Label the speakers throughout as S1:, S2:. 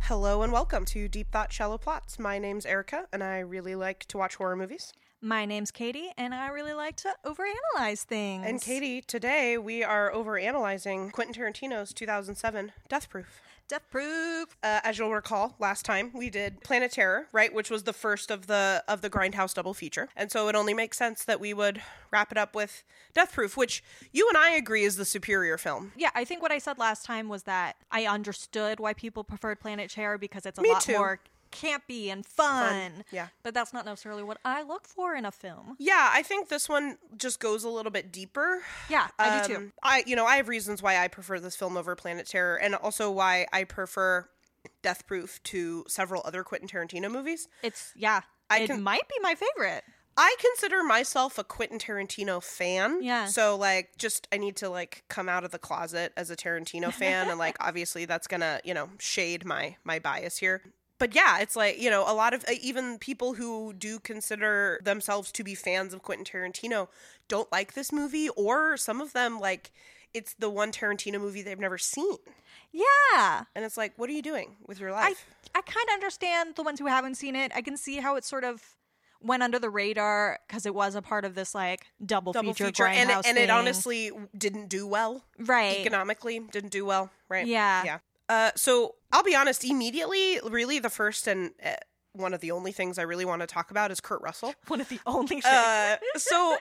S1: Hello and welcome to Deep Thought Shallow Plots. My name's Erica and I really like to watch horror movies.
S2: My name's Katie, and I really like to overanalyze things.
S1: And Katie, today we are overanalyzing Quentin Tarantino's 2007 Death Proof.
S2: Death proof.
S1: Uh, as you'll recall, last time we did Planet Terror, right, which was the first of the of the Grindhouse double feature, and so it only makes sense that we would wrap it up with Death Proof, which you and I agree is the superior film.
S2: Yeah, I think what I said last time was that I understood why people preferred Planet Terror because it's a
S1: Me
S2: lot
S1: too.
S2: more campy and fun.
S1: yeah.
S2: But that's not necessarily what I look for in a film.
S1: Yeah, I think this one just goes a little bit deeper.
S2: Yeah, I do too.
S1: Um, I you know I have reasons why I prefer this film over Planet Terror, and also why I prefer Death Proof to several other Quentin Tarantino movies.
S2: It's yeah.
S1: I
S2: it
S1: can-
S2: might be my favorite.
S1: I consider myself a Quentin Tarantino fan.
S2: Yeah.
S1: So like, just I need to like come out of the closet as a Tarantino fan, and like obviously that's gonna you know shade my my bias here. But yeah, it's like you know a lot of uh, even people who do consider themselves to be fans of Quentin Tarantino don't like this movie, or some of them like it's the one Tarantino movie they've never seen,
S2: Yeah.
S1: and it's like, what are you doing with your
S2: I
S1: life?
S2: I kind of understand the ones who haven't seen it. I can see how it sort of went under the radar because it was a part of this like double,
S1: Double
S2: feature,
S1: feature, and it,
S2: Grindhouse
S1: and it
S2: thing.
S1: honestly didn't do well.
S2: right
S1: economically didn't do well right
S2: Yeah.
S1: yeah uh, so i'll be honest immediately really the first and uh, one of the only things i really want to talk about is kurt russell
S2: one of the only things.
S1: uh, so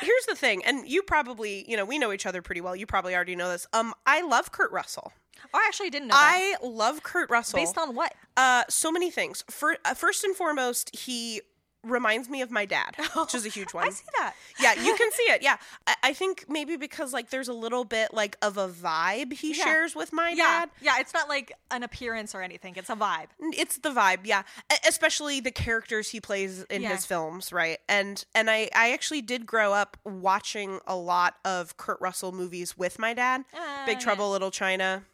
S1: here's the thing and you probably you know we know each other pretty well you probably already know this um i love kurt russell
S2: oh, I actually didn't know that.
S1: i love kurt russell
S2: Based on what?
S1: uh, so many things For, uh, first and foremost he reminds me of my dad which is a huge one
S2: Oh, I see that.
S1: yeah you can see it yeah I, I think maybe because like there's a little bit like of a vibe he
S2: Yeah.
S1: shares with my
S2: Yeah,
S1: dad
S2: yeah. It's not like an appearance or anything. It's a vibe.
S1: it's the vibe yeah E- especially the characters he plays in
S2: Yeah.
S1: his films right and and i i actually did grow up watching a lot of kurt russell movies with my dad big
S2: Ah,
S1: trouble little china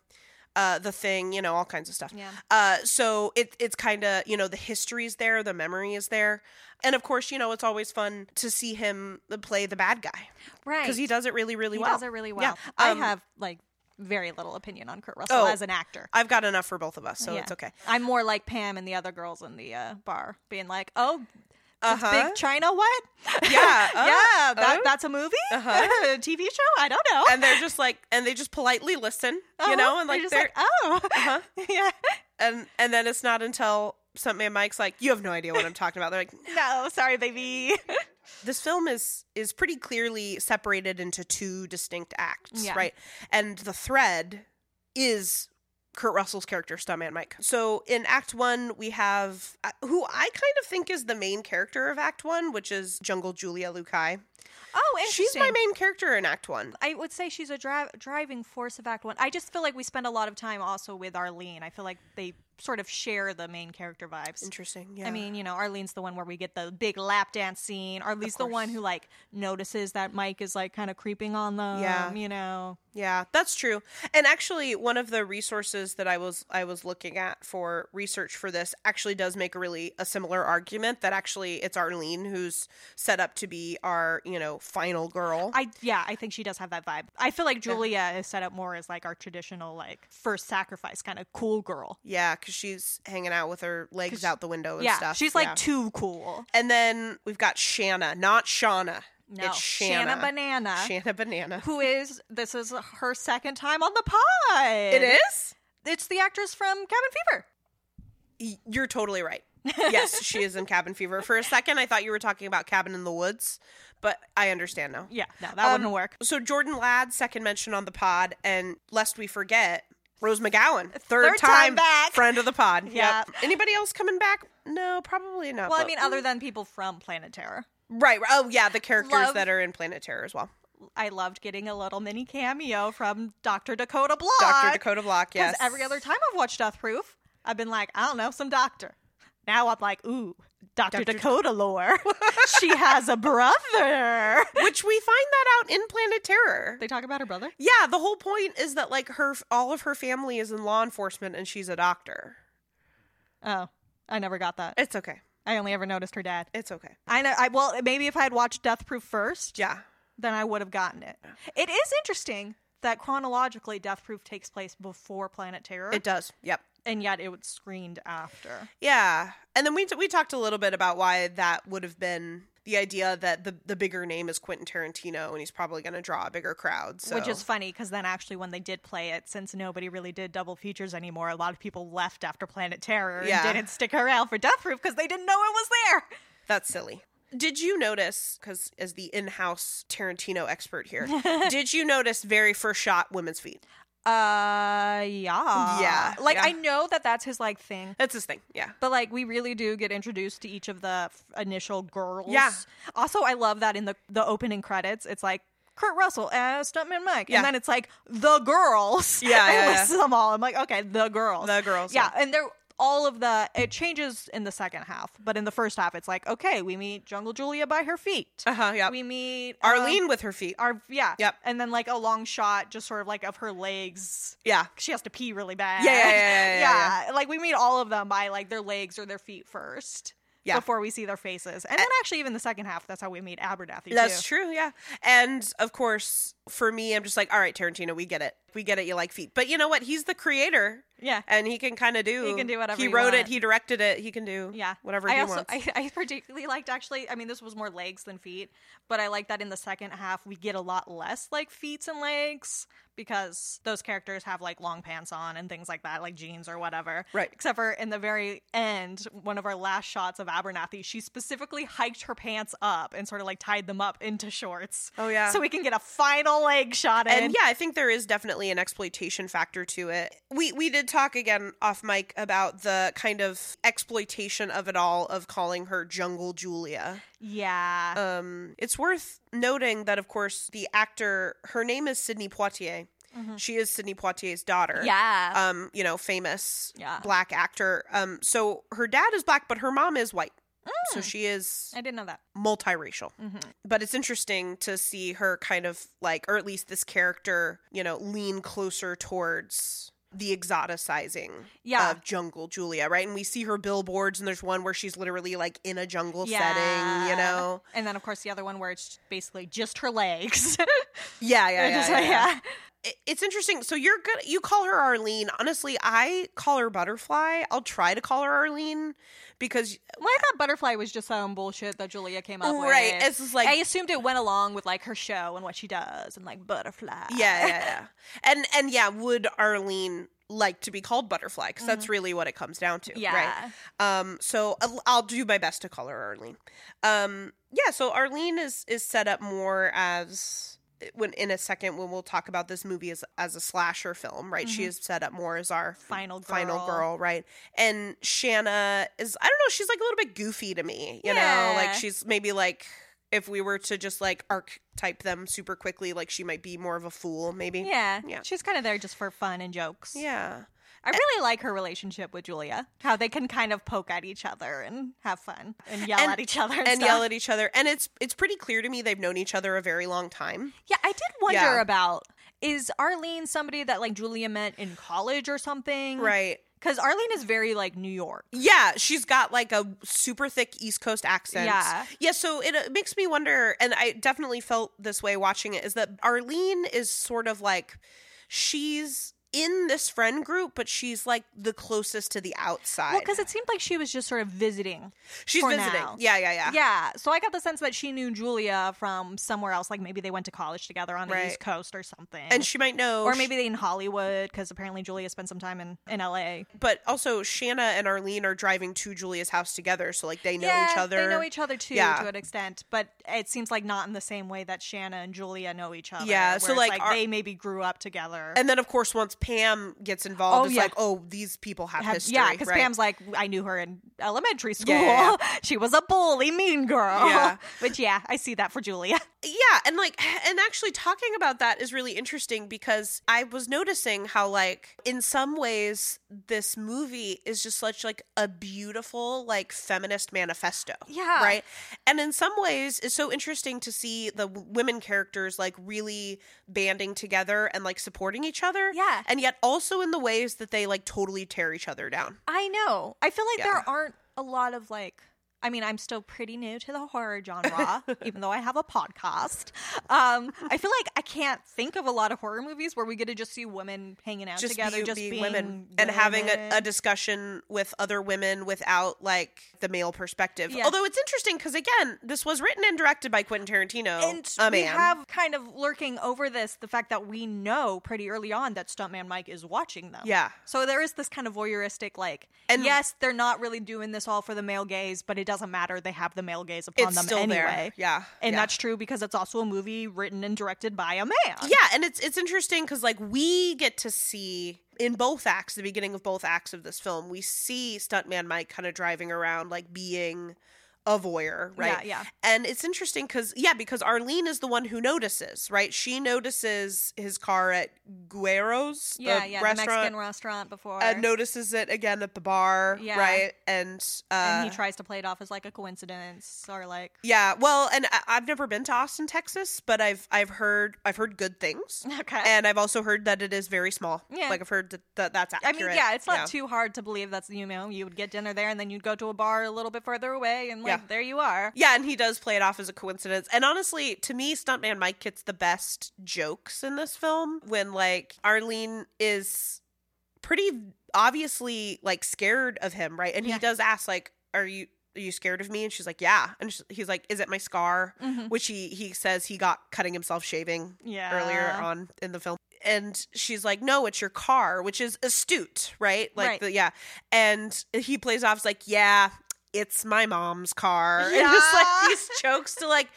S1: uh, the thing, you know, all kinds of stuff.
S2: Yeah.
S1: Uh, so it, it's kind of, you know, the history is there, the memory is there. And of course, you know, it's always fun to see him uh, play the bad guy
S2: Right.
S1: because he does it really, really
S2: He
S1: well.
S2: does it really well.
S1: Yeah.
S2: I
S1: Um,
S2: have like very little opinion on Kurt Russell
S1: Oh,
S2: as an actor.
S1: I've got enough for both of us, so
S2: Yeah.
S1: it's okay.
S2: I'm more like Pam and the other girls in the uh, bar, being like, "Oh, that's
S1: Uh-huh.
S2: Big China, what?
S1: Yeah. uh,
S2: yeah, that,
S1: uh.
S2: that's a movie,
S1: Uh-huh.
S2: a TV show. I don't know.
S1: and they're just like and they just politely listen you know
S2: Oh. Uh-huh.
S1: and like
S2: just
S1: they're uh-huh.
S2: oh, yeah,
S1: and and then it's not until something mike's like you have no idea what i'm talking about they're like
S2: no, sorry, baby.
S1: this film is is pretty clearly separated into two distinct acts
S2: Yeah.
S1: right and the thread is kurt russell's character stuntman mike so in act one we have uh, who i kind of think is the main character of act one which is jungle julia lukai
S2: oh, interesting.
S1: she's my main character in act one
S2: I would say she's a dri- driving force of Act One. I just feel like we spend a lot of time also with Arlene. I feel like they sort of share the main character vibes.
S1: interesting yeah
S2: I mean, you know, Arlene's the one where we get the big lap dance scene. Arlene's the one
S1: course.
S2: who like notices that Mike is like kind of creeping on them.
S1: Yeah.
S2: you know.
S1: Yeah, that's true. And actually, one of the resources that I was I was looking at for research for this actually does make a really a similar argument that actually it's Arlene who's set up to be our you know final girl.
S2: I yeah, I think she does have that vibe. I feel like Julia is set up more as like our traditional like first sacrifice kind of cool girl.
S1: yeah, because she's hanging out with her legs out the window and
S2: yeah,
S1: stuff.
S2: she's like
S1: Yeah.
S2: too cool.
S1: and then we've got Shanna, not Shauna.
S2: No,
S1: it's Shanna.
S2: Shanna Banana,
S1: Shanna Banana.
S2: who is this is her second time on the pod.
S1: It is.
S2: It's the actress from Cabin Fever.
S1: Y- You're totally right. yes, she is in Cabin Fever. For a second, I thought you were talking about Cabin in the Woods, but I understand now.
S2: Yeah, no, that
S1: Um,
S2: wouldn't work.
S1: So Jordan Ladd, second mention on the pod, and lest we forget, Rose McGowan, third,
S2: Third time back.
S1: friend of the pod.
S2: Yeah.
S1: Yep. Anybody else coming back? No, probably not.
S2: Well, I
S1: but-
S2: mean, other than people from Planet Terror,
S1: right. right. Oh, yeah, the characters
S2: Love-
S1: that are in Planet Terror as well.
S2: I loved getting a little mini cameo from Doctor Dakota Block.
S1: Doctor Dakota Block.
S2: Because
S1: Yes.
S2: every other time I've watched Death Proof, I've been like, I don't know, some doctor. Now I'm like, ooh, Doctor
S1: Dr.
S2: Dakota lore. she has a brother.
S1: Which we find that out in Planet Terror.
S2: They talk about her brother.
S1: Yeah, the whole point is that like her, all of her family is in law enforcement, and she's a doctor.
S2: Oh, I never got that.
S1: It's okay.
S2: I only ever noticed her dad.
S1: It's okay.
S2: I know. I well, maybe if I had watched Death Proof first,
S1: Yeah.
S2: then I would have gotten it. It is interesting that chronologically Death Proof takes place before Planet Terror,
S1: It does. Yep.
S2: and yet it was screened after.
S1: Yeah. And then we t- we talked a little bit about why that would have been the idea that the the bigger name is Quentin Tarantino and he's probably going to draw a bigger crowd. So.
S2: Which is funny because then actually when they did play it, since nobody really did double features anymore, a lot of people left after Planet Terror
S1: Yeah.
S2: and didn't stick around for Death Proof because they didn't know it was there.
S1: That's silly. Did you notice, because as the in house Tarantino expert here, did you notice very first shot women's feet?
S2: Uh, yeah,
S1: Yeah,
S2: Like
S1: yeah.
S2: I know that that's his like thing,
S1: That's his thing. Yeah.
S2: but like we really do get introduced to each of the f- initial girls.
S1: Yeah.
S2: Also, I love that in the the opening credits, it's like. Kurt Russell as Stuntman Mike,
S1: Yeah.
S2: and then it's like the girls.
S1: Yeah,
S2: I
S1: yeah, yeah.
S2: lists them all. I'm like, okay, the girls,
S1: The girls.
S2: yeah, and they're all of the it changes in the second half, but in the first half, it's like okay, we meet Jungle Julia by her feet.
S1: Uh huh. Yeah.
S2: We meet um,
S1: Arlene with her feet.
S2: our yeah.
S1: Yep.
S2: And then like a long shot, just sort of like of her legs.
S1: Yeah.
S2: She has to pee really bad.
S1: Yeah, yeah, yeah, yeah, yeah,
S2: Like we meet all of them by like their legs or their feet first.
S1: Yeah.
S2: Before we see their faces, and then actually even the second half, that's how we meet Abernathy.
S1: That's
S2: too.
S1: true. Yeah. And of course, for me, I'm just like, all right, Tarantino, we get it. We get it. You like feet. But you know what? He's the creator
S2: Yeah.
S1: and he can kind of do.
S2: He can do whatever
S1: He
S2: you
S1: wrote
S2: want.
S1: it. He directed it. He can do
S2: Yeah.
S1: whatever
S2: I
S1: he
S2: also,
S1: wants.
S2: I, I particularly liked actually, I mean, this was more legs than feet, but I like that in the second half we get a lot less like feet and legs because those characters have like long pants on and things like that, like jeans or whatever.
S1: Right.
S2: Except for in the very end, one of our last shots of Abernathy, she specifically hiked her pants up and sort of like tied them up into shorts.
S1: Oh, yeah.
S2: So we can get a final leg shot in.
S1: and yeah, I think there is definitely an exploitation factor to it. We we did talk again off mic about the kind of exploitation of it all of calling her Jungle Julia.
S2: Yeah.
S1: Um, it's worth noting that of course the actor her name is Sydney Poitier. She is Sydney Poitier's daughter.
S2: Mm-hmm. yeah.
S1: Um, you know, famous
S2: Yeah.
S1: black actor. Um, so her dad is black, but her mom is white. So
S2: Mm.
S1: she is
S2: I didn't know that.
S1: multiracial. But it's interesting to see her kind of like, or at least this character, you know, lean closer towards the exoticizing
S2: Yeah.
S1: of jungle Julia, right? And we see her billboards, and there's one where she's literally like in a jungle setting, you know?
S2: And then, of course, the other one where it's basically just her legs.
S1: Yeah, yeah, yeah.
S2: Just
S1: yeah,
S2: like,
S1: yeah.
S2: yeah.
S1: It- It's interesting. So you're good. You call her Arlene. Honestly, I call her Butterfly. I'll try to call her Arlene because
S2: Well, I thought Butterfly was just some bullshit that Julia came up with.
S1: right. It's just like
S2: I assumed it went along with like her show and what she does and like Butterfly.
S1: yeah, yeah, yeah. And and yeah, would Arlene like to be called butterfly? Because that's really what it comes down to,
S2: Yeah.
S1: right? Um, so I'll, I'll do my best to call her Arlene. Um, yeah. So Arlene is is set up more as when in a second when we'll talk about this movie as as a slasher film, right? She is set up more as our
S2: Final girl.
S1: final girl, right? And Shanna is I don't know, she's like a little bit goofy to me, you know, like
S2: Yeah.
S1: she's maybe like if we were to just like archetype them super quickly, like she might be more of a fool, maybe.
S2: Yeah.
S1: Yeah.
S2: She's kind of there just for fun and jokes.
S1: Yeah.
S2: I really like her relationship with Julia. How they can kind of poke at each other and have fun and yell
S1: And-
S2: at each other and,
S1: And
S2: stuff.
S1: yell at each other. And it's it's pretty clear to me they've known each other a very long time.
S2: Yeah, I did wonder
S1: Yeah.
S2: about is Arlene somebody that like Julia met in college or something?
S1: Right.
S2: Because Arlene is very like New York.
S1: Yeah, she's got like a super thick East Coast accent.
S2: Yeah.
S1: Yeah, so it, uh makes me wonder, and I definitely felt this way watching it, is that Arlene is sort of like, she's in this friend group, but she's like the closest to the outside.
S2: Well, because it seemed like she was just sort of visiting
S1: she's
S2: for
S1: visiting.
S2: now.
S1: Yeah, yeah, yeah.
S2: Yeah. So I got the sense that she knew Julia from somewhere else. Like maybe they went to college together on the
S1: Right.
S2: East Coast or something.
S1: And she oh, might know.
S2: or maybe they in Hollywood because apparently Julia spent some time in, in LA.
S1: But also, Shanna and Arlene are driving to Julia's house together, so like they know
S2: yeah,
S1: each other.
S2: They know each other too
S1: Yeah.
S2: to an extent, but it seems like not in the same way that Shanna and Julia know each other.
S1: Yeah,
S2: where
S1: so,
S2: it's
S1: like, our-
S2: they maybe grew up together.
S1: And then, of course, once Pam gets involved,
S2: Oh,
S1: it's
S2: yeah.
S1: like, oh, these people have,
S2: Have-
S1: history.
S2: yeah, because
S1: right?
S2: Pam's like, I knew her in elementary school.
S1: Yeah, yeah,
S2: she was a bully, mean girl.
S1: Yeah.
S2: Which, yeah, I see that for Julia.
S1: yeah and like and actually talking about that is really interesting because i was noticing how like in some ways this movie is just such like a beautiful like feminist manifesto
S2: Yeah.
S1: right and in some ways it's so interesting to see the w- women characters like really banding together and like supporting each other
S2: Yeah.
S1: and yet also in the ways that they like totally tear each other down
S2: I know. I feel like
S1: Yeah.
S2: there aren't a lot of like I mean, I'm still pretty new to the horror genre, even though I have a podcast. Um, I feel like I can't think of a lot of horror movies where we get to just see women hanging out
S1: just
S2: together,
S1: be,
S2: just
S1: being,
S2: being
S1: women, and having a,
S2: women.
S1: a discussion with other women without like the male perspective.
S2: Yeah.
S1: Although it's interesting because again, this was written and directed by Quentin Tarantino,
S2: and
S1: a
S2: we
S1: man.
S2: have kind of lurking over this the fact that we know pretty early on that Stuntman Mike is watching them.
S1: yeah,
S2: So there is this kind of voyeuristic, like,
S1: And-
S2: and yes, they're not really doing this all for the male gaze, but it doesn't matter. They have the male gaze upon
S1: it's
S2: them
S1: still
S2: anyway,
S1: there. Yeah,
S2: and
S1: yeah.
S2: that's true because it's also a movie written and directed by a man.
S1: yeah, and it's it's interesting because like we get to see in both acts, the beginning of both acts of this film, we see stuntman Mike kind of driving around like being a voyeur, right?
S2: Yeah, yeah.
S1: And it's interesting because, yeah, because Arlene is the one who notices, right? She notices his car at Guero's, the
S2: Yeah, yeah, the
S1: restaurant, uh,
S2: Mexican restaurant before.
S1: and notices it again at the bar,
S2: Yeah.
S1: right? And, uh,
S2: and he tries to play it off as like a coincidence or like
S1: yeah, well, and I- I've never been to Austin, Texas, but I've I've heard I've heard good things,
S2: okay.
S1: and I've also heard that it is very small.
S2: Yeah.
S1: like I've heard that, that that's
S2: I
S1: accurate.
S2: mean, yeah, it's not
S1: Yeah.
S2: too hard to believe that's you know you would get dinner there and then you'd go to a bar a little bit further away and like
S1: Yeah.
S2: there you are.
S1: Yeah, and he does play it off as a coincidence. And honestly, to me, Stuntman Mike gets the best jokes in this film when, like, Arlene is pretty obviously, like, scared of him, right? And he
S2: Yeah.
S1: does ask, like, are you. Are you scared of me? And she's like, Yeah. And sh he's like, Is it my scar?
S2: Mhm.
S1: Which he he says he got cutting himself shaving
S2: Yeah,
S1: earlier uh, on in the film. And she's like, "No, it's your car," which is astute, right? Like,
S2: Right.
S1: The, yeah. And he plays off as like, "Yeah, it's my mom's car," and just like
S2: Yeah.
S1: these jokes to like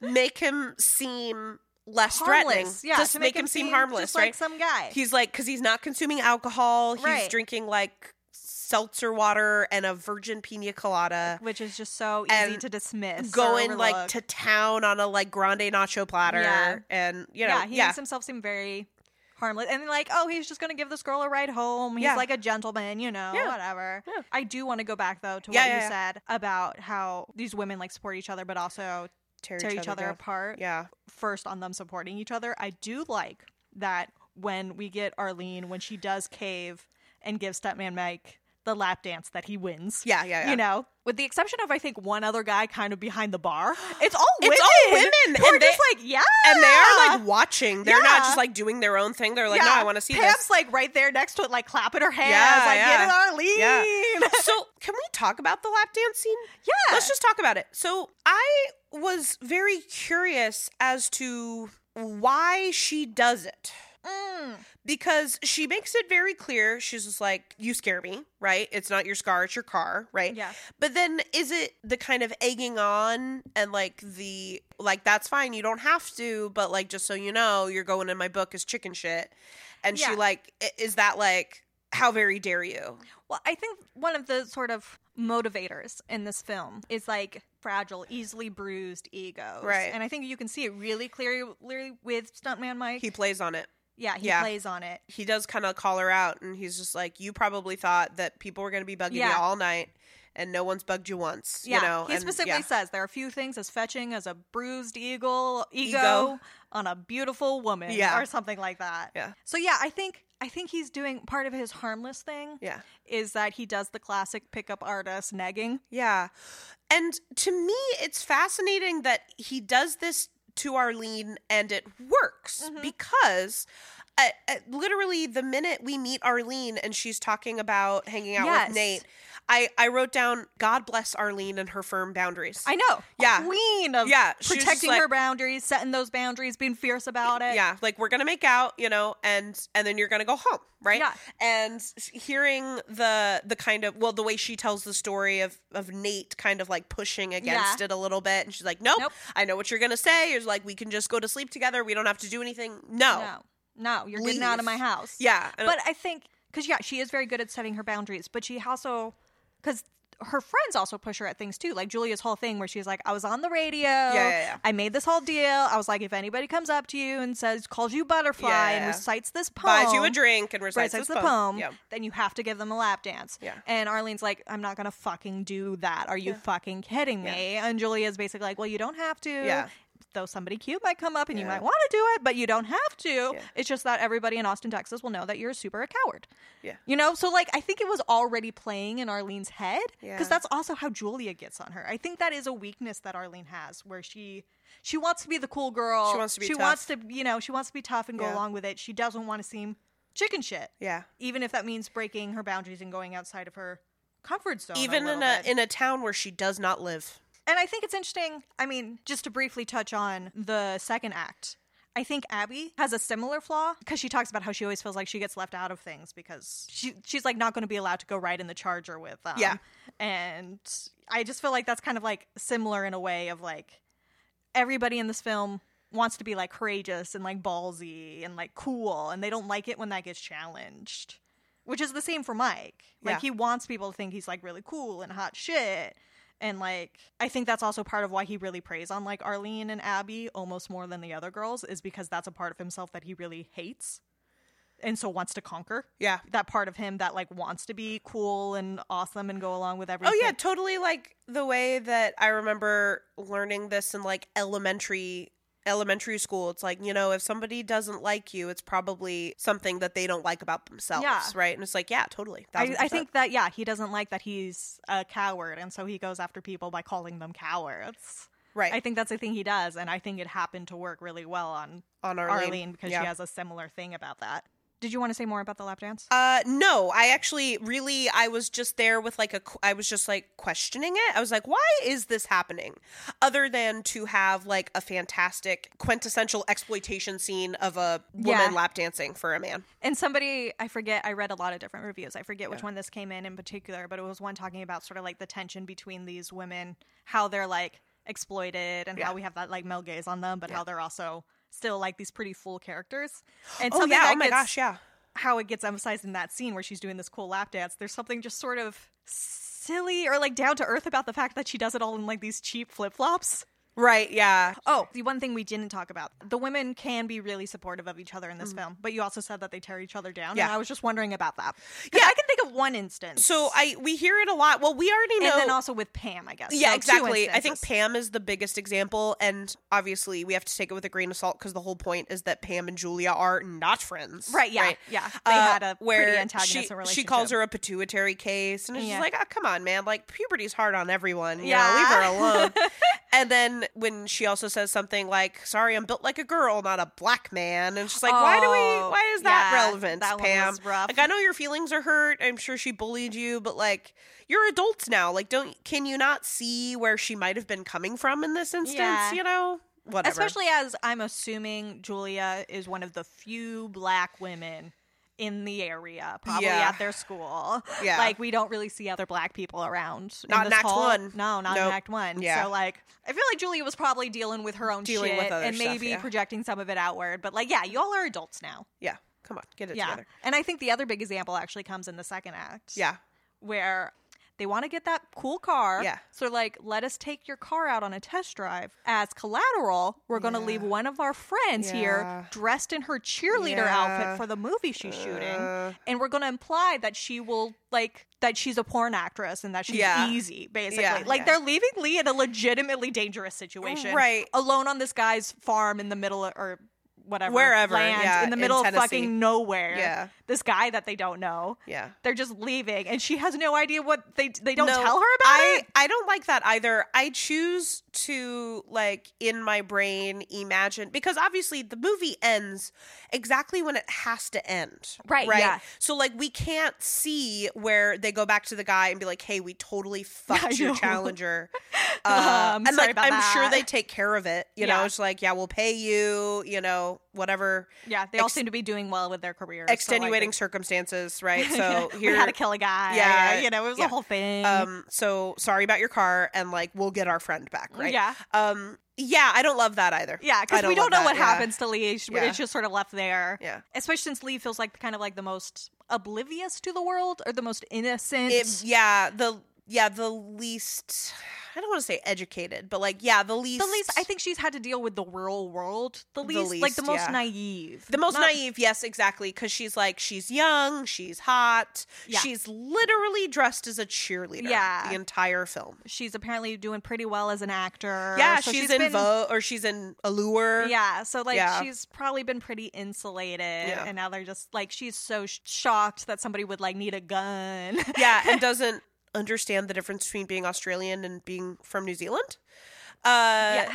S1: make him seem less threatening,
S2: harmless. Yeah,
S1: just
S2: to
S1: make, him seem harmless,
S2: just
S1: right?
S2: like some guy.
S1: he's like, because he's not consuming alcohol, he's
S2: Right.
S1: drinking like seltzer water and a virgin pina colada.
S2: which is just so easy
S1: and
S2: to dismiss. or
S1: Going like
S2: overlook.
S1: to town on a like grande nacho platter,
S2: Yeah.
S1: and you know,
S2: yeah, he makes himself seem very harmless, and like, oh, he's just gonna give this girl a ride home. He's
S1: Yeah.
S2: like a gentleman, you know,
S1: Yeah.
S2: whatever.
S1: Yeah.
S2: I do want to go back though to
S1: Yeah,
S2: what
S1: yeah,
S2: you
S1: yeah.
S2: said about how these women like support each other, but also tear each, other
S1: down.
S2: apart.
S1: Yeah.
S2: First, on them supporting each other, I do like that when we get Arlene when she does cave and give Stepman Mike the lap dance that he wins.
S1: Yeah, yeah, yeah.
S2: You know, with the exception of I think one other guy kind of behind the bar, it's all
S1: It's
S2: women.
S1: all women,
S2: Who are
S1: and they-
S2: just like, yeah,
S1: and they are like watching. They're not
S2: Yeah.
S1: just like doing their own thing. They're like,
S2: yeah.
S1: no, I want to see
S2: Pam's
S1: this.
S2: like right there next to it, like clapping her hands,
S1: Yeah,
S2: like
S1: yeah.
S2: get it, Arlene.
S1: so, can we talk about the lap dance scene?
S2: Yeah,
S1: Let's just talk about it. So, I was very curious as to why she does it
S2: Mm.
S1: because she makes it very clear. She's just like, you scare me, right? It's not your scar, it's your car, right?
S2: yeah,
S1: But then is it the kind of egging on and like the like that's fine, you don't have to, but like just so you know, you're going in my book as chicken shit. And she
S2: Yeah.
S1: like i- is that like how very dare you?
S2: Well, I think one of the sort of motivators in this film is like fragile, easily bruised egos.
S1: Right.
S2: And I think you can see it really clearly with Stuntman Mike.
S1: He plays on it.
S2: yeah, he
S1: yeah.
S2: plays on it.
S1: He does kind of call her out and he's just like you probably thought that people were going to be bugging you
S2: Yeah.
S1: all night and no one's bugged you once,
S2: Yeah.
S1: you know.
S2: he
S1: and-
S2: specifically
S1: yeah.
S2: says there are few things as fetching as a bruised eagle ego,
S1: Ego.
S2: on a beautiful woman
S1: Yeah.
S2: or something like that.
S1: Yeah.
S2: So yeah, I think I think he's doing part of his harmless thing
S1: yeah.
S2: is that he does the classic pickup artist negging.
S1: Yeah. And to me, it's fascinating that he does this to Arlene and it works
S2: Mhm.
S1: because uh, uh, literally the minute we meet Arlene and she's talking about hanging out
S2: Yes.
S1: with Nate, I, I wrote down, God bless Arlene and her firm boundaries.
S2: I know.
S1: Yeah.
S2: Queen of
S1: yeah. she was just
S2: protecting
S1: like-
S2: her boundaries, setting those boundaries, being fierce about it.
S1: Yeah, like we're gonna make out, you know, and and then you're gonna go home, right?
S2: Yeah.
S1: And s- hearing the the kind of well, the way she tells the story of of Nate kind of like pushing against it a little bit, and she's like, "Nope,
S2: Nope.
S1: I know what you're gonna say." Is like, "We can just go to sleep together. We don't have to do anything." No.
S2: No, no, you're getting out of my
S1: Leave.
S2: house.
S1: Yeah. And-
S2: But I think, because yeah, she is very good at setting her boundaries, but she also, because her friends also push her at things too. Like Julia's whole thing where she's like, I was on the radio.
S1: yeah, yeah.
S2: I made this whole deal. I was like, if anybody comes up to you and says, calls you butterfly
S1: Yeah, yeah,
S2: and
S1: yeah.
S2: recites this poem,
S1: buys you a drink and recites,
S2: recites
S1: this
S2: the poem,
S1: Yeah.
S2: then you have to give them a lap dance.
S1: Yeah.
S2: And Arlene's like, I'm not gonna fucking do that. Are you fucking kidding me? And Julia's basically like, Well, you don't have to.
S1: Yeah.
S2: though somebody cute might come up and you
S1: Yeah.
S2: might want to do it, but you don't have to.
S1: Yeah.
S2: It's just that everybody in Austin, Texas will know that you're super a coward.
S1: Yeah.
S2: You know, so like I think it was already playing in Arlene's head because
S1: Yeah.
S2: that's also how Julia gets on her. I think that is a weakness that Arlene has where she she wants to be the cool girl.
S1: She wants to be
S2: She
S1: tough.
S2: wants to, you know, she wants to be tough and go
S1: Yeah.
S2: along with it. She doesn't want to seem chicken shit,
S1: Yeah.
S2: even if that means breaking her boundaries and going outside of her comfort zone.
S1: Even
S2: a
S1: in
S2: little
S1: a
S2: bit.
S1: in a town where she does not live.
S2: And I think it's interesting. I mean, just to briefly touch on the second act, I think Abby has a similar flaw because she talks about how she always feels like she gets left out of things because she she's like not going to be allowed to go ride in the charger with them.
S1: Yeah.
S2: and I just feel like that's kind of like similar in a way of like everybody in this film wants to be like courageous and like ballsy and like cool, and they don't like it when that gets challenged. Which is the same for Mike. Like
S1: Yeah.
S2: he wants people to think he's like really cool and hot shit. And like I think that's also part of why he really preys on like Arlene and Abby almost more than the other girls is because that's a part of himself that he really hates and so wants to conquer.
S1: Yeah.
S2: That part of him that like wants to be cool and awesome and go along with
S1: Oh
S2: everything.
S1: yeah, totally like the way that I remember learning this in like elementary elementary school. It's like, you know, if somebody doesn't like you, it's probably something that they don't like about themselves,
S2: Yeah.
S1: right? And it's like, yeah, totally.
S2: I,
S1: Thousand
S2: I
S1: percent.
S2: think that yeah, he doesn't like that he's a coward and so he goes after people by calling them cowards.
S1: right
S2: I think that's a thing he does and I think it happened to work really well on
S1: on Arlene,
S2: Arlene, because
S1: Yeah.
S2: she has a similar thing about that. Did you want to say more about the lap dance?
S1: Uh, no, I actually really, I was just there with like a, qu- I was just like questioning it. I was like, why is this happening? Other than to have like a fantastic quintessential exploitation scene of a woman
S2: Yeah.
S1: lap dancing for a man.
S2: And somebody, I forget, I read a lot of different reviews. I forget which one this came in in particular, but it was one talking about sort of like the tension between these women, how they're like exploited and
S1: Yeah.
S2: how we have that like male gaze on them, but how they're also still like these pretty full characters. And
S1: Oh
S2: something
S1: yeah,
S2: that
S1: oh my
S2: gets-
S1: gosh, yeah.
S2: how it gets emphasized in that scene where she's doing this cool lap dance. There's something just sort of silly or like down to earth about the fact that she does it all in like these cheap flip flops.
S1: Right, yeah.
S2: Oh, the one thing we didn't talk about. The women can be really supportive of each other in this film, but you also said that they tear each other down. And
S1: Yeah.
S2: I was just wondering about that. 'Cause
S1: Yeah.
S2: I can think of one instance.
S1: So I we hear it a lot. Well, we already
S2: and
S1: know
S2: then also with Pam, I guess.
S1: Yeah,
S2: So two
S1: exactly. I think
S2: instances.
S1: Pam is the biggest example, and obviously we have to take it with a grain of salt because the whole point is that Pam and Julia are not friends.
S2: Right, yeah. Yeah. They
S1: Uh,
S2: had a pretty
S1: where
S2: antagonistic
S1: she,
S2: relationship.
S1: She calls her a pituitary case, and she's
S2: Yeah.
S1: like, "Oh, come on, man! Like puberty's hard on everyone. You
S2: Yeah.
S1: know, leave her alone." and then when she also says something like, "Sorry, I'm built like a girl, not a black man," and she's like, "Why do
S2: Oh,
S1: we? Why is that
S2: yeah,
S1: relevant,
S2: that one
S1: Pam?"
S2: was rough.
S1: Like, I know your feelings are hurt. I'm sure she bullied you, but like, you're adults now. Like, don't can you not see where she might have been coming from in this instance?
S2: Yeah.
S1: You know, whatever.
S2: Especially as I'm assuming Julia is one of the few black women in the area, probably
S1: Yeah.
S2: at their school.
S1: Yeah.
S2: Like we don't really see other black people around.
S1: Not in
S2: this
S1: Act
S2: whole-
S1: One.
S2: No, not in
S1: Nope.
S2: Act One.
S1: Yeah.
S2: So like I feel like Julia was probably dealing with her own
S1: Dealing
S2: shit
S1: with other
S2: and
S1: stuff,
S2: maybe
S1: yeah.
S2: projecting some of it outward. But like, yeah, y'all are adults now.
S1: yeah. Come on, get it
S2: yeah.
S1: together.
S2: And I think the other big example actually comes in the second act.
S1: Yeah.
S2: Where they want to get that cool car.
S1: Yeah.
S2: So they're like, let us take your car out on a test drive. As collateral, we're going to
S1: Yeah.
S2: leave one of our friends here
S1: Yeah.
S2: dressed in her cheerleader
S1: Yeah.
S2: outfit for the movie she's shooting.
S1: Uh,
S2: And we're going to imply that she will, like, that she's a porn actress and that she's
S1: Yeah.
S2: easy, basically.
S1: Yeah,
S2: like,
S1: yeah.
S2: they're leaving Lee in a legitimately dangerous situation.
S1: Right.
S2: Alone on this guy's farm in the middle of, or whatever.
S1: Wherever,
S2: land,
S1: yeah,
S2: In the
S1: in
S2: middle of
S1: Tennessee.
S2: fucking nowhere.
S1: Yeah.
S2: This guy that they don't know.
S1: yeah.
S2: They're just leaving, and she has no idea what they they don't
S1: No,
S2: tell her about
S1: I,
S2: it.
S1: I don't like that either. I choose to like in my brain imagine because obviously the movie ends exactly when it has to end.
S2: Right,
S1: Right.
S2: yeah.
S1: So like we can't see where they go back to the guy and be like, Hey, we totally
S2: I
S1: fucked your
S2: know.
S1: challenger.
S2: Uh, I'm
S1: and
S2: sorry
S1: like
S2: about
S1: I'm sure
S2: that.
S1: they take care of it. You
S2: Yeah.
S1: know, it's like, yeah, we'll pay you, you know, whatever.
S2: Yeah, they all
S1: ex-
S2: seem to be doing well with their careers.
S1: Extenuating
S2: So
S1: circumstances, right?
S2: like,
S1: So
S2: we
S1: here
S2: had to kill a guy.
S1: Yeah,
S2: you know, it was a
S1: yeah.
S2: whole thing.
S1: um so sorry about your car and like we'll get our friend back right
S2: Mm, Yeah,
S1: um yeah i don't love that either
S2: yeah,
S1: I
S2: because we
S1: love
S2: don't know
S1: that,
S2: what
S1: yeah.
S2: happens to Lee. It's
S1: Yeah.
S2: it's just sort of left there.
S1: yeah
S2: Especially since Lee feels like kind of like the most oblivious to the world or the most innocent.
S1: it, yeah the yeah, the least I don't want to say educated, but like yeah, the least
S2: The least I think she's had to deal with the real world the least, like
S1: least,
S2: the most
S1: yeah.
S2: naive.
S1: the most
S2: Not-
S1: naive, yes, exactly, because she's like she's young, she's hot,
S2: Yeah.
S1: she's literally dressed as a cheerleader.
S2: Yeah.
S1: the entire film.
S2: She's apparently doing pretty well as an actor.
S1: Yeah,
S2: so
S1: she's,
S2: she's
S1: in
S2: been-
S1: Vogue or she's in Allure.
S2: Yeah, so like
S1: Yeah.
S2: she's probably been pretty insulated,
S1: Yeah.
S2: and now they're just like she's so sh- shocked that somebody would like need a gun.
S1: yeah, and doesn't understand the difference between being Australian and being from New Zealand. Uh,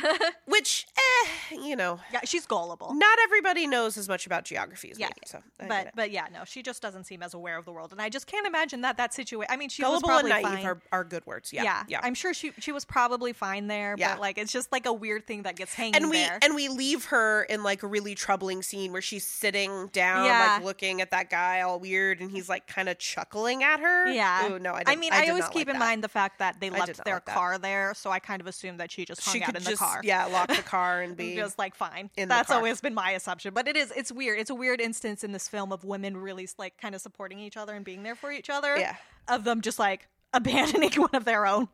S2: yeah,
S1: Which, eh, you know,
S2: yeah, she's gullible.
S1: not everybody knows as much about geography as
S2: Yeah,
S1: me. So I get
S2: but
S1: it.
S2: but yeah, no, she just doesn't seem as aware of the world, and I just can't imagine that that situation. I mean, she
S1: gullible
S2: was
S1: and
S2: probably
S1: naive
S2: fine.
S1: are, are good words. Yeah,
S2: yeah,
S1: yeah.
S2: I'm sure she she was probably fine there,
S1: Yeah.
S2: but like it's just like a weird thing that gets hanging
S1: and we
S2: there.
S1: and we leave her in like a really troubling scene where she's sitting down,
S2: Yeah.
S1: like looking at that guy all weird, and he's like kind of chuckling at her.
S2: yeah,
S1: Ooh, no, I.
S2: I
S1: didn't-
S2: mean,
S1: I,
S2: I,
S1: did
S2: always
S1: not
S2: keep
S1: like
S2: in
S1: that.
S2: mind the fact that they
S1: did
S2: left
S1: not
S2: their
S1: like that.
S2: car there, so I kind of assumed that she just hung
S1: she
S2: out
S1: could
S2: in
S1: just
S2: the car.
S1: yeah lock the car and be
S2: just like fine.
S1: in the
S2: That's
S1: car.
S2: always been my assumption, but it is it's weird. It's a weird instance in this film of women really like kind of supporting each other and being there for each other.
S1: Yeah.
S2: of them just like abandoning one of their own.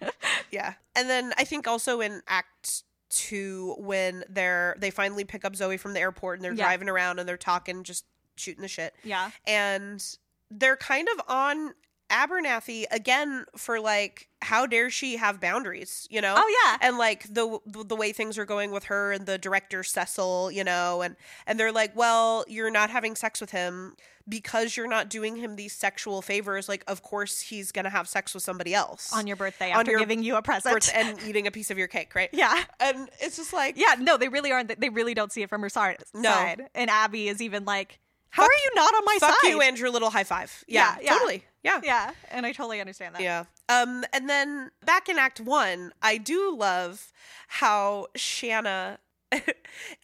S1: Yeah. And then I think also in act two when they're they finally pick up Zoe from the airport and they're
S2: Yeah.
S1: driving around and they're talking, just shooting the shit.
S2: yeah,
S1: And they're kind of on Abernathy again for like how dare she have boundaries, you know?
S2: Oh yeah.
S1: and like the the way things are going with her and the director Cecil, you know, and and they're like, "Well, you're not having sex with him because you're not doing him these sexual favors. Like, of course he's going to have sex with somebody else
S2: On your birthday
S1: On
S2: after
S1: your
S2: giving you a present.
S1: birth- and eating a piece of your cake, right?
S2: yeah.
S1: And it's just like,
S2: Yeah, no, they really aren't they really don't see it from her side.
S1: No.
S2: side. And Abby is even like, How are you not on my
S1: fuck
S2: side?
S1: you, Andrew Little, high five. Yeah,
S2: Yeah, yeah.
S1: totally. Yeah.
S2: yeah, and I totally understand that.
S1: Yeah. Um, and then back in Act One, I do love how Shanna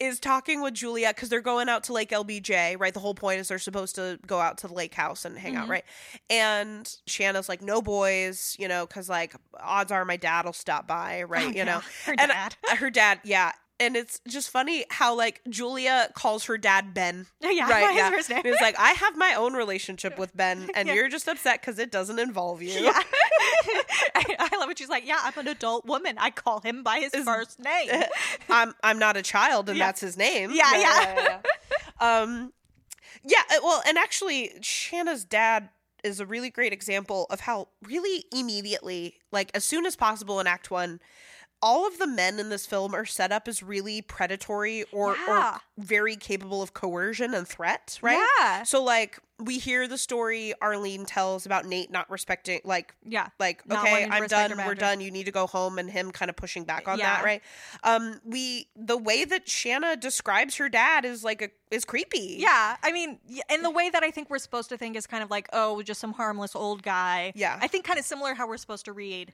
S1: is talking with Julia because they're going out to Lake LBJ, right? The whole point is they're supposed to go out to the lake house and hang out,
S2: Mhm.
S1: right? And Shanna's like, no boys, you know, because like odds are my dad will stop by, right?
S2: Oh,
S1: you
S2: yeah,
S1: know,
S2: Her
S1: And-
S2: dad.
S1: her dad, yeah. And it's just funny how like Julia calls her dad Ben.
S2: yeah,
S1: right,
S2: his
S1: yeah.
S2: first name.
S1: And It's like, I have my own relationship with Ben, and
S2: Yeah.
S1: you're just upset because it doesn't involve you.
S2: Yeah. I, I love it. She's like, Yeah, I'm an adult woman. I call him by his
S1: Is-
S2: first name.
S1: I'm I'm not a child, and
S2: Yeah.
S1: that's his name.
S2: Yeah, yeah.
S1: yeah. um, yeah. uh, Well, and actually, Shanna's dad is a really great example of how really immediately, like as soon as possible in Act One, all of the men in this film are set up as really predatory or
S2: Yeah.
S1: or very capable of coercion and threat, right?
S2: Yeah.
S1: So like we hear the story Arlene tells about Nate not respecting like
S2: Yeah.
S1: like
S2: Not
S1: okay
S2: wanting to
S1: i'm
S2: respect
S1: done
S2: her
S1: we're
S2: boundaries.
S1: done you need to go home and him kind of pushing back on that
S2: Yeah.
S1: right um we the way that shanna describes her dad is like a is creepy
S2: Yeah, I mean, y- in the way that I think we're supposed to think is kind of like, oh, just some harmless old guy.
S1: Yeah.
S2: I think kind of similar how we're supposed to read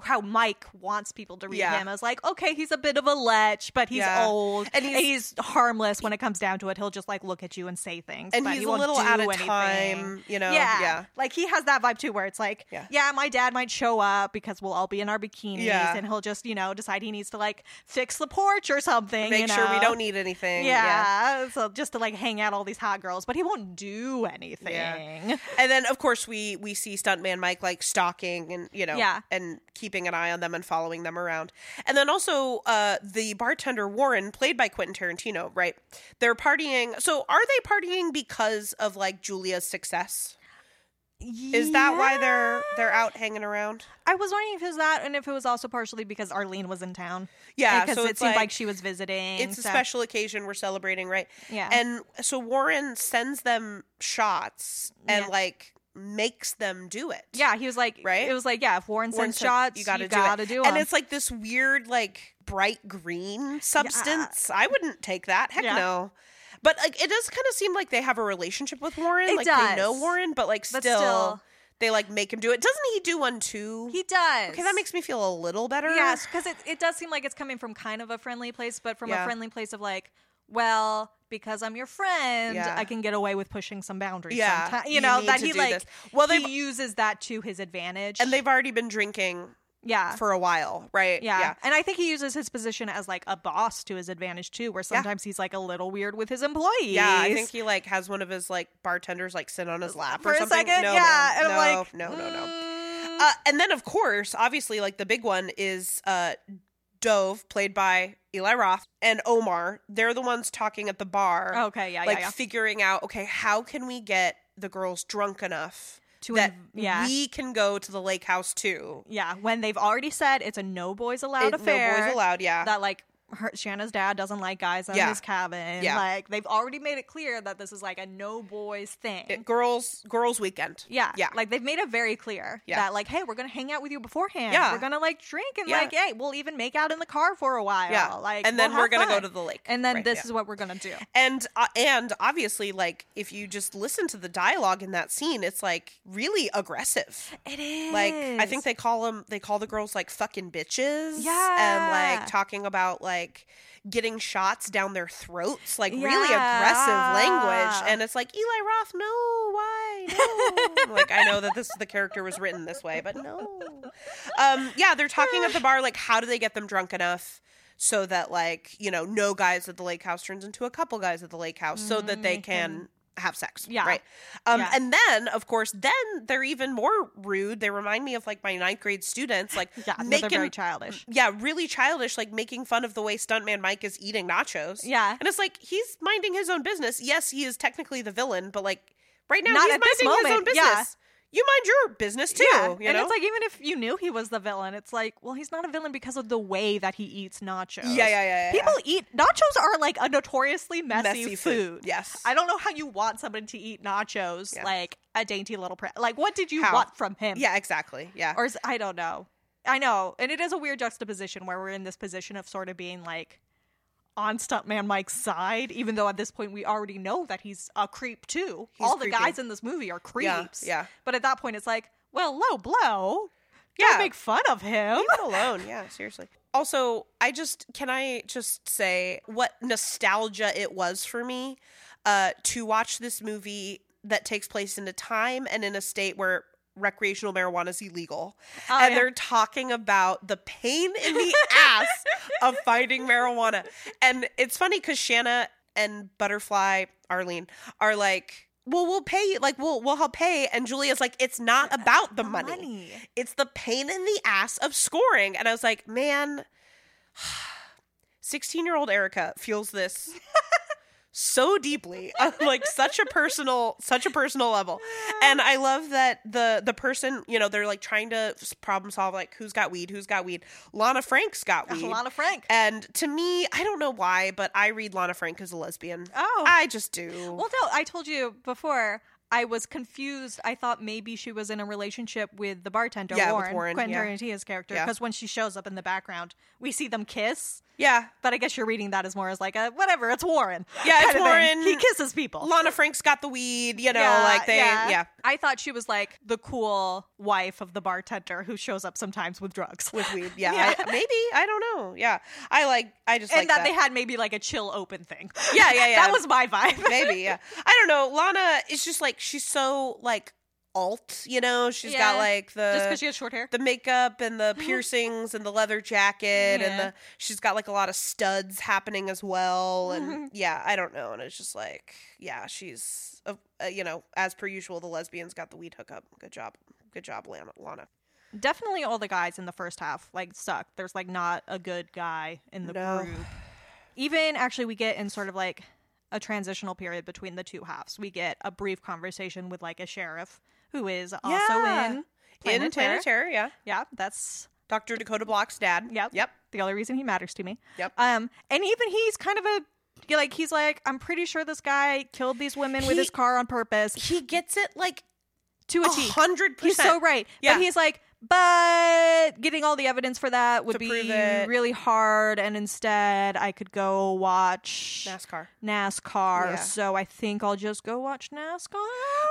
S2: how Mike wants people to read
S1: Yeah.
S2: him. I was like, okay, he's a bit of a lech, but he's
S1: Yeah.
S2: old
S1: And
S2: and
S1: he's-
S2: he's, harmless when it comes down to it. He'll just like look at you and say things,
S1: and
S2: but
S1: he's
S2: he
S1: a
S2: won't
S1: little
S2: do
S1: out of
S2: anything.
S1: time you know
S2: yeah.
S1: yeah
S2: like he has that vibe too, where it's like,
S1: Yeah.
S2: yeah. my dad might show up because we'll all be in our bikinis,
S1: Yeah.
S2: and he'll just, you know, decide he needs to like fix the porch or something.
S1: make
S2: you
S1: sure we
S2: know?
S1: don't need anything
S2: Yeah, So just to like hang out all these hot girls, but he won't do anything. Yeah.
S1: and then of course we we see stuntman mike like stalking and you know
S2: Yeah.
S1: and keeping an eye on them and following them around and then also uh the bartender warren played by quentin tarantino right they're partying so are they partying because of like julia's success Is that why they're they're out hanging around?
S2: I was wondering if it was that, and if it was also partially because Arlene was in town.
S1: Yeah,
S2: because
S1: so
S2: it
S1: it's
S2: seemed like,
S1: like-
S2: she was visiting.
S1: It's a
S2: so-
S1: special occasion we're celebrating, right?
S2: Yeah,
S1: And so Warren sends them shots and
S2: Yeah.
S1: like makes them do it.
S2: yeah, he was like,
S1: Right?
S2: It was like, yeah, if Warren
S1: Warren
S2: sends
S1: said,
S2: shots,
S1: "You
S2: you
S1: gotta
S2: gotta,
S1: do it."
S2: do, it.
S1: And it's like this weird, like bright green substance. I wouldn't take that. Heck
S2: Yeah.
S1: no. But like it does kind of seem like they have a relationship with Warren.
S2: It
S1: like they know
S2: does.
S1: Warren, but like still,
S2: But still-
S1: they like make him do it. Doesn't he do one too?
S2: he does.
S1: okay, that makes me feel a little better.
S2: Yes, because it, it does seem like it's coming from kind of a friendly place, but from
S1: Yeah.
S2: a friendly place of like, well, because I'm your friend,
S1: Yeah.
S2: I can get away with pushing some boundaries.
S1: Yeah,
S2: someti-
S1: you
S2: you know
S1: need
S2: that
S1: to
S2: he
S1: do
S2: like.
S1: this.
S2: Well,
S1: they've-
S2: he uses that to his advantage,
S1: And they've already been drinking
S2: yeah.
S1: for a while, right?
S2: yeah. and I think he uses his position as like a boss to his advantage too, where sometimes he's like a little weird with his employees.
S1: Yeah, I think he like has one of his like bartenders like sit on his lap or
S2: for a
S1: something.
S2: second,
S1: no,
S2: yeah,
S1: man.
S2: and
S1: no,
S2: I'm like,
S1: no, no, no.
S2: mm,
S1: uh, and then, of course, obviously, like the big one is uh, Dove, played by Eli Roth, and Omar. They're the ones talking at the bar,
S2: okay, Oh, yeah,
S1: Uh, like
S2: yeah, yeah.
S1: figuring out, okay, how can we get the girls drunk enough
S2: To
S1: that
S2: inv- yeah.
S1: we can go to the lake house too?
S2: yeah, when they've already said it's a no boys allowed
S1: It-
S2: affair.
S1: No boys allowed. Yeah.
S2: That like her, Shanna's dad doesn't like guys in
S1: Yeah.
S2: his cabin.
S1: Yeah.
S2: Like they've already made it clear that this is like a no boys thing.
S1: It- girls, girls' weekend.
S2: yeah,
S1: yeah.
S2: Like they've made it very clear
S1: Yeah.
S2: that like, hey, we're gonna hang out with you beforehand.
S1: Yeah.
S2: we're gonna like drink and
S1: Yeah.
S2: like, hey, we'll even make out in the car for a while.
S1: Yeah.
S2: like,
S1: and then
S2: we'll
S1: we're
S2: have
S1: gonna go
S2: fun.
S1: to the lake.
S2: and then
S1: Right,
S2: this
S1: yeah.
S2: is what we're gonna do.
S1: and uh, and obviously like if you just listen to the dialogue in that scene it's like really aggressive
S2: It is
S1: like i think they call them they call the girls like fucking bitches and
S2: Yeah.
S1: like talking about like getting shots down their throats like really
S2: Yeah.
S1: aggressive language and it's like eli roth no why no like i know that this the character was written this way but no um yeah they're talking at the bar like how do they get them drunk enough so that like you know no guys at the lake house turns into a couple guys at the lake house so that they
S2: Mhm.
S1: can have sex
S2: Yeah.
S1: right um
S2: Yeah.
S1: and then of course then they're even more rude they remind me of like my ninth grade students like
S2: yeah, no, they're
S1: making
S2: very childish.
S1: yeah really childish like making fun of the way stuntman mike is eating nachos
S2: Yeah.
S1: and it's like he's minding his own business yes he is technically the villain but like right now
S2: Not
S1: he's
S2: at
S1: minding
S2: this
S1: his own
S2: moment,
S1: business
S2: yeah.
S1: you mind your business too
S2: Yeah,
S1: you
S2: and
S1: know
S2: it's like even if you knew he was the villain, it's like, well, he's not a villain because of the way that he eats nachos.
S1: yeah yeah yeah, yeah.
S2: People eat nachos are like a notoriously messy, food.
S1: yes
S2: I don't know how you want somebody to eat nachos
S1: Yeah.
S2: like a dainty little pre- like what did you
S1: How?
S2: want from him?
S1: yeah exactly yeah
S2: Or is, I don't know. I know. And it is a weird juxtaposition where we're in this position of sort of being like on stuntman Mike's side, even though at this point we already know that he's a creep too.
S1: He's
S2: All
S1: creepy.
S2: the guys in this movie are creeps.
S1: yeah.
S2: But at that point it's like, well, low blow.
S1: Yeah.
S2: Don't make fun of him.
S1: Leave it alone. Yeah, seriously. Also, I just can I just say what nostalgia it was for me uh, to watch this movie that takes place in a time and in a state where recreational marijuana is illegal,
S2: Oh,
S1: and
S2: yeah.
S1: they're talking about the pain in the ass of finding marijuana. And it's funny because Shanna and Butterfly Arlene are like. Well, we'll pay you. Like, we'll we'll help pay. And Julia's like, it's
S2: Uh,
S1: not about the money it's the pain in the ass of scoring. And I was like, man, 16 year old Erica feels this so deeply on like such a personal such a personal level and i love that the the person you know they're like trying to s- problem solve like who's got weed who's got weed lana frank's got weed
S2: Lana Frank.
S1: and to me i don't know why but i read lana frank as a lesbian
S2: Oh.
S1: i just do
S2: Well, no, I told you before. I was confused. I thought maybe she was in a relationship with the bartender
S1: Yeah, with
S2: Warren,
S1: Warren,
S2: Quentin
S1: yeah.
S2: Tarantino's character,
S1: Yeah.
S2: because when she shows up in the background, we see them kiss.
S1: yeah
S2: But I guess you're reading that as more as like a whatever. It's Warren.
S1: Yeah, it's
S2: kind of thing.
S1: Warren.
S2: He kisses people.
S1: lana frank's got the weed you know
S2: Yeah,
S1: like they yeah
S2: I thought she was like the cool wife of the bartender who shows up sometimes with drugs,
S1: with weed. Yeah,
S2: Yeah.
S1: I- maybe I don't know. Yeah, I like. I just
S2: and
S1: like
S2: that,
S1: that.
S2: they had maybe like a chill open thing.
S1: yeah, yeah, yeah.
S2: that was my vibe.
S1: maybe. Yeah, I don't know. Lana is just like she's so like alt. You know, She's
S2: Yeah.
S1: got like the
S2: Just because she has short hair.
S1: the makeup and the piercings and the leather jacket and
S2: Yeah.
S1: the she's got like a lot of studs happening as well and
S2: Mhm.
S1: yeah i don't know and it's just like yeah she's uh, uh, you know as per usual the lesbians got the weed hookup good job good job lana lana
S2: definitely all the guys in the first half like suck. There's like not a good guy in the
S1: No.
S2: group. Even actually, we get in sort of like a transitional period between the two halves. We get a brief conversation with like a sheriff who is also
S1: Yeah.
S2: in Planet
S1: in
S2: Terror.
S1: planet terror yeah
S2: Yeah, that's
S1: dr dakota block's dad
S2: Yep.
S1: yep
S2: the only reason he matters to me.
S1: Yep.
S2: Um, and even he's kind of a yeah, like he's like I'm pretty sure this guy killed these women with
S1: He-
S2: his car on purpose
S1: he gets it like
S2: to a
S1: a
S2: T.
S1: hundred
S2: He's so
S1: percent.
S2: right.
S1: Yeah.
S2: But he's like, but getting all the evidence for that would
S1: To
S2: be
S1: prove it.
S2: really hard. And instead, I could go watch
S1: NASCAR.
S2: NASCAR.
S1: Yeah.
S2: So I think I'll just go watch NASCAR.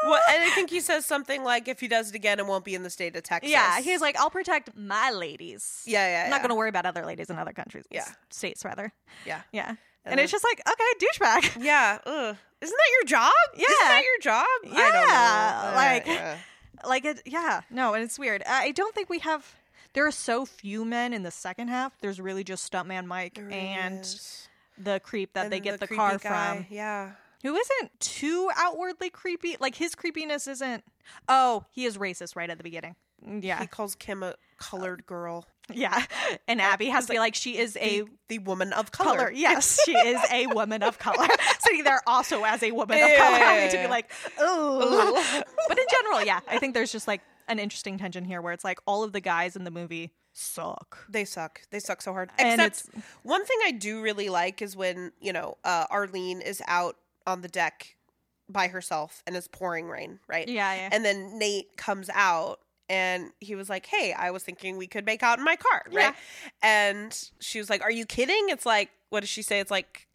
S1: Well, and I think he says something like, "If he does it again, it won't be in the state of Texas."
S2: Yeah. He's like, I'll protect my ladies.
S1: "Yeah, yeah,
S2: I'm not going to worry about other ladies in other countries.
S1: Yeah.
S2: States, rather.
S1: Yeah.
S2: Yeah. And,
S1: And
S2: it's just like, okay, douchebag.
S1: yeah." Ugh. Isn't that your job? isn't
S2: Yeah.
S1: that your job?
S2: Yeah,
S1: I
S2: like-
S1: don't know. Uh, yeah.
S2: like, it, yeah. No, and it's weird. I I don't think we have. There are so few men in the second half. There's really just Stuntman Mike and the creep that
S1: And
S2: they
S1: then
S2: get the,
S1: creepy
S2: car
S1: guy.
S2: from,
S1: Yeah,
S2: who isn't too outwardly creepy. Like his creepiness isn't. Oh, he is racist right at the beginning. Yeah.
S1: He calls Kim a colored girl.
S2: Yeah. And Abby has to be like, she is a
S1: The, the woman of color.
S2: color. Yes, she is a woman of color. Sitting there also as a woman of color, having to be like, oh. but in general, yeah, I think there's just like an interesting tension here where it's like all of the guys in the movie suck.
S1: They suck. They suck so hard.
S2: And
S1: Except one thing I do really like is when, you know, uh, Arlene is out on the deck by herself and it's pouring rain, right?
S2: Yeah, yeah.
S1: And then Nate comes out and he was like, Hey, I was thinking we could make out in my car, right?
S2: Yeah.
S1: And she was like, Are you kidding? It's like, what does she say? It's like,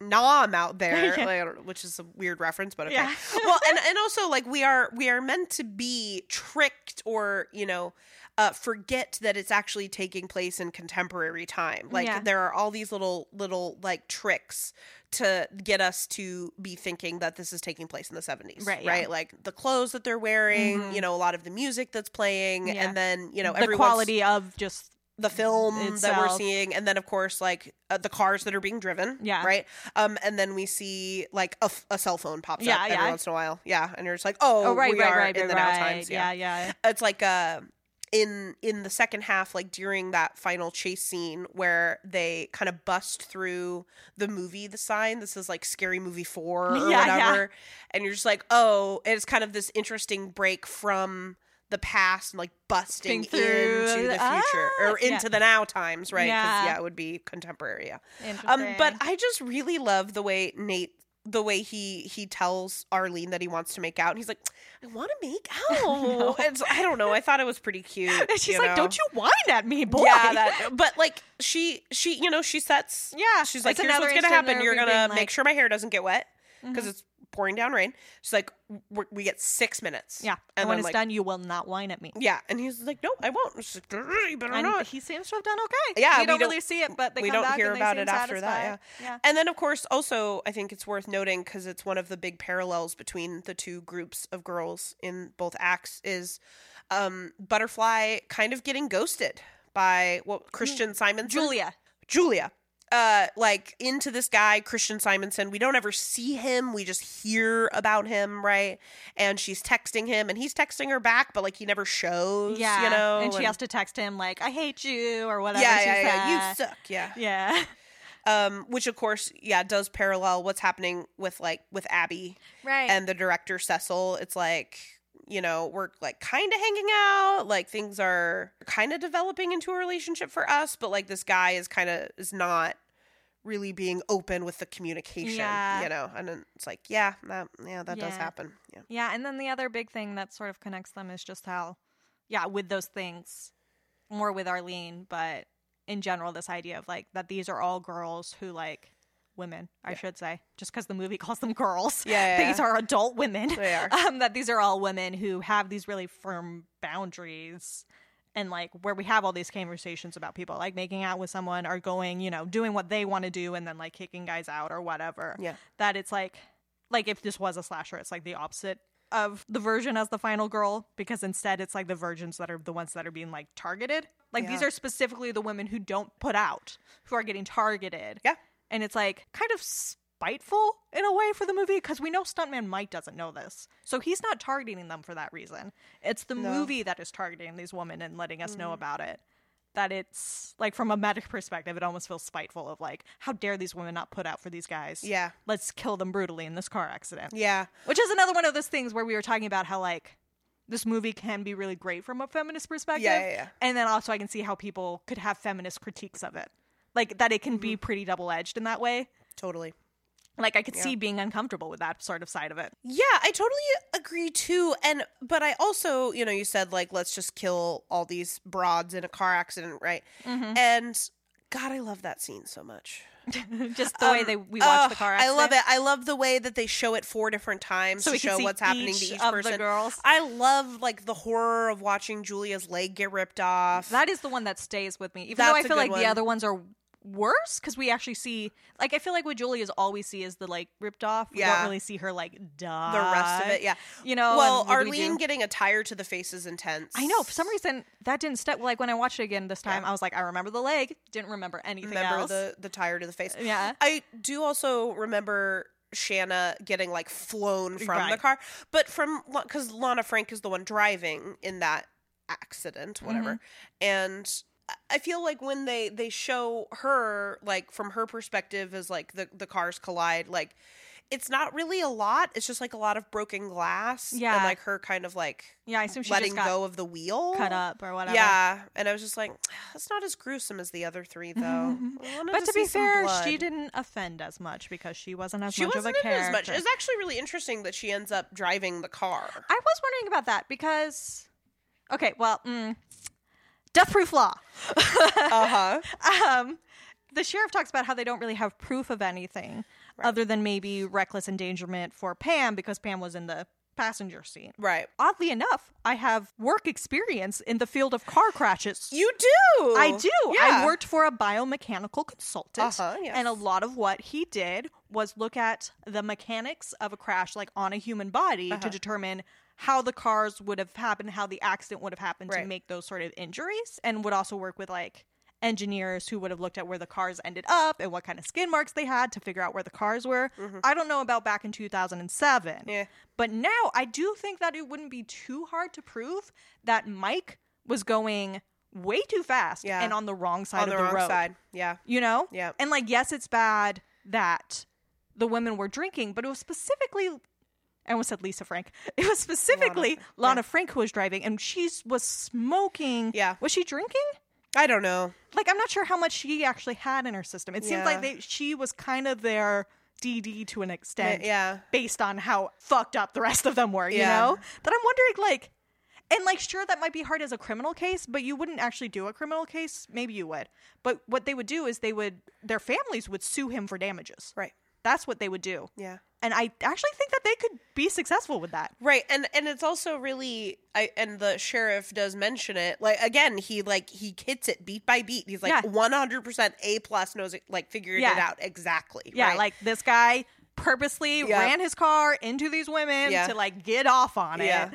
S1: Nah, I'm out there,
S2: Yeah.
S1: like, I don't know, which is a weird reference, but okay.
S2: Yeah.
S1: well, and and also like we are we are meant to be tricked or you know uh, forget that it's actually taking place in contemporary time. Like
S2: Yeah.
S1: there are all these little little like tricks to get us to be thinking that this is taking place in the 70s
S2: Right, yeah.
S1: right like the clothes that they're wearing
S2: Mhm.
S1: you know a lot of the music that's playing
S2: Yeah.
S1: and then you know
S2: the
S1: everyone's-
S2: quality of just
S1: the film that we're
S2: itself.
S1: seeing and then of course like uh, the cars that are being driven
S2: Yeah.
S1: right um and then we see like a, f- a cell phone pops
S2: Yeah,
S1: up every
S2: yeah.
S1: once in a while yeah and you're just like oh,
S2: oh, right,
S1: we
S2: right,
S1: are
S2: right,
S1: in
S2: right,
S1: the
S2: right.
S1: now times yeah,
S2: yeah, yeah.
S1: it's like uh in in the second half like during that final chase scene where they kind of bust through the movie the sign this is like scary movie 4 or
S2: Yeah, yeah.
S1: whatever and you're just like oh it's kind of this interesting break from the past and like busting
S2: Being through
S1: into the
S2: the-
S1: future
S2: ah,
S1: or
S2: yeah.
S1: into the now times right 'Cause,
S2: Yeah.
S1: yeah it would be contemporary yeah um,
S2: Interesting.
S1: but I just really love the way Nate, the way he he tells Arlene that he wants to make out, and he's like, "I want to make
S2: know.
S1: out." It's, I don't know. I thought it was pretty cute.
S2: And she's
S1: you
S2: like,
S1: know?
S2: don't you whine at me, boy.
S1: Yeah, that, but like she she you know she sets.
S2: Yeah,
S1: she's like,
S2: it's
S1: "Here's
S2: another
S1: what's gonna
S2: instance
S1: happen.
S2: where
S1: You're
S2: we're
S1: gonna
S2: being
S1: make
S2: like-
S1: sure my hair doesn't get wet because
S2: Mhm.
S1: it's pouring down rain." She's like, "We- "We get six minutes."
S2: Yeah. And,
S1: and
S2: when
S1: I'm
S2: it's
S1: like,
S2: done, you will not whine at me.
S1: Yeah, and he's like, "No, I won't." She's like, "You better
S2: And
S1: not."
S2: he seems to have done okay.
S1: Yeah,
S2: we,
S1: we
S2: don't,
S1: don't-
S2: really see it, but they
S1: we
S2: come
S1: don't
S2: back
S1: hear
S2: and they
S1: about
S2: seem
S1: it after that,
S2: satisfied. yeah.
S1: And then, of course, also, I think it's worth noting because it's one of the big parallels between the two groups of girls in both acts is um, Butterfly kind of getting ghosted by what Christian Simonson,
S2: Julia.
S1: Julia. Uh, like into this guy Christian Simonson. We don't ever see him. We just hear about him, right? And she's texting him, and he's texting her back, but like he never shows.
S2: Yeah.
S1: you know,
S2: and she has to text him like, I hate you or whatever. uh,
S1: yeah,
S2: she
S1: yeah, yeah. You
S2: said.
S1: suck. Yeah,
S2: yeah.
S1: um, which of course, yeah, does parallel what's happening with like with Abby
S2: Right.
S1: and the director Cecil. It's like you know we're like kind of hanging out, like things are kind of developing into a relationship for us, but like this guy is kind of is not really being open with the communication,
S2: Yeah.
S1: you know, and then it's like yeah, that yeah that does
S2: Yeah.
S1: happen, yeah.
S2: yeah. And then the other big thing that sort of connects them is just how, yeah, with those things, more with Arlene, but in general, this idea of like that these are all girls who like women, I
S1: Yeah.
S2: should say, just because the movie calls them girls.
S1: Yeah, yeah,
S2: These
S1: yeah.
S2: are adult women.
S1: They are.
S2: um, that these are all women who have these really firm boundaries and like where we have all these conversations about people like making out with someone or going you know doing what they want to do and then like kicking guys out or whatever
S1: Yeah.
S2: that it's like like if this was a slasher it's like the opposite of the version as the final girl because instead it's like the virgins that are the ones that are being like targeted like these
S1: Yeah.
S2: are specifically the women who don't put out who are getting targeted
S1: Yeah.
S2: and it's like kind of spiteful in a way for the movie because we know stuntman mike doesn't know this so he's not targeting them for that reason it's the
S1: No. Mm.
S2: movie that is targeting these women and letting us know about it that it's like from a medic perspective it almost feels spiteful of like how dare these women not put out for these guys
S1: yeah,
S2: let's kill them brutally in this car accident
S1: yeah,
S2: which is another one of those things where we were talking about how like this movie can be really great from a feminist perspective
S1: yeah, yeah.
S2: and then also I can see how people could have feminist critiques of it. Like that it can
S1: Mm-hmm.
S2: be pretty double edged in that way.
S1: totally.
S2: Like I could see being uncomfortable with that sort of side of it.
S1: Yeah, I totally agree too. And but I also, you know, you said like let's just kill all these broads in a car accident, right?
S2: Mm-hmm.
S1: And God, I love that scene so much.
S2: Just the way
S1: Um,
S2: they we watch the
S1: ugh,
S2: car
S1: I
S2: accident.
S1: love it. I love the way that they show it four different times
S2: So
S1: to
S2: we can
S1: show
S2: see
S1: what's happening
S2: each
S1: to each
S2: of the
S1: person.
S2: girls.
S1: I love like the horror of watching Julia's leg get ripped off.
S2: That is the one that stays with me. Even though
S1: That's
S2: I
S1: a
S2: feel
S1: good
S2: like
S1: one.
S2: the other ones are worse because we actually see like I feel like what Julia's always see is the like ripped off. We
S1: Yeah.
S2: don't really see her like die.
S1: the rest of it, yeah.
S2: You know,
S1: well,
S2: Oh, and what do we
S1: Arlene
S2: do?
S1: getting a tire to the face is intense.
S2: I know. For some reason, that didn't step. Like when I watched it again this time, I was like, I remember the leg, didn't remember anything
S1: remember
S2: else.
S1: the the tire to the face.
S2: Yeah.
S1: I do also remember Shanna getting like flown from the
S2: Right.
S1: car, but from because Lana Frank is the one driving in that accident, whatever.
S2: Mm-hmm.
S1: And I- I feel like when they they show her like from her perspective as like the the cars collide, like it's not really a lot. It's just like a lot of broken glass
S2: Yeah.
S1: and like her kind of like
S2: Yeah, I assume she
S1: letting
S2: just got
S1: go of the wheel.
S2: cut up or whatever.
S1: Yeah, and I was just like, that's not as gruesome as the other three, though. I wanted
S2: Mm-hmm. But to
S1: see
S2: be
S1: some
S2: fair,
S1: blood.
S2: she didn't offend as much because she wasn't as
S1: She
S2: much
S1: wasn't
S2: of a
S1: in it
S2: character.
S1: as much. It's actually really interesting that she ends up driving the car.
S2: I was wondering about that because, okay, well, mm, death proof law.
S1: Uh huh.
S2: um, the sheriff talks about how they don't really have proof of anything other than maybe reckless endangerment for Pam because Pam was in the passenger seat.
S1: right.
S2: Oddly enough, I have work experience in the field of car crashes.
S1: You do.
S2: I do.
S1: Yeah.
S2: I worked for a biomechanical consultant,
S1: Uh-huh, yes.
S2: and a lot of what he did was look at the mechanics of a crash, like on a human body,
S1: Uh-huh.
S2: to determine how the cars would have happened, how the accident would have happened
S1: Right.
S2: to make those sort of injuries, and would also work with like engineers who would have looked at where the cars ended up and what kind of skin marks they had to figure out where the cars were. I don't know about back in 2007.
S1: Mm-hmm. Yeah.
S2: But now I do think that it wouldn't be too hard to prove that Mike was going way too fast
S1: Yeah.
S2: and on the wrong side
S1: On
S2: of
S1: the
S2: the
S1: wrong
S2: road.
S1: side. Yeah.
S2: You know?
S1: Yeah.
S2: And like, yes, it's bad that the women were drinking, but it was specifically I almost said Lisa Frank. It was specifically Lana, Frank who was driving and she was smoking.
S1: Yeah.
S2: Was she drinking?
S1: I don't know.
S2: Like I'm not sure how much she actually had in her system. It seems
S1: Yeah.
S2: like they she was kind of their DD to an extent
S1: yeah.
S2: based on how fucked up the rest of them were, you
S1: Yeah.
S2: know? That I'm wondering, like, and like, sure, that might be hard as a criminal case, but you wouldn't actually do a criminal case. Maybe you would. But what they would do is they would, their families would sue him for damages.
S1: Right.
S2: That's what they would do.
S1: Yeah.
S2: And I actually think that they could be successful with that.
S1: Right, and and it's also really, I and the sheriff does mention it. Like again, he like he hits it beat by beat. He's like
S2: Yeah.
S1: one hundred percent A plus knows it, like figured
S2: Yeah.
S1: it out exactly.
S2: Yeah.
S1: right?
S2: Like, this guy purposely
S1: Yeah.
S2: ran his car into these women
S1: Yeah.
S2: to, like, get off on it.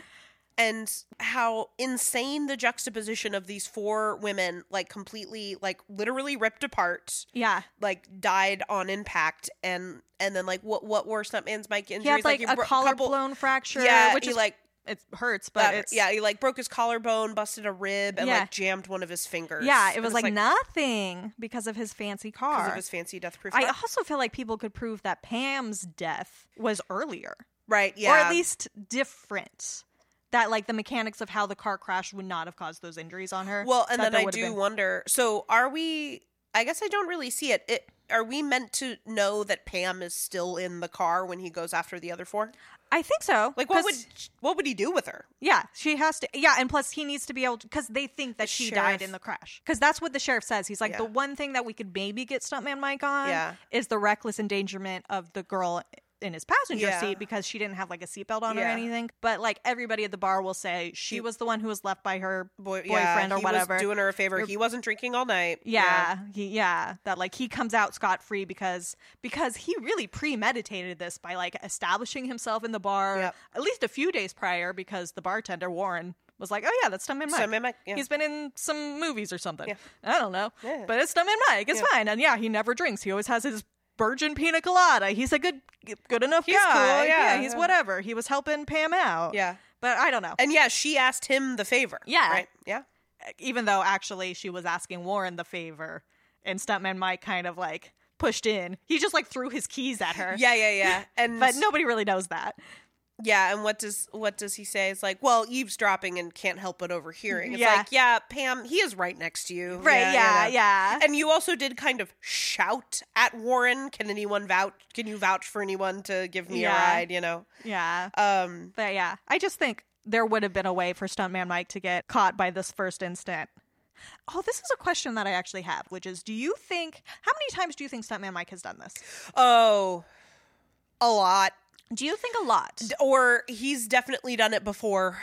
S1: And how insane the juxtaposition of these four women, like completely, like literally ripped apart,
S2: Yeah.
S1: like died on impact, and and then like what what were some ends Mike injuries?
S2: He had, like, a
S1: bro-
S2: collar
S1: couple-
S2: blown fracture,
S1: yeah,
S2: which
S1: he
S2: is
S1: like
S2: it hurts, but
S1: but
S2: it's.
S1: yeah, he like broke his collarbone, busted a rib, and
S2: Yeah.
S1: like jammed one of his fingers.
S2: Yeah, it was, like,
S1: like
S2: nothing because of his fancy car.
S1: because of his fancy death proof.
S2: I
S1: car.
S2: also feel like people could prove that Pam's death was earlier,
S1: right, yeah,
S2: or at least different. That like the mechanics of how the car crash would not have caused those injuries on her.
S1: Well, and
S2: that
S1: then
S2: there
S1: I
S2: would have
S1: do
S2: been-
S1: wonder. So, are we? I guess I don't really see it. it. Are we meant to know that Pam is still in the car when he goes after the other four?
S2: I think so.
S1: Like, what would
S2: 'cause-
S1: what would he do with her?
S2: Yeah, she has to. Yeah, and plus he needs to be able because they think that she died
S1: sheriff-
S2: in the crash. Because that's what the sheriff says. He's like
S1: Yeah.
S2: the one thing that we could maybe get stuntman Mike on
S1: Yeah.
S2: is the reckless endangerment of the girl in his passenger
S1: Yeah.
S2: seat because she didn't have like a seatbelt on or
S1: Yeah.
S2: anything. But like everybody at the bar will say she was the one who was left by her
S1: Boy, yeah,
S2: boyfriend or
S1: he
S2: whatever.
S1: was doing her a favor. He wasn't drinking all night.
S2: yeah, he, yeah, that like he comes out scot free because because he really premeditated this by like establishing himself in the bar
S1: Yep.
S2: at least a few days prior because the bartender Warren was like, oh yeah, that's Stuntman Mike.
S1: Stuntman Mike, yeah.
S2: He's been in some movies or something. I don't know,
S1: Yeah.
S2: but it's Stuntman Mike. It's fine, and yeah, he never drinks. He always has his virgin pina colada. He's a good good enough
S1: He's
S2: guy.
S1: cool, yeah,
S2: he's
S1: yeah.
S2: whatever. He was helping Pam out.
S1: Yeah.
S2: but I don't know.
S1: and yeah, she asked him the favor.
S2: Yeah.
S1: right. Yeah,
S2: even though actually she was asking Warren the favor, and Stuntman Mike kind of like pushed in. He just like threw his keys at her.
S1: yeah, yeah, yeah. And
S2: But nobody really knows that.
S1: Yeah, and what does what does he say? It's like, well, eavesdropping and can't help but overhearing. It's
S2: Yeah.
S1: like, yeah, Pam, he is right next to you.
S2: Right, yeah, yeah.
S1: And you also did kind of shout at Warren. Can anyone vouch can you vouch for anyone to give me
S2: Yeah.
S1: a ride, you know?
S2: Yeah.
S1: Um
S2: But yeah, I just think there would have been a way for Stuntman Mike to get caught by this first instant. Oh, this is a question that I actually have, which is do you think, how many times do you think Stuntman Mike has done this?
S1: oh a lot.
S2: Do you think a lot?
S1: Or he's definitely done it before.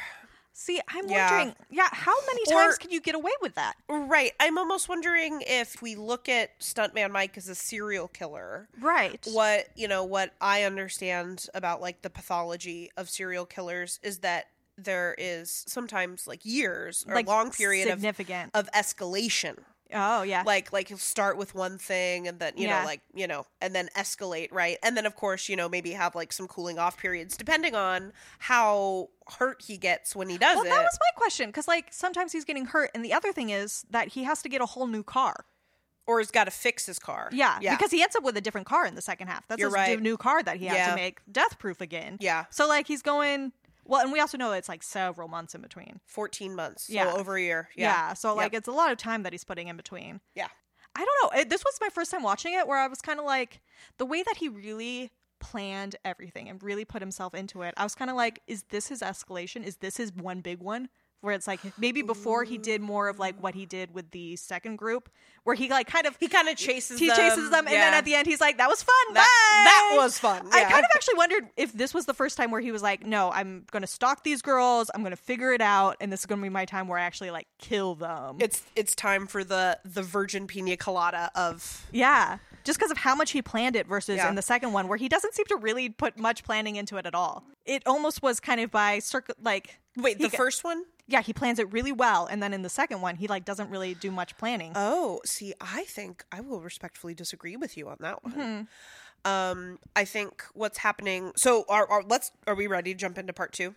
S2: See, I'm
S1: Yeah.
S2: wondering, yeah, how many
S1: Or-
S2: times can you get away with that?
S1: Right. I'm almost wondering if we look at Stuntman Mike as a serial killer.
S2: Right.
S1: what you know what i understand about like the pathology of serial killers is that there is sometimes like years or
S2: Like
S1: long period of
S2: significant.
S1: of escalation
S2: Oh yeah.
S1: like like he'll start with one thing and then you
S2: Yeah.
S1: know like you know and then escalate right and then of course you know maybe have like some cooling off periods depending on how hurt he gets when he does
S2: well,
S1: it
S2: that was my question because like sometimes he's getting hurt, and the other thing is that he has to get a whole new car.
S1: or he's got to fix his car
S2: Yeah,
S1: yeah
S2: because he ends up with a different car in the second half. That's
S1: You're
S2: his
S1: right.
S2: new car that he had
S1: Yeah.
S2: to make death proof again.
S1: yeah
S2: So like he's going well, and we also know it's like several months in between.
S1: 14 months so
S2: Yeah.
S1: over a year
S2: Yeah.
S1: yeah
S2: so like
S1: Yep.
S2: it's a lot of time that he's putting in between.
S1: Yeah.
S2: I don't know. It, this was my first time watching it where I was kind of like the way that he really planned everything and really put himself into it. I was kind of like is this his escalation? Is this his one big one? Where it's like maybe before he did more of like what he did with the second group where he like kind of
S1: he kind of chases
S2: he
S1: them,
S2: chases them and then
S1: yeah.
S2: at the end he's like that was fun.
S1: that,
S2: bye!"
S1: that was fun
S2: I
S1: yeah.
S2: kind of actually wondered if this was the first time where he was like, "No, I'm going to stalk these girls. I'm going to figure it out, and this is going to be my time where I actually like kill them."
S1: it's it's time for the the virgin pina colada of
S2: yeah, just because of how much he planned it versus
S1: Yeah.
S2: in the second one where he doesn't seem to really put much planning into it at all. It almost was kind of by circle, like
S1: wait
S2: He
S1: the
S2: got-
S1: first one
S2: yeah, he plans it really well, and then in the second one he like doesn't really do much planning.
S1: Oh, see, I think I will respectfully disagree with you on that one. Um, I think what's happening. So, are, are let's are we ready to jump into part two?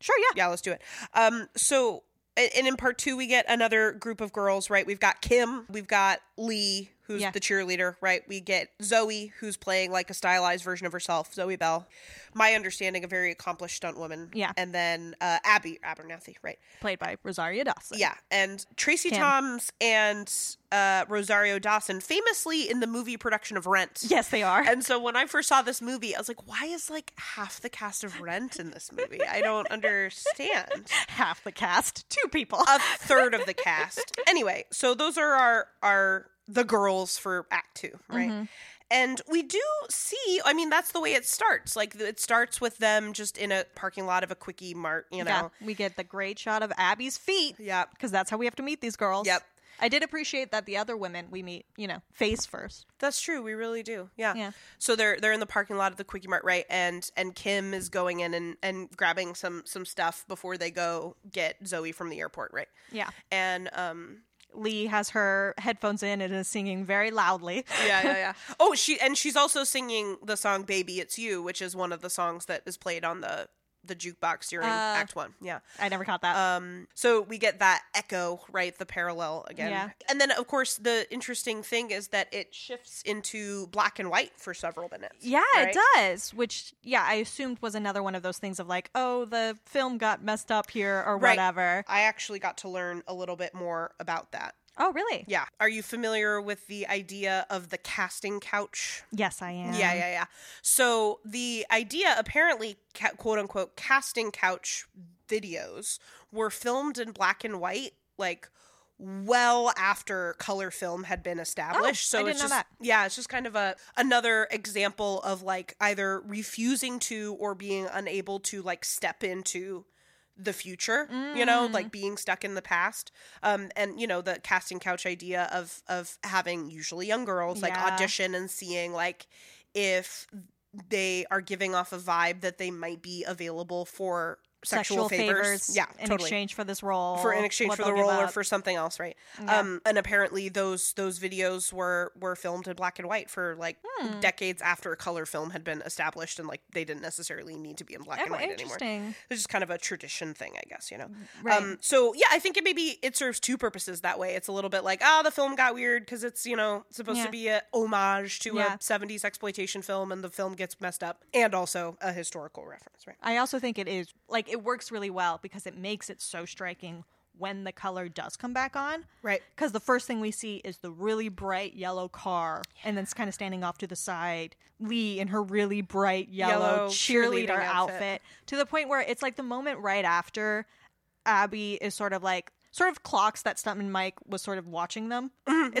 S2: sure, yeah,
S1: Yeah, let's do it. Um, so a- and in part two we get another group of girls. Right, we've got Kim, we've got Lee, who's
S2: Yeah.
S1: the cheerleader. Right, we get Zoe, who's playing like a stylized version of herself, Zoe Bell. My understanding, a very accomplished stunt woman.
S2: Yeah.
S1: and then uh, Abby Abernathy. Right.
S2: played by Rosaria Dawson.
S1: Yeah, and Tracy
S2: Kim.
S1: Toms and uh, Rosario Dawson, famously in the movie production of Rent.
S2: yes, they are.
S1: And so when I first saw this movie, I was like, why is like half the cast of Rent in this movie? I don't understand.
S2: Half the cast, two people.
S1: A third of the cast. Anyway, so those are our our the girls for Act Two, right? And we do see, I mean, that's the way it starts. Like, it starts with them just in a parking lot of a quickie mart, you know?
S2: Yeah, we get the great shot of Abby's feet.
S1: Yeah.
S2: because that's how we have to meet these girls.
S1: Yep.
S2: I did appreciate that the other women we meet, you know, face first.
S1: That's true. We really do. Yeah.
S2: Yeah.
S1: So they're they're in the parking lot of the Quickie Mart, right? And and Kim is going in and and grabbing some some stuff before they go get Zoe from the airport, right?
S2: Yeah.
S1: And um
S2: Lee has her headphones in and is singing very loudly.
S1: yeah yeah yeah. oh, she and she's also singing the song "Baby It's You," which is one of the songs that is played on the the jukebox during
S2: Uh,
S1: Act One. Yeah.
S2: I never caught that.
S1: Um, so we get that echo, right? The parallel again.
S2: Yeah.
S1: And then, of course, the interesting thing is that it shifts into black and white for several minutes.
S2: yeah,
S1: right?
S2: it does. Which, yeah, I assumed was another one of those things of like, oh, the film got messed up here or
S1: Right.
S2: whatever.
S1: I actually got to learn a little bit more about that.
S2: Oh, really?
S1: Yeah. Are you familiar with the idea of the casting couch?
S2: Yes, I am.
S1: Yeah, yeah, yeah. So the idea apparently ca- quote unquote casting couch videos were filmed in black and white like well after color film had been established.
S2: Oh, I
S1: so
S2: didn't
S1: it's
S2: know
S1: just
S2: that.
S1: yeah, it's just kind of a another example of like either refusing to or being unable to like step into the future you know
S2: Mm.
S1: like being stuck in the past um and you know the casting couch idea of of having usually young girls like
S2: Yeah.
S1: audition and seeing like if they are giving off a vibe that they might be available for sexual, favors. yeah
S2: in
S1: totally
S2: exchange for this role.
S1: for in exchange
S2: what
S1: for the
S2: they'll give
S1: role or
S2: up.
S1: for something else right
S2: Yeah.
S1: um and apparently those those videos were were filmed in black and white for like
S2: Hmm.
S1: decades after color film had been established and like they didn't necessarily need to be in black and
S2: oh,
S1: white anymore
S2: interesting.
S1: it's just kind of a tradition thing, I guess, you know.
S2: Mm-hmm. Right.
S1: Um, so yeah, I think it maybe it serves two purposes that way. It's a little bit like, ah, the film got weird because it's you know supposed
S2: Yeah.
S1: to be a homage to
S2: Yeah.
S1: a '70s exploitation film, and the film gets messed up, and also a historical reference, right?
S2: I also think it is like it works really well because it makes it so striking when the color does come back on.
S1: Right.
S2: Because the first thing we see is the really bright yellow car, and then it's kind of standing off to the side. Lee in her really bright yellow,
S1: Yellow
S2: cheerleader
S1: cheerleading
S2: outfit.
S1: outfit.
S2: to the point where it's like the moment right after Abby is sort of like sort of clocks that Stuntman Mike was sort of watching them. It's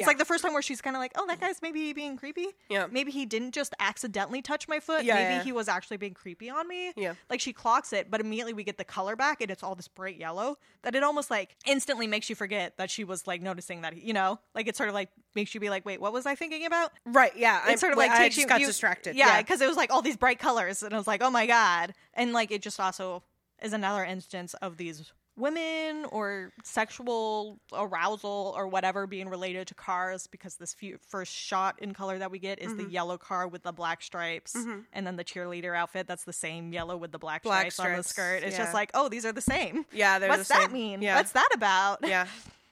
S1: yeah.
S2: like the first time where she's kind of like, "Oh, that guy's maybe being creepy.
S1: Yeah.
S2: Maybe he didn't just accidentally touch my foot.
S1: Yeah,
S2: maybe
S1: yeah.
S2: he was actually being creepy on me."
S1: Yeah.
S2: like she clocks it but immediately we get the color back and it's all this bright yellow that it almost like instantly makes you forget that she was like noticing that you know like it sort of like makes you be like wait what was i thinking about
S1: Right. Yeah.
S2: it sort of like
S1: I
S2: takes
S1: just
S2: you,
S1: got
S2: you-
S1: distracted.
S2: yeah because it was like all these bright colors and i was like oh my god and like it just also is another instance of these women or sexual arousal or whatever being related to cars because this few, first shot in color that we get is
S1: Mm-hmm.
S2: the yellow car with the black stripes and then the cheerleader outfit that's the same yellow with the black,
S1: Black
S2: stripes, on the
S1: stripes,
S2: skirt it's
S1: yeah.
S2: just like oh these are the same
S1: Yeah, they're
S2: what's
S1: the
S2: that
S1: same.
S2: mean
S1: Yeah.
S2: what's that about
S1: yeah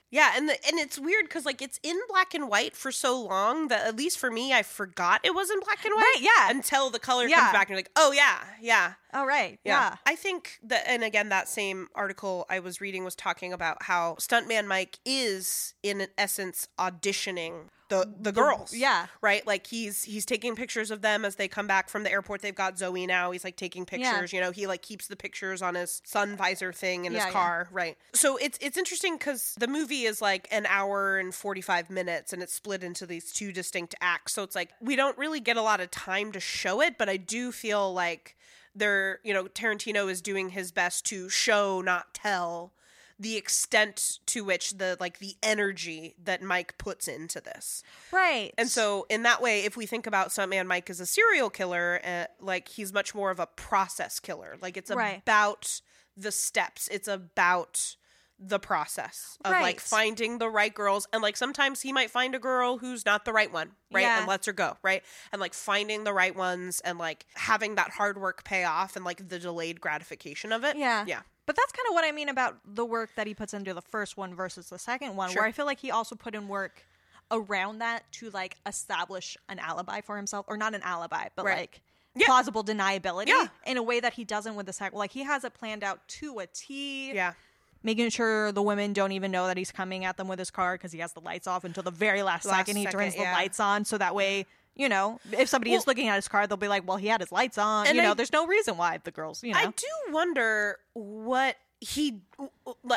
S1: yeah and the, and it's weird because like it's in black and white for so long that at least for me i forgot it was in black and white
S2: Right, yeah.
S1: until the color
S2: Yeah.
S1: comes back and you're like oh yeah yeah
S2: all right yeah.
S1: I think that, and again, that same article I was reading was talking about how stuntman Mike is, in essence, auditioning the the girls.
S2: yeah.
S1: right. Like he's he's taking pictures of them as they come back from the airport. They've got Zoe now. He's like taking pictures. You know, he like keeps the pictures on his sun visor thing in
S2: Yeah, yeah.
S1: his car. Right. So it's it's interesting because the movie is like an hour and forty five minutes, and it's split into these two distinct acts. So it's like we don't really get a lot of time to show it, but I do feel like they're you know Tarantino is doing his best to show not tell the extent to which the like the energy that Mike puts into this.
S2: right
S1: And so in that way if we think about stuntman Mike as a serial killer uh, like he's much more of a process killer. Like it's
S2: Right.
S1: about the steps. It's about the process of
S2: Right.
S1: like finding the right girls and like sometimes he might find a girl who's not the right one, right?
S2: Yeah.
S1: And lets her go, right? And like finding the right ones and like having that hard work pay off and like the delayed gratification of it.
S2: Yeah.
S1: Yeah.
S2: But that's kind of what I mean about the work that he puts into the first one versus the second one,
S1: Sure.
S2: where I feel like he also put in work around that to like establish an alibi for himself, or not an alibi, but
S1: Right.
S2: like
S1: Yeah.
S2: plausible deniability
S1: Yeah.
S2: in a way that he doesn't with the second. Like he has it planned out to a T,
S1: Yeah.
S2: making sure the women don't even know that he's coming at them with his car because he has the lights off until the very last,
S1: Last
S2: second he
S1: second,
S2: turns
S1: yeah.
S2: the lights on, so that way. You know, if somebody is
S1: Well-
S2: looking at his car, they'll be like, "Well, he had his lights on."
S1: And
S2: You know,
S1: I-
S2: there's no reason why the girls. You know,
S1: I do wonder what he,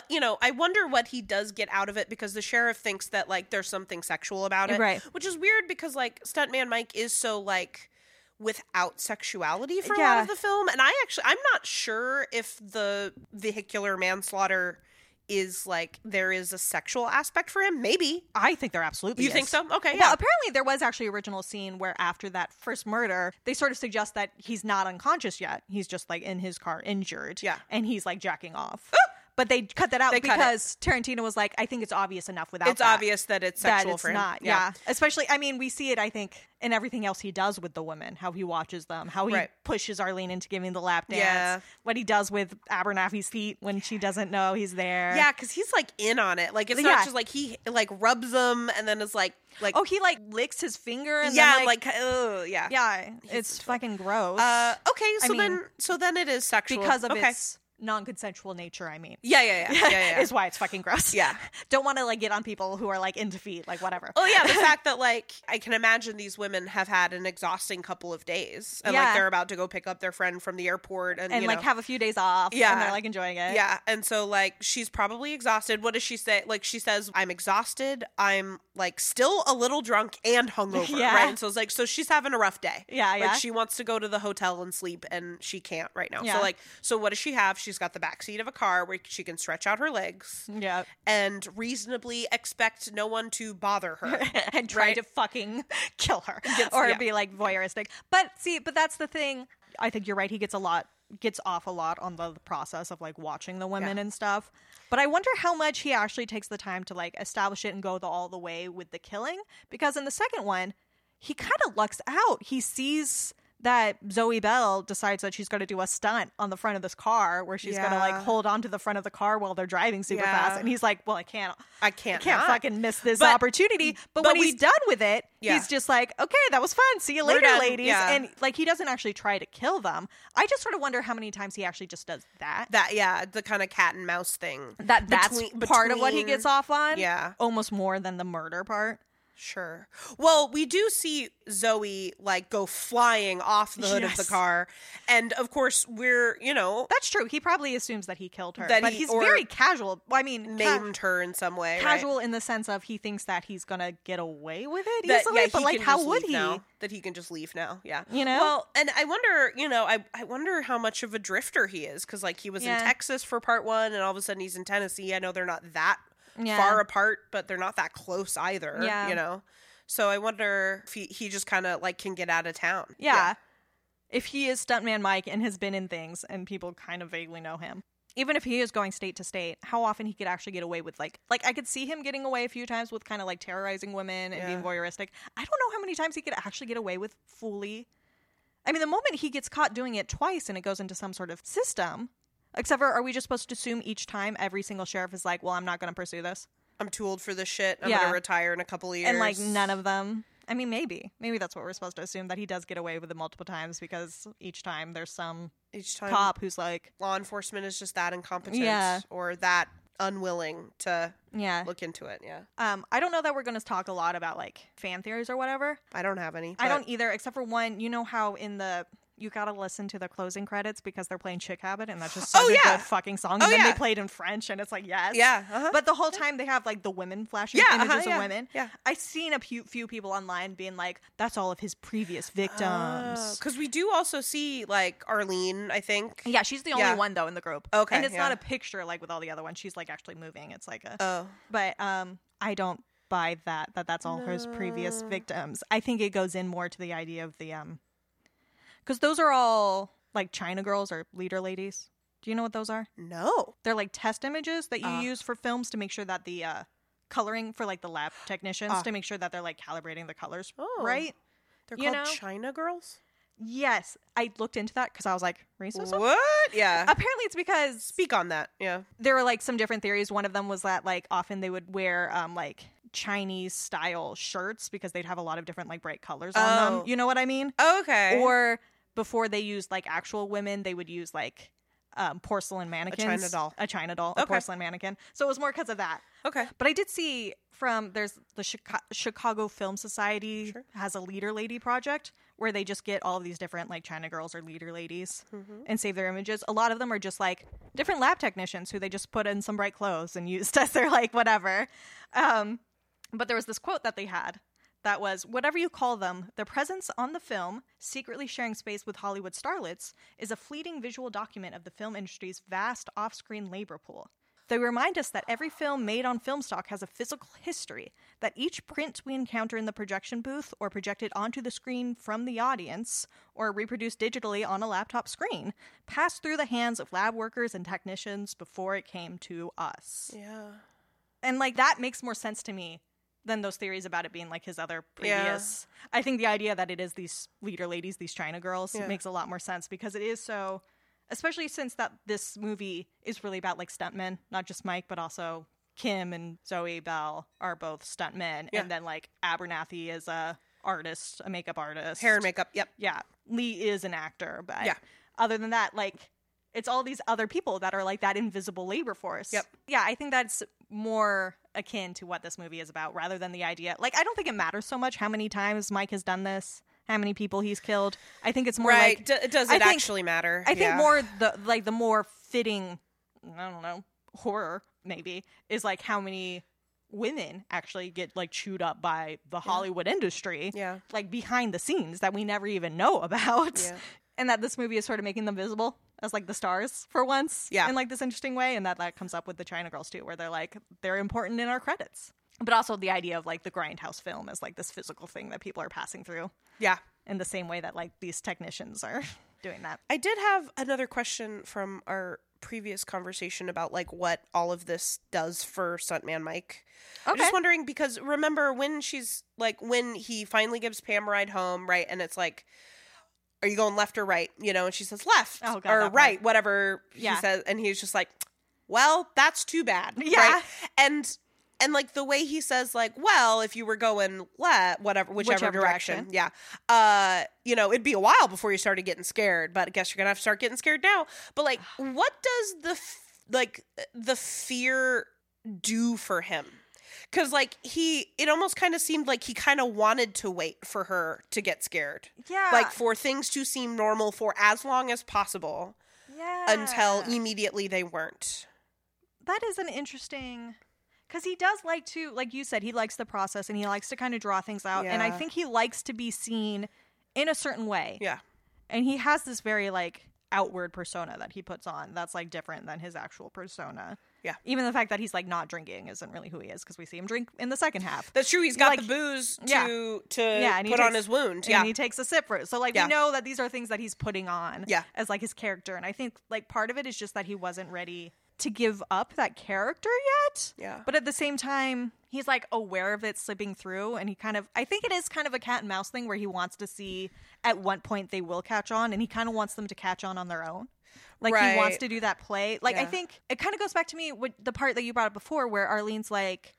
S1: you know, I wonder what he does get out of it because the sheriff thinks that like there's something sexual about it,
S2: Right.
S1: Which is weird because like stuntman Mike is so like without sexuality for a lot
S2: Yeah.
S1: of the film, and I actually I'm not sure if the vehicular manslaughter is like there is a sexual aspect for him. Maybe
S2: I think they're absolutely.
S1: you think
S2: is.
S1: so? Okay,
S2: Well,
S1: yeah.
S2: apparently there was actually original scene where after that first murder, they sort of suggest that he's not unconscious yet. He's just like in his car, injured.
S1: Yeah. Ah!
S2: and he's like jacking off. But they cut that out
S1: They cut it.
S2: because Tarantino was like, "I think it's obvious enough without
S1: It's
S2: that,
S1: obvious that it's
S2: that
S1: sexual
S2: it's
S1: for him.
S2: not." Yeah. especially I mean, we see it. I think in everything else he does with the women, how he watches them, how he
S1: Right.
S2: pushes Arlene into giving the lap dance,
S1: Yeah.
S2: what he does with Abernathy's feet when she doesn't know he's there.
S1: Yeah, because he's like in on it. Like it's not
S2: Yeah.
S1: just like he like rubs them and then is like like
S2: Oh, he like licks his finger and
S1: yeah,
S2: then,
S1: like, oh yeah.
S2: Yeah, it's fucking gross.
S1: Uh, okay, so then
S2: mean,
S1: so then it is sexual
S2: because of
S1: okay.
S2: its non-consensual nature. I mean,
S1: yeah yeah yeah yeah yeah.
S2: is why it's fucking gross.
S1: Yeah.
S2: don't want to like get on people who are like into feet, like whatever.
S1: Oh yeah, the fact that like I can imagine these women have had an exhausting couple of days, and like
S2: Yeah.
S1: they're about to go pick up their friend from the airport, and,
S2: and
S1: you
S2: like
S1: know,
S2: have a few days off.
S1: Yeah.
S2: and they're like enjoying it.
S1: yeah, and so like she's probably exhausted. What does she say? Like she says, "I'm exhausted. I'm like still a little drunk and hungover."
S2: Yeah.
S1: Right. And so it's like so she's having a rough day.
S2: Yeah,
S1: Like
S2: yeah.
S1: she wants to go to the hotel and sleep, and she can't right now.
S2: Yeah.
S1: So like so what does she have? She's got the back seat of a car where she can stretch out her legs.
S2: yeah.
S1: and reasonably expect no one to bother her.
S2: and try
S1: Right.
S2: to fucking kill her or
S1: yeah.
S2: be like voyeuristic. But see, but that's the thing. I think you're right. He gets a lot gets off a lot on the process of like watching the women
S1: Yeah.
S2: and stuff. But I wonder how much he actually takes the time to like establish it and go the all the way with the killing because in the second one, he kind of lucks out. He sees that Zoe Bell decides that she's going to do a stunt on the front of this car where she's going to like
S1: Yeah.
S2: hold on to the front of the car while they're driving super
S1: Yeah.
S2: fast and he's like, "Well, I can't
S1: I can't,
S2: can't
S1: not.
S2: fucking miss this
S1: But-
S2: opportunity.
S1: but
S2: But, when he's
S1: we-
S2: done with it,
S1: Yeah.
S2: he's just like, okay, that was fun. See you
S1: We're
S2: later,
S1: done."
S2: ladies.
S1: Yeah.
S2: And like, he doesn't actually try to kill them. I just sort of wonder how many times he actually just does that.
S1: that. Yeah, the kind of cat and mouse thing.
S2: That that's
S1: Between-
S2: part of what he
S1: between-
S2: gets off on.
S1: Yeah.
S2: almost more than the murder part.
S1: Sure. Well, we do see Zoe like go flying off the hood of
S2: Yes.
S1: the car, and of course we're you know
S2: That's true. He probably assumes that he killed her,
S1: That
S2: but
S1: he-
S2: he's
S1: or
S2: very casual. Well, I mean, ca-
S1: named her in some way. right?
S2: casual in the sense of he thinks that he's gonna get away with it
S1: That,
S2: easily.
S1: yeah,
S2: but
S1: he
S2: like,
S1: can
S2: how
S1: just
S2: would
S1: leave
S2: he?
S1: now. That he can just leave now. Yeah.
S2: You know?
S1: Well, and I wonder, you know, I, I wonder how much of a drifter he is because, like, he was
S2: Yeah.
S1: in Texas for part one and all of a sudden he's in Tennessee. I know they're not that
S2: Yeah.
S1: far apart, but they're not that close either,
S2: Yeah.
S1: you know? So I wonder if he, he just kind of, like, can get out of town.
S2: Yeah. If he is stuntman Mike and has been in things and people kind of vaguely know him. even if he is going state to state, how often he could actually get away with like like I could see him getting away a few times with kind of like terrorizing women and being
S1: Yeah.
S2: voyeuristic. I don't know how many times he could actually get away with fully. I mean, the moment he gets caught doing it twice and it goes into some sort of system. Except for, are we just supposed to assume each time every single sheriff is like, "Well, I'm not going to pursue this,"
S1: I'm too old for this shit. I'm
S2: Yeah.
S1: gonna retire in a couple of years.
S2: and like none of them. I mean, maybe, maybe that's what we're supposed to assume that he does get away with it multiple times because each time there's some
S1: each time
S2: cop who's like,
S1: law enforcement is just that incompetent
S2: Yeah.
S1: or that unwilling to
S2: "Yeah,
S1: look into it. Yeah,
S2: Um, I don't know that we're going to talk a lot about like fan theories or whatever.
S1: I don't have any.
S2: I
S1: but-
S2: don't e-, either, except for one. You know how in the you gotta listen to the closing credits because they're playing Chick Habit, and that's just such
S1: Oh,
S2: a
S1: yeah.
S2: good fucking song.
S1: Oh,
S2: and then
S1: yeah.
S2: they played in French, and it's like yes,
S1: Yeah. Uh-huh.
S2: But the whole time they have like the women flashing
S1: yeah.
S2: images
S1: uh-huh, yeah.
S2: of women.
S1: Yeah.
S2: I've seen a few, few people online being like, "That's all of his previous victims."
S1: Because we do also see like Arlene. I think.
S2: yeah, she's the only
S1: Yeah.
S2: one though in the group.
S1: Okay,
S2: and it's not
S1: yeah.
S2: a picture like with all the other ones. She's like actually moving. It's like a
S1: Oh.
S2: but um i don't buy that that that's all his previous
S1: No.
S2: victims i think it goes in more to the idea of the um because those are all like china girls or leader ladies do you know what those are
S1: No.
S2: they're like test images that you
S1: Ah.
S2: use for films to make sure that the uh coloring for like the lab technicians
S1: Ah.
S2: to make sure that they're like calibrating the colors
S1: Oh.
S2: right
S1: They're
S2: You
S1: called
S2: know?
S1: China girls.
S2: yes i looked into that because i was like racism
S1: What? Yeah.
S2: apparently it's because
S1: Speak on that. Yeah.
S2: there were like some different theories. One of them was that like often they would wear um like Chinese style shirts because they'd have a lot of different like bright colors on
S1: Oh.
S2: them. You know what I mean?
S1: Okay.
S2: Or before they used like actual women, they would use like um, porcelain mannequins,
S1: doll.
S2: a China doll, a
S1: Okay.
S2: porcelain mannequin. So it was more because of that.
S1: okay.
S2: But I did see from there's the Chica- Chicago Film Society
S1: Sure.
S2: has a leader lady project where they just get all of these different like China girls or leader ladies
S1: Mhm.
S2: and save their images. A lot of them are just like different lab technicians who they just put in some bright clothes and used as their like whatever. Um, but there was this quote that they had that was whatever you call them, their presence on the film, secretly sharing space with Hollywood starlets, is a fleeting visual document of the film industry's vast off screen labor pool. They remind us that every film made on film stock has a physical history, that each print we encounter in the projection booth or projected onto the screen from the audience or reproduced digitally on a laptop screen passed through the hands of lab workers and technicians before it came to us.
S1: Yeah.
S2: And like that makes more sense to me than those theories about it being like his other
S1: Yeah.
S2: previous. I think the idea that it is these leader ladies, these China girls,
S1: Yeah.
S2: makes a lot more sense because it is so. Especially since that this movie is really about like stuntmen, not just Mike, but also Kim and Zoe Bell are both stuntmen,
S1: Yeah.
S2: and then like Abernathy is a artist, a makeup artist,
S1: Hair and makeup. Yep.
S2: yeah, Lee is an actor, but
S1: Yeah.
S2: other than that, like it's all these other people that are like that invisible labor force.
S1: Yep.
S2: Yeah, I think that's more akin to what this movie is about rather than the idea. Like I don't think it matters so much how many times Mike has done this, how many people he's killed. I think it's more
S1: Right.
S2: like
S1: D- does it
S2: I think-
S1: actually matter?
S2: I think
S1: Yeah.
S2: more the like the more fitting I don't know, horror maybe is like how many women actually get like chewed up by the Hollywood industry
S1: Yeah.
S2: like behind the scenes that we never even know about
S1: Yeah.
S2: and that this movie is sort of making them visible as like the stars for once
S1: Yeah.
S2: in like this interesting way and that that comes up with the china girls too where they're like they're important in our credits but also the idea of like the grindhouse film is like this physical thing that people are passing through
S1: Yeah.
S2: in the same way that like these technicians are doing that
S1: I did have another question from our previous conversation about like what all of this does for stuntman Mike. I'm
S2: Okay.
S1: just wondering because remember when she's like when he finally gives Pam a ride home, right? And it's like, are you going left or right? You know, and she says left
S2: Oh, God,
S1: or
S2: that
S1: right,
S2: part.
S1: whatever
S2: Yeah.
S1: he says, and he's just like, well, that's too bad,
S2: Yeah.
S1: right? And and like the way he says like, well, if you were going left, whatever, whichever,
S2: Whichever
S1: direction,
S2: direction.
S1: yeah. Uh, you know, it'd be a while before you started getting scared, but I guess you're gonna have to start getting scared now. But like, what does the f- like the fear do for him? Because like he, it almost kind of seemed like he kind of wanted to wait for her to get scared,
S2: yeah
S1: like for things to seem normal for as long as possible
S2: yeah
S1: until immediately they weren't.
S2: that is an interesting because he does like to like you said he likes the process and he likes to kind of draw things out and i
S1: Yeah.
S2: think he likes to be seen in a certain way
S1: Yeah.
S2: and he has this very like outward persona that he puts on that's like different than his actual persona.
S1: Yeah.
S2: Even the fact that he's like not drinking isn't really who he is because we see him drink in the second half.
S1: That's true. He's got
S2: Like,
S1: the booze to
S2: yeah.
S1: to
S2: Yeah, and he
S1: put on
S2: takes-
S1: his wound.
S2: And
S1: Yeah,
S2: he takes a sip for it. So like
S1: Yeah.
S2: we know that these are things that he's putting on
S1: Yeah.
S2: as like his character. And I think like part of it is just that he wasn't ready to give up that character yet.
S1: yeah,
S2: But at the same time, he's like aware of it slipping through and he kind of I think it is kind of a cat and mouse thing where he wants to see at one point they will catch on and he kind of wants them to catch on on their own. Like he wants
S1: Right.
S2: to do that play. Like I
S1: Yeah.
S2: think it kind of goes back to me with the part that you brought up before where Arlene's like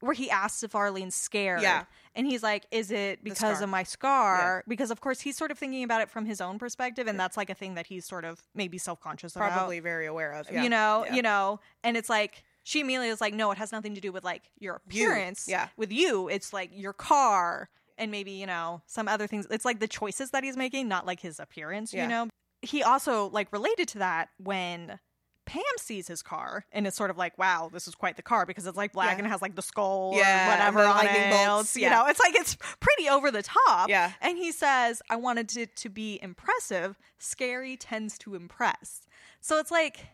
S2: where he asks if Arlene's scared.
S1: Yeah.
S2: And he's like, Is it because
S1: scar.
S2: of my scar? Because of course he's sort of thinking about it from his own perspective and that's like a thing that he's sort of maybe self conscious about
S1: probably very aware of. Yeah.
S2: you know,
S1: Yeah.
S2: you know, and it's like she immediately is like, no, it has nothing to do with like your
S1: You.
S2: appearance.
S1: Yeah.
S2: with you, it's like your car and maybe you know some other things. It's like the choices that he's making, not like his appearance.
S1: Yeah.
S2: You know, he also like related to that when. Pam sees his car and is sort of like, "Wow, this is quite the car because it's like black
S1: Yeah.
S2: and it has like the skull
S1: Yeah,
S2: or
S1: and
S2: whatever
S1: the
S2: on
S1: lightning
S2: it."
S1: bolts,
S2: You
S1: yeah.
S2: know, it's like it's pretty over the top.
S1: Yeah.
S2: And he says, I wanted it to be impressive. Scary tends to impress. So it's like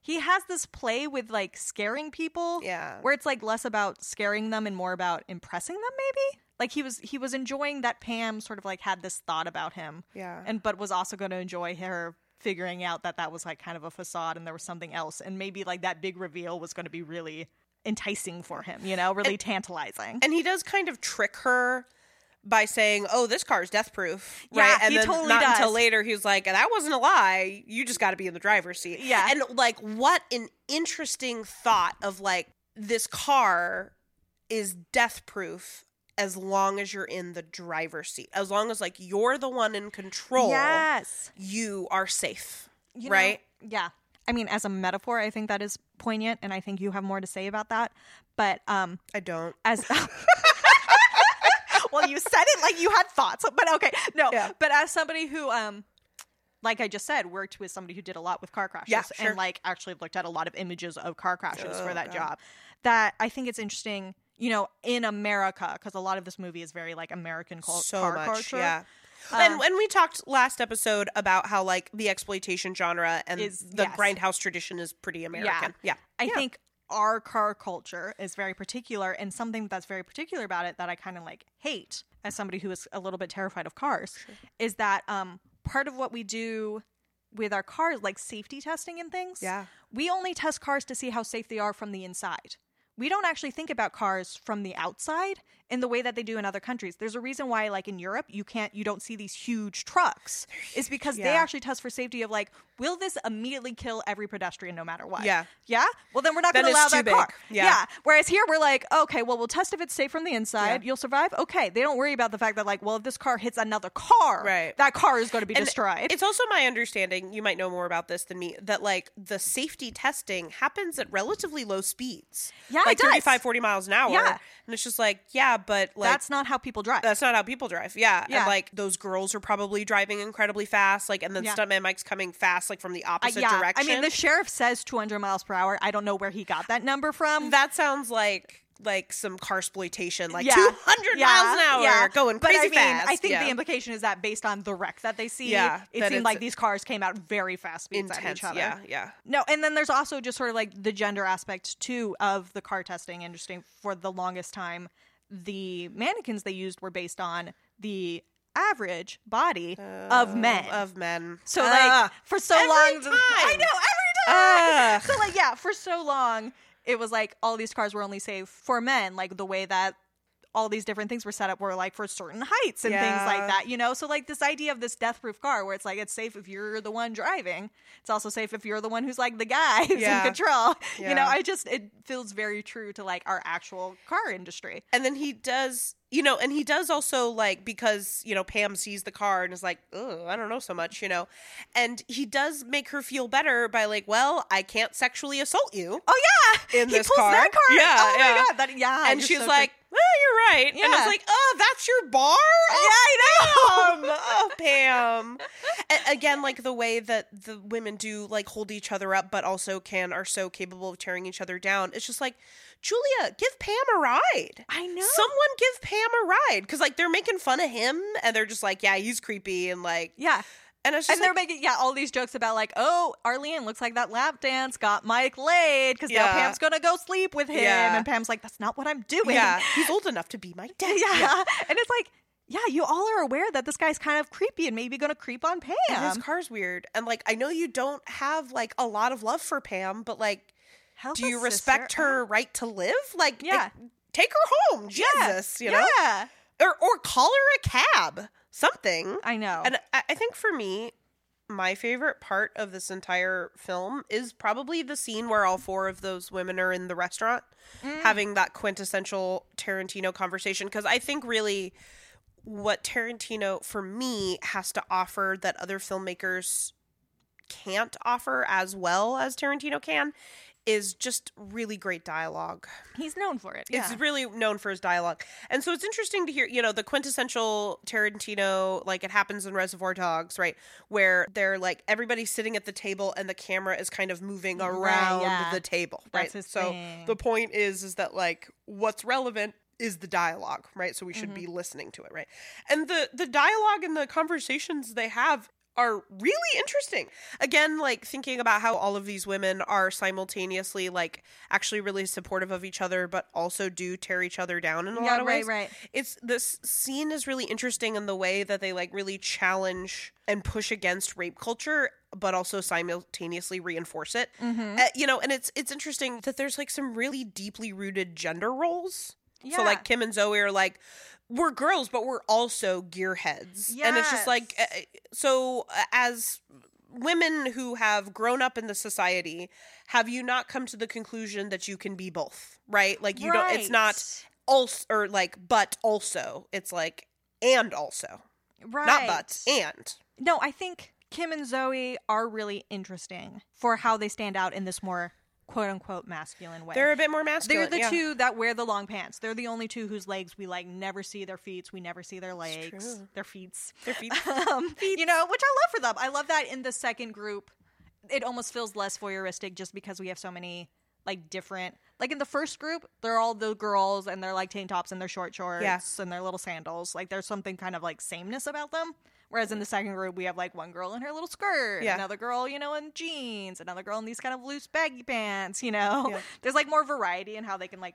S2: he has this play with like scaring people
S1: Yeah.
S2: where it's like less about scaring them and more about impressing them maybe like he was he was enjoying that pam sort of like had this thought about him
S1: Yeah.
S2: and but was also going to enjoy her figuring out that that was like kind of a facade and there was something else and maybe like that big reveal was going to be really enticing for him you know really tantalizing
S1: and he does kind of trick her by saying, "Oh, this car's death proof."
S2: Yeah,
S1: right? and
S2: he
S1: then
S2: totally
S1: not
S2: does.
S1: until later he's like, "That wasn't a lie. You just got to be in the driver's seat."
S2: Yeah.
S1: and like, what an interesting thought of like this car is death proof as long as you're in the driver's seat, as long as like you're the one in control.
S2: yes
S1: You are safe,
S2: You know,
S1: right?
S2: yeah. I mean, as a metaphor, I think that is poignant, and I think you have more to say about that. But um,
S1: I don't.
S2: as well, you said it like you had thoughts, but okay, no.
S1: Yeah.
S2: But as somebody who, um, like I just said, worked with somebody who did a lot with car crashes,
S1: Yeah, sure.
S2: and like actually looked at a lot of images of car crashes
S1: Oh,
S2: for that
S1: God.
S2: job, that I think it's interesting. You know, in America, because a lot of this movie is very like American cul-
S1: so
S2: car Uh,
S1: much,
S2: culture.
S1: yeah. and and we talked last episode about how like the exploitation genre and
S2: Is-
S1: the
S2: yes.
S1: grindhouse tradition is pretty American. Yeah,
S2: I think our car culture is very particular, and something that's very particular about it that I kind of like hate as somebody who is a little bit terrified of cars is that um, part of what we do with our cars, like safety testing and things,
S1: Yeah.
S2: we only test cars to see how safe they are from the inside. We don't actually think about cars from the outside in the way that they do in other countries. There's a reason why, like in Europe, you can't, you don't see these huge trucks. It's because they
S1: yeah.
S2: actually test for safety of like, will this immediately kill every pedestrian no matter what?
S1: Yeah.
S2: Yeah. Well, then we're not
S1: Then
S2: going to
S1: it's
S2: allow
S1: too
S2: that
S1: big.
S2: car.
S1: Yeah.
S2: Whereas here we're like, okay, well, we'll test if it's safe from the inside.
S1: Yeah.
S2: You'll survive. Okay. They don't worry about the fact that like, well, if this car hits another car,
S1: Right.
S2: that car is going to be
S1: And
S2: destroyed.
S1: It's also my understanding, you might know more about this than me, that like the safety testing happens at relatively low speeds.
S2: Yeah, it
S1: like
S2: does.
S1: 35 40 miles an hour.
S2: Yeah.
S1: And it's just like, yeah, but like
S2: That's not how people drive.
S1: that's not how people drive. Yeah.
S2: Yeah.
S1: And like those girls are probably driving incredibly fast. Like, and then
S2: Yeah.
S1: stuntman Mike's coming fast, like from the
S2: Uh,
S1: opposite
S2: yeah,
S1: direction.
S2: I mean, the sheriff says 200 miles per hour. I don't know where he got that number from.
S1: that sounds like like some car exploitation, like
S2: Yeah.
S1: 200
S2: Yeah.
S1: miles an hour,
S2: Yeah.
S1: going
S2: But
S1: crazy
S2: I mean,
S1: fast.
S2: I think
S1: Yeah.
S2: the implication is that based on the wreck that they see,
S1: Yeah,
S2: it
S1: that
S2: seemed
S1: it's
S2: like these cars came out very fast speeds at each
S1: intense.
S2: other.
S1: Yeah, yeah.
S2: No, and then there's also just sort of like the gender aspect too of the car testing. Interesting. For the longest time, the mannequins they used were based on the average body of men.
S1: Of men.
S2: so
S1: Ah.
S2: like for so
S1: every
S2: long,
S1: time.
S2: I know every time.
S1: Ugh.
S2: so like yeah, for so long, it was like all these cars were only safe for men. Like the way that all these different things were set up were like for certain heights and things
S1: Yeah.
S2: like that, you know? So like this idea of this death proof car where it's like it's safe if you're the one driving. It's also safe if you're the one who's like the guy who's
S1: Yeah.
S2: in control. You know,
S1: Yeah.
S2: I just it feels very true to like our actual car industry.
S1: and then he does, you know, and he does also like because you know Pam sees the car and is like, oh, I don't know so much, you know, and he does make her feel better by like, well, I can't sexually assault you.
S2: Oh yeah.
S1: In
S2: he
S1: this
S2: pulls
S1: car.
S2: that car.
S1: Yeah,
S2: oh my
S1: yeah.
S2: god. That, yeah.
S1: and
S2: you're
S1: she's
S2: so
S1: like,
S2: true.
S1: well, you're right. And
S2: Yeah.
S1: it's like, oh, that's your bar? Oh,
S2: Yeah, I know.
S1: Pam. Oh, Pam. A- again, like the way that the women do like hold each other up, but also can are so capable of tearing each other down. It's just like, Julia, give Pam a ride.
S2: I know.
S1: Someone give Pam a ride because like they're making fun of him and they're just like, yeah, he's creepy and like
S2: yeah.
S1: And it's
S2: And
S1: just
S2: they're
S1: like,
S2: making yeah all these jokes about like oh Arlene looks like that lap dance got Mike laid because now
S1: Yeah.
S2: Pam's gonna go sleep with him
S1: Yeah.
S2: and Pam's like that's not what I'm doing
S1: yeah, he's old enough to be my
S2: yeah.
S1: dad.
S2: and it's like yeah you all are aware that this guy's kind of creepy and maybe gonna creep on Pam
S1: And his car's weird. And like I know you don't have like a lot of love for Pam, but like
S2: Help
S1: do
S2: a
S1: you
S2: sister
S1: respect
S2: out.
S1: her right to live? Like
S2: Yeah.
S1: like, take her home. Jesus, you know?
S2: yeah
S1: Or or call her a cab. Something.
S2: I know
S1: And I, I think for me, my favorite part of this entire film is probably the scene where all four of those women are in the restaurant
S2: Mm.
S1: having that quintessential Tarantino conversation. Because I think really what Tarantino, for me, has to offer that other filmmakers can't offer as well as Tarantino can is just really great dialogue.
S2: he's known for it yeah
S1: It's really known for his dialogue. And so it's interesting to hear, you know, the quintessential Tarantino, like it happens in Reservoir Dogs, right? Where they're like everybody's sitting at the table and the camera is kind of moving
S2: Right,
S1: around
S2: yeah.
S1: the table, right?
S2: That's his
S1: so
S2: thing.
S1: the point is is that like what's relevant is the dialogue, right? So we should
S2: Mm-hmm.
S1: be listening to it, right? And the the dialogue and the conversations they have are really interesting. Again, like thinking about how all of these women are simultaneously like actually really supportive of each other but also do tear each other down in a
S2: yeah
S1: lot of
S2: right
S1: ways.
S2: right
S1: It's this scene is really interesting in the way that they like really challenge and push against rape culture but also simultaneously reinforce it
S2: mm-hmm.
S1: uh, you know and it's it's interesting that there's like some really deeply rooted gender roles
S2: yeah.
S1: so like kim and zoe are like we're girls but we're also gearheads and it's just like uh,
S2: Yes.
S1: so uh, as women who have grown up in the society have you not come to the conclusion that you can be both right like you don't it's not also or like but also it's like and also
S2: right.
S1: not but and
S2: No, I think Kim and Zoe are really interesting for how they stand out in this more quote unquote masculine way.
S1: they're a bit more masculine
S2: They're the
S1: yeah.
S2: two that wear the long pants. They're the only two whose legs we like never see their feet. We never see their legs,
S1: true.
S2: their feet.
S1: Their feet-
S2: Um, you know, which I love for them. I love that in the second group, it almost feels less voyeuristic just because we have so many like different. Like in the first group, they're all the girls and they're like tank tops and their short shorts
S1: Yeah.
S2: and their little sandals. Like there's something kind of like sameness about them. Whereas in the second group, we have like one girl in her little skirt,
S1: Yeah.
S2: another girl, you know, in jeans, another girl in these kind of loose baggy pants, you know?
S1: Yeah.
S2: There's like more variety in how they can like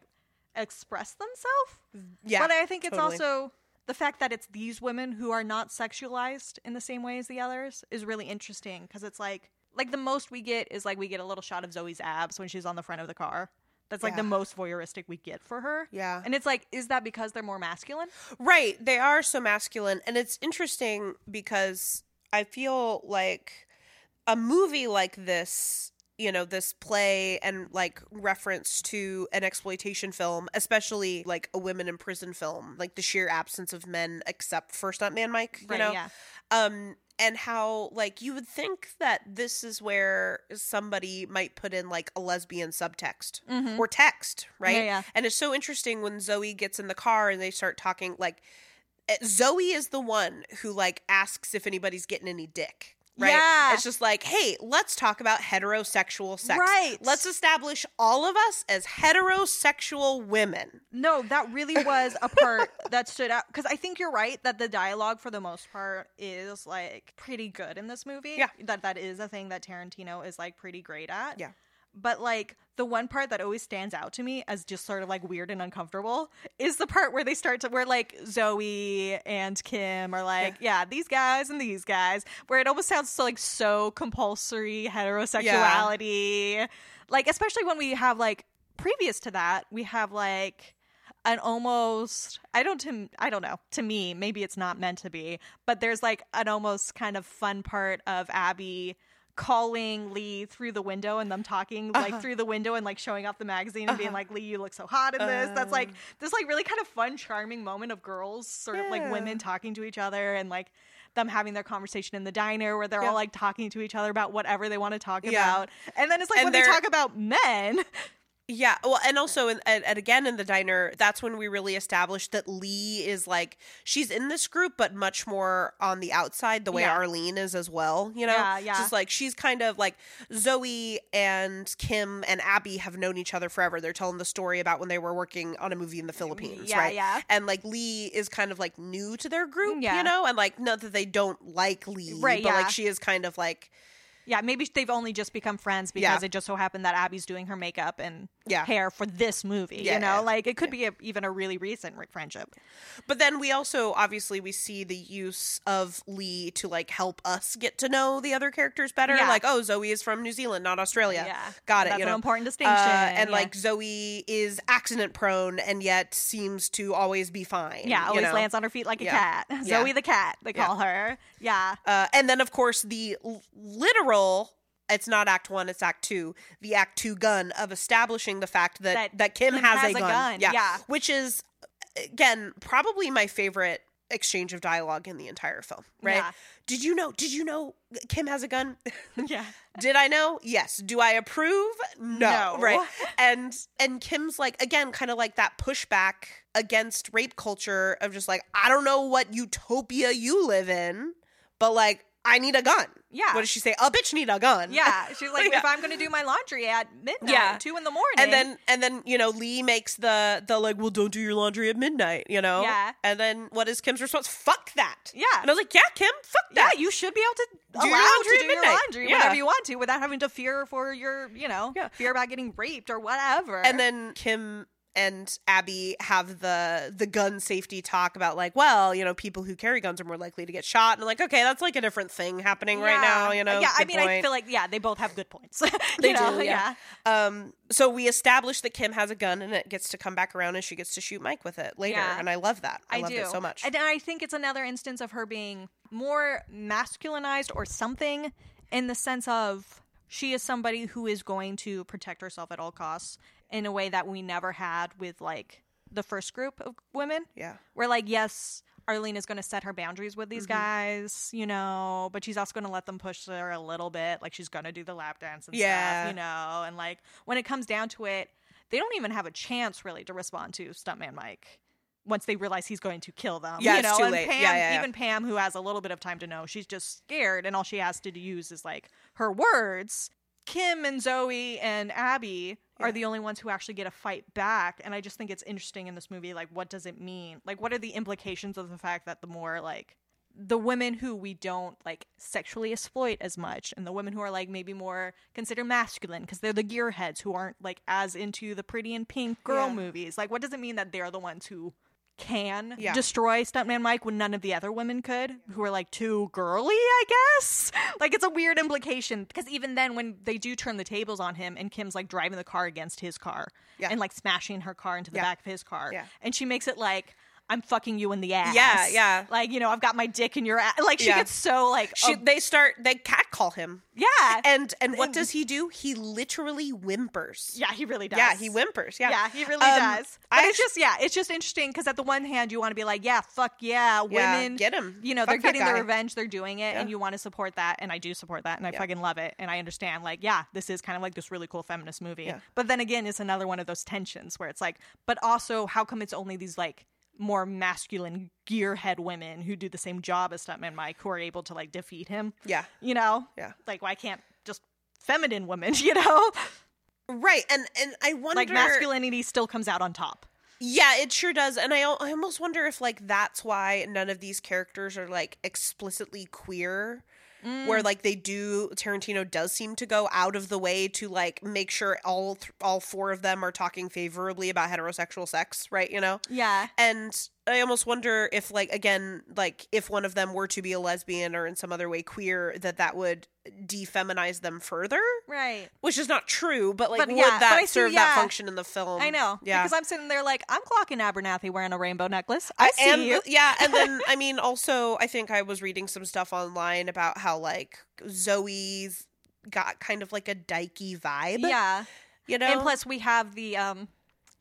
S2: express themselves.
S1: yeah
S2: But I think it's
S1: totally.
S2: also the fact that it's these women who are not sexualized in the same way as the others is really interesting because it's like like the most we get is like we get a little shot of Zoe's abs when she's on the front of the car. That's like the
S1: Yeah.
S2: most voyeuristic we get for her.
S1: yeah
S2: And it's like, is that because they're more masculine?
S1: Right. They are so masculine. And it's interesting because I feel like a movie like this, you know, this play and like reference to an exploitation film, especially like a women in prison film, like the sheer absence of men except for Stuntman Mike, you know?
S2: yeah.
S1: um and how like you would think that this is where somebody might put in like a lesbian subtext
S2: Mhm.
S1: or text right
S2: Yeah, yeah.
S1: and it's so interesting when zoe gets in the car and they start talking like eh, zoe is the one who like asks if anybody's getting any dick right
S2: Yeah.
S1: it's just like hey let's talk about heterosexual sex
S2: Right.
S1: let's establish all of us as heterosexual women
S2: No, that really was a part that stood out because I think you're right that the dialogue for the most part is like pretty good in this movie.
S1: Yeah.
S2: that that is a thing that Tarantino is like pretty great at.
S1: Yeah.
S2: But like the one part that always stands out to me as just sort of like weird and uncomfortable is the part where they start to where like Zoe and Kim are like, yeah, these guys and these guys, where it almost sounds so like so compulsory heterosexuality. Like especially when we have like previous to that, we have like an almost I don't to, I don't know to me maybe it's not meant to be but there's like an almost kind of fun part of Abby calling Lee through the window and them talking like
S1: Uh-huh.
S2: through the window and like showing off the magazine and being
S1: Uh-huh.
S2: like Lee you look so hot in this that's like
S1: Uh.
S2: this like really kind of fun charming moment of girls sort of like
S1: Yeah.
S2: women talking to each other and like them having their conversation in the diner where they're
S1: Yeah.
S2: all like talking to each other about whatever they want to talk
S1: Yeah.
S2: about and then it's like
S1: And
S2: when they
S1: they're-
S2: talk about men
S1: Yeah. Well, and also, in, and, and again, in the diner, that's when we really established that Lee is like, she's in this group, but much more on the outside, the way
S2: Yeah.
S1: Arlene is as well. You know?
S2: Yeah, yeah.
S1: Just like, she's kind of like Zoe and Kim and Abby have known each other forever. They're telling the story about when they were working on a movie in the Philippines,
S2: Mm, Yeah,
S1: right?
S2: yeah.
S1: And like, Lee is kind of like new to their group,
S2: Yeah.
S1: you know? And like, not that they don't like Lee,
S2: Right,
S1: but
S2: yeah.
S1: like, she is kind of like,
S2: Yeah, maybe they've only just become friends
S1: Yeah.
S2: because it just so happened that Abby's doing her makeup and
S1: Yeah.
S2: hair for this movie.
S1: Yeah.
S2: You know, like it could be a, even a really recent re- friendship.
S1: But then we also obviously we see the use of Lee to like help us get to know the other characters better.
S2: Yeah.
S1: Like, oh, Zoe is from New Zealand, not Australia.
S2: Yeah.
S1: Got it.
S2: That's
S1: you
S2: an
S1: know?
S2: important distinction,
S1: Uh, and
S2: yeah.
S1: like Zoe is accident prone and yet seems to always be fine.
S2: Yeah,
S1: you
S2: always
S1: know?
S2: lands on her feet like a
S1: Yeah.
S2: cat.
S1: Yeah.
S2: Zoe the cat, they
S1: Yeah.
S2: call her. Yeah.
S1: Uh, and then of course the l- literal. It's not Act One; it's Act Two. The Act Two gun of establishing the fact that that,
S2: That
S1: Kim,
S2: Kim
S1: has,
S2: has
S1: a
S2: a
S1: gun.
S2: gun,
S1: Yeah.
S2: yeah.
S1: which is again probably my favorite exchange of dialogue in the entire film. Right?
S2: Yeah.
S1: Did you know? Did you know Kim has a gun?
S2: Yeah.
S1: Did I know? Yes. Do I approve? No.
S2: No.
S1: Right. And and Kim's like again, kind of like that pushback against rape culture of just like I don't know what utopia you live in, but like I need a gun.
S2: Yeah.
S1: What does she say? A bitch need a gun.
S2: Yeah. She's like,
S1: Yeah.
S2: if I'm going to do my laundry at midnight,
S1: Yeah.
S2: two in the morning.
S1: And then and then you know Lee makes the the like well don't do your laundry at midnight you know
S2: Yeah.
S1: and then what is Kim's response fuck that
S2: Yeah.
S1: and I was like yeah Kim fuck
S2: yeah,
S1: that
S2: you should be able to
S1: Do your
S2: allow
S1: laundry
S2: to
S1: at
S2: do your
S1: midnight.
S2: laundry
S1: Yeah.
S2: whenever you want to without having to fear for your, you know,
S1: Yeah.
S2: fear about getting raped or whatever.
S1: and then Kim and Abby have the the gun safety talk about like, well, you know, people who carry guns are more likely to get shot, and I'm like, okay, that's like a different thing happening right
S2: Yeah.
S1: now, you know.
S2: Yeah, I
S1: Good
S2: mean, I
S1: point.
S2: feel like yeah, they both have good points.
S1: They
S2: you know,
S1: do, yeah. um, so we establish that Kim has a gun, and it gets to come back around, and she gets to shoot Mike with it later,
S2: Yeah.
S1: and I love that. I,
S2: I,
S1: love
S2: do
S1: it so much.
S2: And I think it's another instance of her being more masculinized or something in the sense of she is somebody who is going to protect herself at all costs in a way that we never had with like the first group of women.
S1: yeah,
S2: Where like yes, Arlene is going to set her boundaries with these guys, you know, but she's also going to let them push her a little bit. Like she's going to do the lap dance and
S1: Yeah.
S2: stuff, you know, and like when it comes down to it, they don't even have a chance really to respond to Stuntman Mike once they realize he's going to kill them.
S1: Yeah,
S2: you
S1: it's
S2: know,
S1: too
S2: and
S1: late. Yeah,
S2: Pam,
S1: yeah, yeah.
S2: even Pam, who has a little bit of time to know, she's just scared, and all she has to use is like her words. Kim and Zoe and Abby
S1: Yeah.
S2: are the only ones who actually get a fight back, and I just think it's interesting in this movie. Like, what does it mean? Like, what are the implications of the fact that the more like the women who we don't like sexually exploit as much and the women who are like maybe more considered masculine because they're the gearheads who aren't like as into the pretty and pink girl
S1: Yeah.
S2: movies like what does it mean that they're the ones who can
S1: Yeah.
S2: destroy stuntman mike when none of the other women could who are like too girly i guess like it's a weird implication because even then when they do turn the tables on him and kim's like driving the car against his car
S1: Yeah.
S2: and like smashing her car into the
S1: Yeah.
S2: back of his car
S1: Yeah.
S2: and she makes it like i'm fucking you in the ass
S1: Yeah, yeah.
S2: like you know i've got my dick in your ass like she
S1: Yeah.
S2: gets so like
S1: she,
S2: ob-
S1: they start they catcall him,
S2: yeah
S1: and and what does he do? He literally whimpers.
S2: yeah he really does
S1: Yeah, he whimpers. Yeah,
S2: yeah he really
S1: Um,
S2: does but
S1: I
S2: it's just yeah it's just interesting because at the one hand you want to be like yeah fuck yeah
S1: Yeah,
S2: women
S1: get him.
S2: you know
S1: Fuck
S2: they're
S1: that
S2: getting their
S1: guy.
S2: revenge they're doing it and
S1: Yeah.
S2: you want to support that and i do support that and i
S1: Yeah.
S2: fucking love it and i understand like yeah this is kind of like this really cool feminist movie
S1: Yeah.
S2: but then again it's another one of those tensions where it's like but also how come it's only these like more masculine gearhead women who do the same job as Stuntman Mike who are able to like defeat him.
S1: yeah.
S2: You know?
S1: Yeah.
S2: Like why can't just feminine women, you know?
S1: Right, and and I wonder
S2: Like masculinity still comes out on top.
S1: Yeah, it sure does. And I, al- I almost wonder if like that's why none of these characters are like explicitly queer.
S2: Mm.
S1: Where like they do Tarantino does seem to go out of the way to like make sure all th- all four of them are talking favorably about heterosexual sex, right? You know?
S2: Yeah.
S1: And I almost wonder if like again, like if one of them were to be a lesbian or in some other way queer that that would defeminize them further,
S2: Right.
S1: which is not true, but like
S2: But,
S1: would
S2: yeah, but
S1: that
S2: I see-
S1: serve that
S2: yeah.
S1: function in the film?
S2: I know.
S1: Yeah.
S2: Because I'm sitting there like, I'm clocking Abernathy wearing a rainbow necklace. I see
S1: and
S2: you.
S1: yeah, and then I mean, also, I think I was reading some stuff online about how like Zoe's got kind of like a dykey vibe.
S2: Yeah.
S1: you know.
S2: And plus, we have the, um,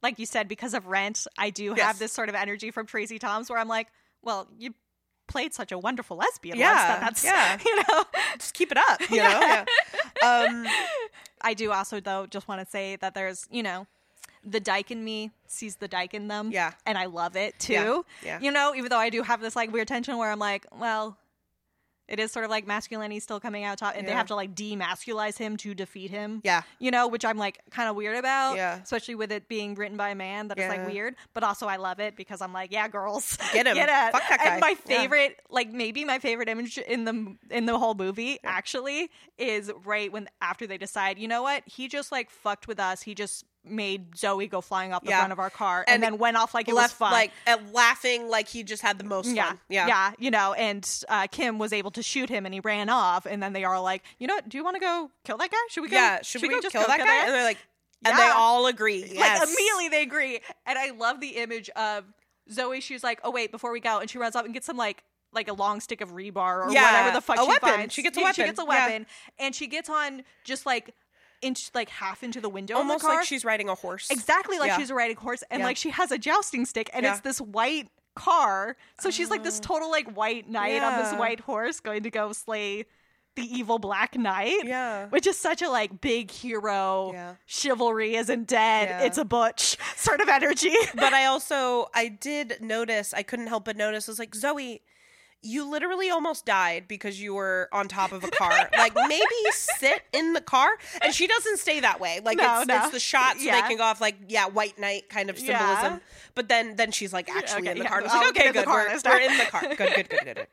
S2: like you said, because of Rent, I do
S1: Yes.
S2: have this sort of energy from Tracy Toms where I'm like, well, you played such a wonderful lesbian
S1: Yeah,
S2: once that that's,
S1: yeah.
S2: you know.
S1: just keep it up, you know. Yeah. Um,
S2: I do also, though, just want to say that there's, you know, the dyke in me sees the dyke in them.
S1: Yeah.
S2: And I love it too.
S1: yeah.
S2: You know, even though I do have this like weird tension where I'm like, well, it is sort of like masculinity still coming out top, and they
S1: Yeah.
S2: have to like demasculize him to defeat him.
S1: Yeah.
S2: You know, which I'm like kind of weird about.
S1: Yeah.
S2: Especially with it being written by a man, that is
S1: Yeah.
S2: like weird. But also, I love it because I'm like, yeah, girls,
S1: Get him.
S2: get it.
S1: Fuck that guy.
S2: And my
S1: Yeah.
S2: favorite, like maybe my favorite image in the in the whole movie actually is right when after they decide, you know what, he just like fucked with us. He just made Zoe go flying off the
S1: Yeah.
S2: front of our car and,
S1: And
S2: then went off like it was
S1: left
S2: fun.
S1: like uh, laughing like he just had the most
S2: yeah,
S1: fun. Yeah.
S2: yeah, you know, and uh, Kim was able to shoot him, and he ran off. And then they are like, you know, what, do you want to go kill that guy? Should we go?
S1: Yeah, Should, we,
S2: go
S1: "Oh, kill that guy? And they're like, and they
S2: Yeah.
S1: all agree. Yes.
S2: Like immediately they agree. And I love the image of Zoe. She's like, "Oh wait, before we go," and she runs up and gets some like like a long stick of rebar or
S1: Yeah,
S2: whatever the fuck
S1: a
S2: she
S1: weapon.
S2: finds.
S1: She gets a
S2: Yeah,
S1: weapon.
S2: She gets a
S1: Yeah.
S2: weapon, and she gets on just like inch like half into the window.
S1: Almost
S2: in the car.
S1: like she's riding a horse.
S2: exactly like
S1: Yeah.
S2: she's riding a horse, and
S1: Yeah.
S2: like she has a jousting stick, and
S1: Yeah. Ah.
S2: it's this white car. So she's like this total like white knight on this
S1: Yeah.
S2: white horse going to go slay the evil black knight
S1: Yeah.
S2: which is such a like big hero
S1: Yeah.
S2: chivalry isn't dead
S1: Yeah.
S2: it's a butch sort of energy
S1: but I also I did notice I couldn't help but notice I was like Zoe you literally almost died because you were on top of a car. like maybe sit in the car, and she doesn't stay that way. Like
S2: No,
S1: it's,
S2: no.
S1: it's the shots
S2: Yeah.
S1: making off, like yeah, white knight kind of symbolism.
S2: Yeah.
S1: But then then she's like actually
S2: okay,
S1: in the
S2: yeah,
S1: car. And it's
S2: I'll
S1: like
S2: get
S1: okay,
S2: in the
S1: good,
S2: car
S1: we're,
S2: this time.
S1: we're in the car. Good, good, good, good. good.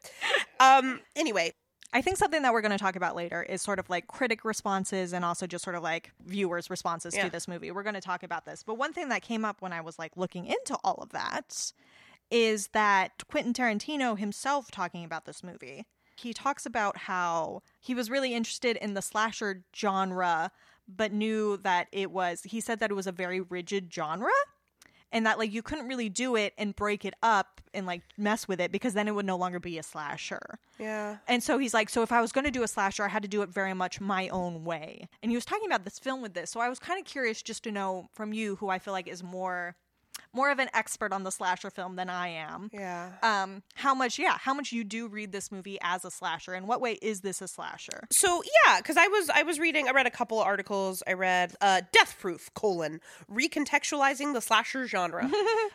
S1: Um. Anyway,
S2: i think something that we're going to talk about later is sort of like critic responses and also just sort of like viewers responses
S1: Yeah.
S2: to this movie we're going to talk about this but one thing that came up when i was like looking into all of that is that quentin tarantino himself talking about this movie he talks about how he was really interested in the slasher genre but knew that it was he said that it was a very rigid genre and that like you couldn't really do it and break it up and like mess with it because then it would no longer be a slasher
S1: yeah,
S2: and so he's like, so if I was going to do a slasher, I had to do it very much my own way. And he was talking about this film with this, so I was kind of curious just to know from you, who I feel like is more, more of an expert on the slasher film than I am.
S1: yeah.
S2: Um, how much, yeah, how much you do read this movie as a slasher, and what way is this a slasher?
S1: So yeah, because I was I was reading I read a couple articles I read uh, Death Proof colon recontextualizing the slasher genre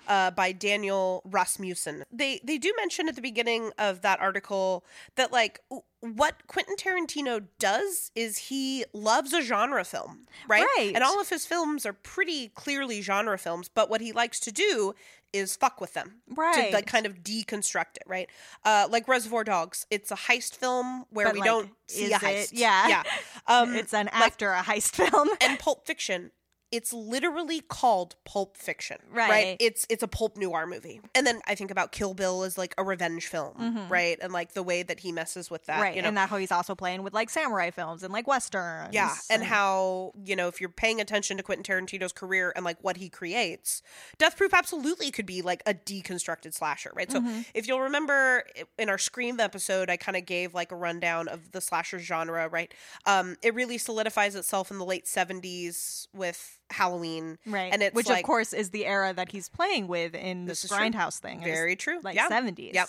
S1: uh, by Daniel Rasmussen. They they do mention at the beginning of that article that like w- what Quentin Tarantino does is he loves a genre film, right?
S2: Right.
S1: And all of his films are pretty clearly genre films, but what he likes to do is fuck with them to like
S2: Right.
S1: kind of deconstruct it, right? Uh, like Reservoir Dogs, it's a heist film where
S2: But,
S1: we
S2: like,
S1: don't see
S2: is
S1: a
S2: it?
S1: heist.
S2: Yeah.
S1: yeah. Mm-hmm. Um,
S2: it's an after a heist film.
S1: and Pulp Fiction, it's literally called Pulp Fiction,
S2: Right.
S1: It's it's a pulp noir movie. And then I think about Kill Bill as like a revenge film, right? And like the way that he messes with that,
S2: right,
S1: you know,
S2: and that how he's also playing with like samurai films and like westerns.
S1: yeah, and how you know if you're paying attention to Quentin Tarantino's career and like what he creates, Death Proof absolutely could be like a deconstructed slasher, right? So
S2: Mm-hmm.
S1: if you'll remember in our Scream episode, I kind of gave like a rundown of the slasher genre, right? Um, it really solidifies itself in the late '70s with Halloween,
S2: right,
S1: And it's
S2: which
S1: like-
S2: of course is the era that he's playing with in
S1: This
S2: this,
S1: is true.
S2: grindhouse thing. It was
S1: Very true,
S2: like
S1: yeah.
S2: 70s.
S1: Yep.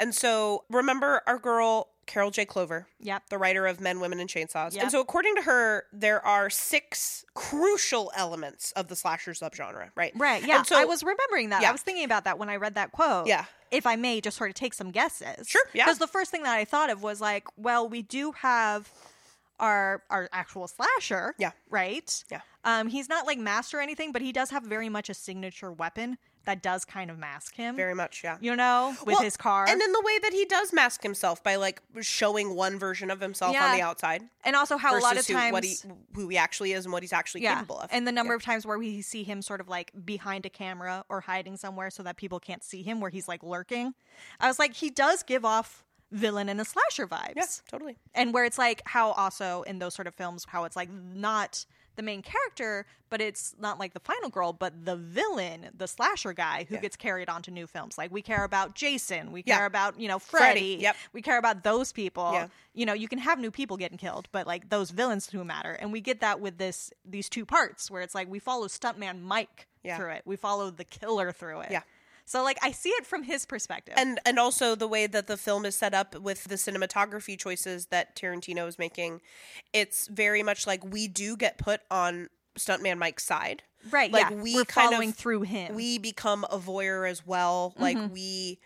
S1: And so remember our girl Carol J. Clover,
S2: Yep.
S1: the writer of Men, Women, and Chainsaws. And
S2: Yep.
S1: so according to her, there are six crucial elements of the slasher subgenre, right?
S2: Right. Yeah.
S1: And so
S2: I was remembering that.
S1: Yeah.
S2: I was thinking about that when I read that quote.
S1: Yeah.
S2: If I may just sort of take some guesses.
S1: Sure, yeah.
S2: Because the first thing that I thought of was like, well, we do have our our actual slasher.
S1: Yeah.
S2: Right?
S1: Yeah.
S2: Um, he's not like master or anything, but he does have very much a signature weapon that does kind of mask him.
S1: very much, yeah.
S2: you know, with
S1: Well,
S2: his car.
S1: And then the way that he does mask himself by like showing one version of himself on
S2: Yeah.
S1: the outside
S2: and also how a
S1: versus
S2: lot of
S1: who,
S2: times
S1: what he who he actually is and what he's actually
S2: yeah.
S1: capable of.
S2: And the number of times where we see him sort of like behind a camera or hiding somewhere so that people can't see him, where he's like lurking. I was like, he does give off villain and a slasher vibes.
S1: yeah, totally.
S2: And where it's like how also in those sort of films, how it's like not the main character, but it's not like the final girl, but the villain, the slasher guy who gets carried on to new films. Like we care about Jason, we
S1: Yeah.
S2: care about, you know,
S1: Freddy,
S2: Freddy.
S1: yep.
S2: We care about those people.
S1: Yeah.
S2: You know, you can have new people getting killed, but like those villains who matter. And we get that with this these two parts where it's like we follow stuntman Mike
S1: Yeah.
S2: through it. We follow the killer through it.
S1: Yeah.
S2: So like I see it from his perspective.
S1: and and also the way that the film is set up with the cinematography choices that Tarantino is making, it's very much like we do get put on stuntman Mike's side.
S2: right
S1: Like,
S2: yeah.
S1: we
S2: we're
S1: kind of-
S2: following through him
S1: we become a voyeur as well like
S2: Mhm.
S1: we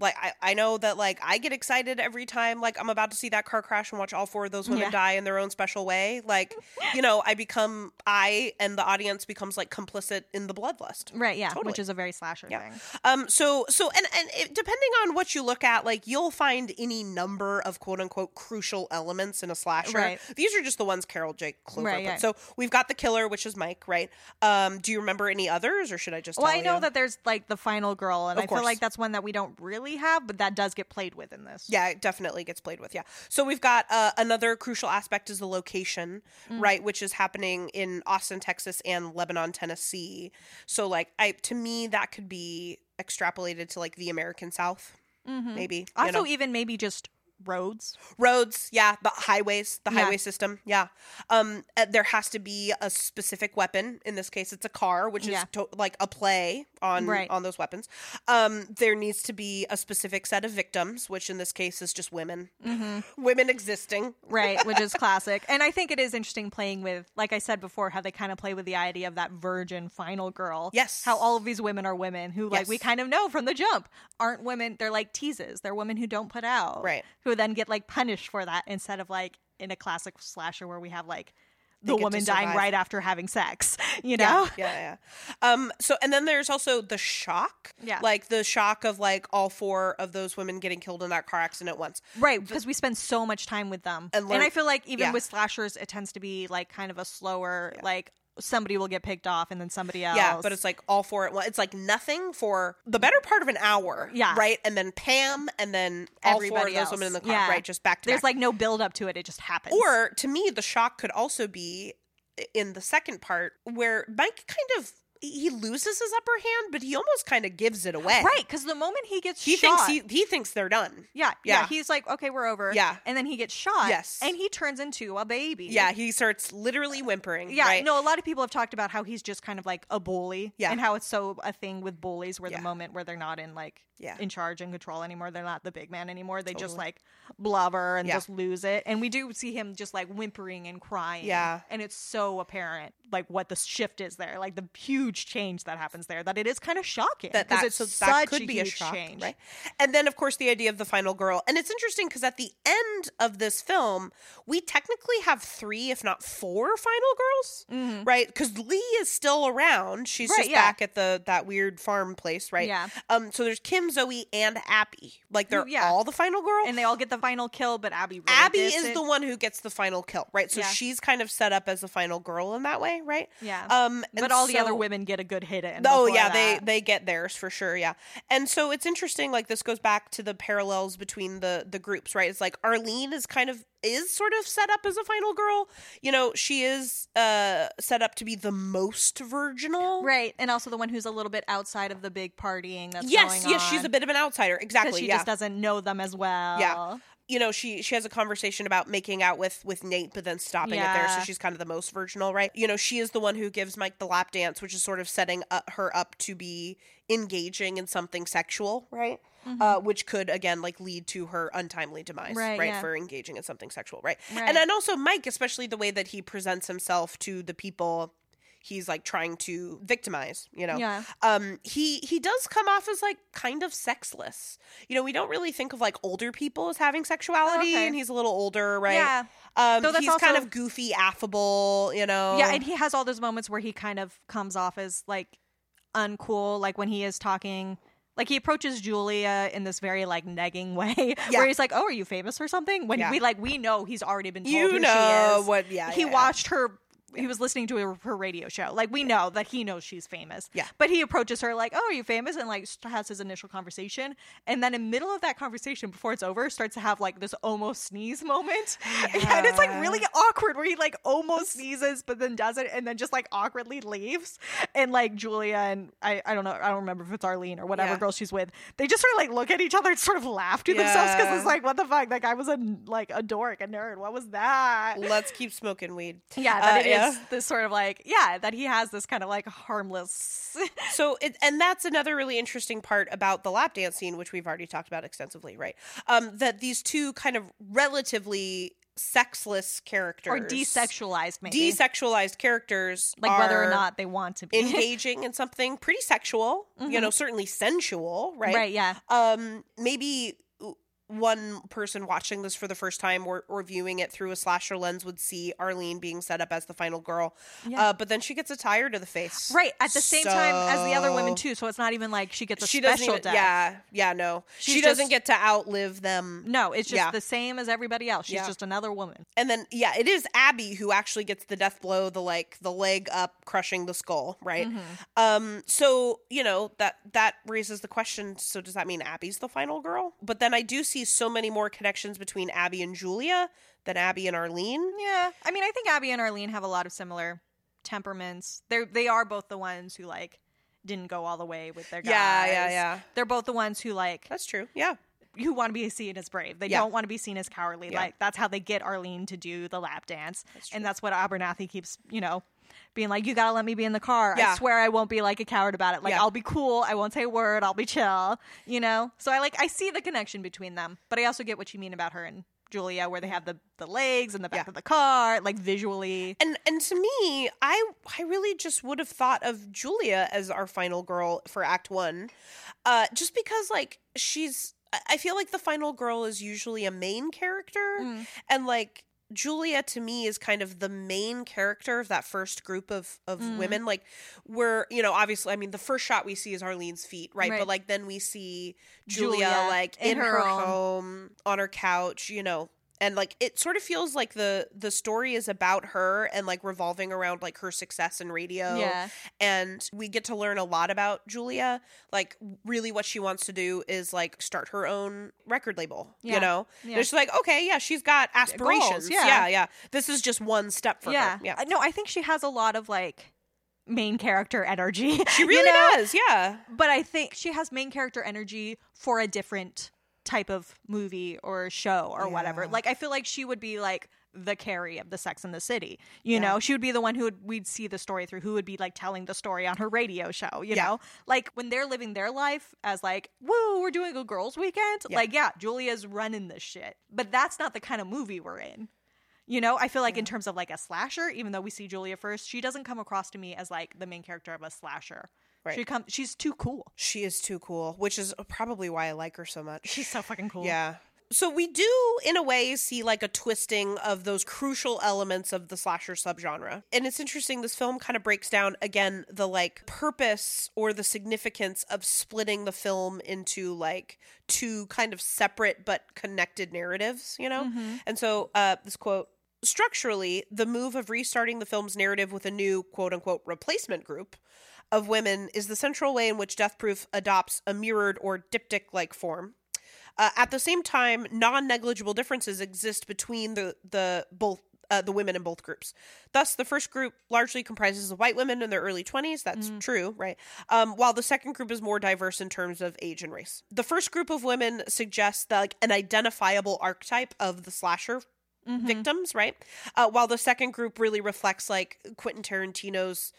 S1: like I, I know that like i get excited every time like i'm about to see that car crash and watch all four of those women
S2: Yeah.
S1: die in their own special way like you know i become i and the audience becomes like complicit in the bloodlust
S2: right yeah which
S1: Totally.
S2: is a very slasher
S1: Yeah.
S2: thing
S1: um so so and and it, depending on what you look at like you'll find any number of quote unquote crucial elements in a slasher
S2: Right.
S1: these are just the ones carol jake clover
S2: Right,
S1: put.
S2: yeah.
S1: so we've got the killer which is mike right um do you remember any others or should i just
S2: well i
S1: tell
S2: know
S1: you?
S2: that there's like the final girl and
S1: Of
S2: i
S1: course.
S2: feel like that's one that we don't really have but that does get played with in this
S1: Yeah, it definitely gets played with. Yeah. So we've got uh, another crucial aspect is the location, right, which is happening in Austin, Texas, and Lebanon, Tennessee. So like, I to me that could be extrapolated to like the American South,
S2: Mhm.
S1: maybe. you
S2: also
S1: know.
S2: even maybe just roads
S1: roads, yeah, the highways, the
S2: Yeah.
S1: highway system, yeah. Um, uh, there has to be a specific weapon. In this case, it's a car, which
S2: Yeah.
S1: is to- like a play on
S2: Right.
S1: on those weapons. Um, there needs to be a specific set of victims, which in this case is just women,
S2: Mm-hmm.
S1: women existing.
S2: right which is classic and i think it is interesting playing with like i said before how they kind of play with the idea of that virgin final girl
S1: Yes.
S2: how all of these women are women who like we
S1: Yes.
S2: kind of know from the jump aren't women they're like teases they're women who don't put out
S1: Right.
S2: who then get like punished for that instead of like in a classic slasher where we have like
S1: They
S2: the
S1: get to
S2: woman dying
S1: survive.
S2: right after having sex you
S1: Yeah,
S2: know
S1: yeah, yeah. Um, so and then there's also the shock,
S2: Yeah.
S1: like the shock of like all four of those women getting killed in that car accident at once.
S2: Right, because we spend so much time with them.
S1: And
S2: And,
S1: learn-
S2: I feel like even
S1: yeah.
S2: with slashers, it tends to be like kind of a slower, like somebody will get picked off and then somebody else.
S1: Yeah, but it's like all four at once. It's like nothing for the better part of an hour.
S2: Yeah.
S1: right, and then Pam, and then all
S2: Everybody
S1: four of
S2: else.
S1: those women in the car.
S2: Yeah.
S1: Right, just back to
S2: There's
S1: back.
S2: like no build up to it. It just happens.
S1: or to me, the shock could also be in the second part where Mike kind of he loses his upper hand, but he almost kind of gives it away.
S2: right, because the moment he gets
S1: he
S2: shot,
S1: thinks he he thinks they're done.
S2: yeah, yeah,
S1: yeah.
S2: he's like, okay, we're over.
S1: Yeah.
S2: and then he gets shot.
S1: Yes.
S2: and he turns into a baby.
S1: Yeah, he starts literally whimpering.
S2: Yeah,
S1: right?
S2: no, a lot of people have talked about how he's just kind of like a bully.
S1: Yeah.
S2: And how it's so a thing with bullies where
S1: Yeah.
S2: the moment where they're not in like
S1: Yeah.
S2: in charge and control anymore, they're not the big man anymore. They just
S1: Totally.
S2: like blubber and
S1: Yeah.
S2: just lose it. And we do see him just like whimpering and crying.
S1: Yeah.
S2: And it's so apparent like what the shift is there, like the huge change that happens there, that it is kind of shocking.
S1: that
S2: because
S1: that,
S2: it's
S1: so
S2: such
S1: that could be a
S2: huge
S1: shock,
S2: change.
S1: right? And then, of course, the idea of the final girl, and it's interesting because at the end of this film, we technically have three, if not four, final girls, right? Because Lee is still around; she's
S2: Mm-hmm. Right,
S1: just
S2: yeah.
S1: back at the that weird farm place, right?
S2: Yeah. Mm,
S1: Um. So there's Kim, Zoe, and Abby. Like they're
S2: Yeah.
S1: all the final girl.
S2: And they all get the final kill, but Abby really
S1: Abby
S2: gets
S1: is
S2: it.
S1: the one who gets the final kill, right? So
S2: Yeah.
S1: she's kind of set up as the final girl in that way, right?
S2: Yeah.
S1: Um,
S2: but
S1: and
S2: all the
S1: so-
S2: other women get a good hit in.
S1: Oh
S2: before
S1: yeah, they
S2: that.
S1: they get theirs for sure. Yeah, and so it's interesting. Like this goes back to the parallels between the the groups, right? It's like Arlene is kind of is sort of set up as a final girl. You know, she is uh set up to be the most virginal.
S2: Right, and also the one who's a little bit outside of the big partying that's
S1: Yes,
S2: going
S1: yes, she's a bit of an outsider.
S2: because
S1: Exactly.
S2: she
S1: yeah.
S2: just doesn't know them as well.
S1: Yeah. you know she she has a conversation about making out with with Nate but then stopping it there so
S2: Yeah.
S1: she's kind of the most virginal right you know she is the one who gives Mike the lap dance which is sort of setting up, her up to be engaging in something sexual right uh, which could again like lead to her untimely demise right,
S2: Mm-hmm. Right, yeah.
S1: for engaging in something sexual right?
S2: Right.
S1: and then also Mike especially the way that he presents himself to the people he's like trying to victimize you know
S2: Yeah.
S1: um he he does come off as like kind of sexless you know we don't really think of like older people as having sexuality
S2: Oh, okay.
S1: and he's a little older right
S2: Yeah.
S1: um
S2: Though that's
S1: he's kind
S2: also-
S1: of goofy affable you know
S2: Yeah, and he has all those moments where he kind of comes off as like uncool, like when he is talking. Like he approaches Julia in this very like negging way,
S1: Yeah.
S2: where he's like, "Oh, are you famous or something?" When
S1: Yeah.
S2: we like we know he's already been told who
S1: you
S2: she
S1: know
S2: is.
S1: what yeah
S2: he
S1: yeah, yeah.
S2: watched her. He was listening to her, her radio show. Like we know that he knows she's famous.
S1: Yeah.
S2: But he approaches her like, "Oh, are you famous?" and like st- has his initial conversation, and then in the middle of that conversation, before it's over, starts to have like this almost sneeze moment, and it's like
S1: Yeah.
S2: really awkward where he like almost sneezes but then doesn't, and then just like awkwardly leaves, and like Julia and I I don't know I don't remember if it's Arlene or whatever
S1: Yeah.
S2: girl she's with, they just sort of like look at each other and sort of laugh to themselves because
S1: Yeah.
S2: it's like what the fuck that guy was a like a dork a nerd what was that
S1: let's keep smoking weed
S2: yeah, that
S1: Uh,
S2: it
S1: yeah.
S2: is this sort of like yeah, that he has this kind of like harmless.
S1: so it, and that's another really interesting part about the lap dance scene which we've already talked about extensively right um that these two kind of relatively sexless characters
S2: or desexualized maybe
S1: desexualized characters
S2: like whether or
S1: are
S2: not they want to be
S1: engaging in something pretty sexual, you know, certainly sensual, right?
S2: Mm-hmm. right yeah
S1: Um, maybe one person watching this for the first time or, or viewing it through a slasher lens would see Arlene being set up as the final girl,
S2: Yeah.
S1: uh, but then she gets a tire to the face,
S2: Right, at the same time as the other women
S1: So-
S2: too. So it's not even like she gets a
S1: She doesn't.
S2: special
S1: Even,
S2: death.
S1: yeah, yeah, no, she
S2: She's
S1: doesn't
S2: just-
S1: get to outlive them.
S2: No, it's just
S1: Yeah.
S2: the same as everybody else. She's
S1: Yeah.
S2: just another woman.
S1: And then yeah, it is Abby who actually gets the death blow, the like the leg up crushing the skull, right? Um so, you know, that that raises the question, so does that mean Abby's the final girl? But then I do see so many more connections between Abby and Julia than Abby and Arlene.
S2: Yeah. I mean, I think Abby and Arlene have a lot of similar temperaments. They are they are both the ones who like didn't go all the way with their guys.
S1: Yeah, yeah, yeah.
S2: They're both the ones who like
S1: That's true. Yeah.
S2: who want to be seen as brave. They
S1: Yeah.
S2: don't want to be seen as cowardly.
S1: Yeah.
S2: Like that's how they get Arlene to do the lap dance, and that's what Abernathy keeps, you know, being like, "You gotta let me be in the car.
S1: Yeah.
S2: I swear I won't be like a coward about it. Like
S1: Yeah.
S2: I'll be cool. I won't say a word. I'll be chill. You know." So I like I see the connection between them, but I also get what you mean about her and Julia, where they have the the legs and the back
S1: Yeah.
S2: of the car, like visually.
S1: And and to me, I I really just would have thought of Julia as our final girl for act 1. Uh just because like she's I- I feel like the final girl is usually a main character.
S2: Mm.
S1: and like Julia to me is kind of the main character of that first group of of
S2: Mm.
S1: women. Like we're you know obviously I mean the first shot we see is Arlene's feet, right?
S2: Right.
S1: But like then we see Julia,
S2: Julia,
S1: like in,
S2: in
S1: her,
S2: her own-
S1: home on her couch, you know. And like it sort of feels like the the story is about her and like revolving around like her success in radio
S2: Yeah,
S1: and we get to learn a lot about Julia. Like really what she wants to do is like start her own record label, you
S2: Yeah.
S1: know.
S2: yeah.
S1: They're just like, okay, yeah, she's got aspirations. yeah.
S2: yeah.
S1: yeah, This is just one step for
S2: yeah.
S1: her. Yeah.
S2: Uh, No, I think she has a lot of like main character energy.
S1: She really does. Yeah.
S2: but I think she has main character energy for a different type of movie or show or whatever.
S1: Yeah.
S2: Like I feel like she would be like the Carrie of the Sex in the City. You
S1: Yeah.
S2: know, she would be the one who would we'd see the story through, who would be like telling the story on her radio show, you
S1: Yeah.
S2: know? Like when they're living their life as like, woo, we're doing a girls weekend.
S1: Yeah.
S2: Like, yeah, Julia's running this shit. But that's not the kind of movie we're in. You know, I feel like in terms of like a slasher, even though we see Julia first, she doesn't come across to me as like the main character of a slasher.
S1: Right.
S2: She comes she's too cool.
S1: She is too cool, which is probably why I like her so much.
S2: She's so fucking cool.
S1: Yeah. So we do, in a way, see like a twisting of those crucial elements of the slasher subgenre. And it's interesting, this film kind of breaks down again the like purpose or the significance of splitting the film into like two kind of separate but connected narratives, you know? And so uh, this quote structurally, the move of restarting the film's narrative with a new quote unquote replacement group of women is the central way in which Death Proof adopts a mirrored or diptych like form. Uh, at the same time, non-negligible differences exist between the the both uh, the women in both groups. Thus, the first group largely comprises of white women in their early twenties. That's true, right? Um, while the second group is more diverse in terms of age and race. The first group of women suggests that, like an identifiable archetype of the slasher
S2: Mhm.
S1: victims, right? Uh, while the second group really reflects like Quentin Tarantino's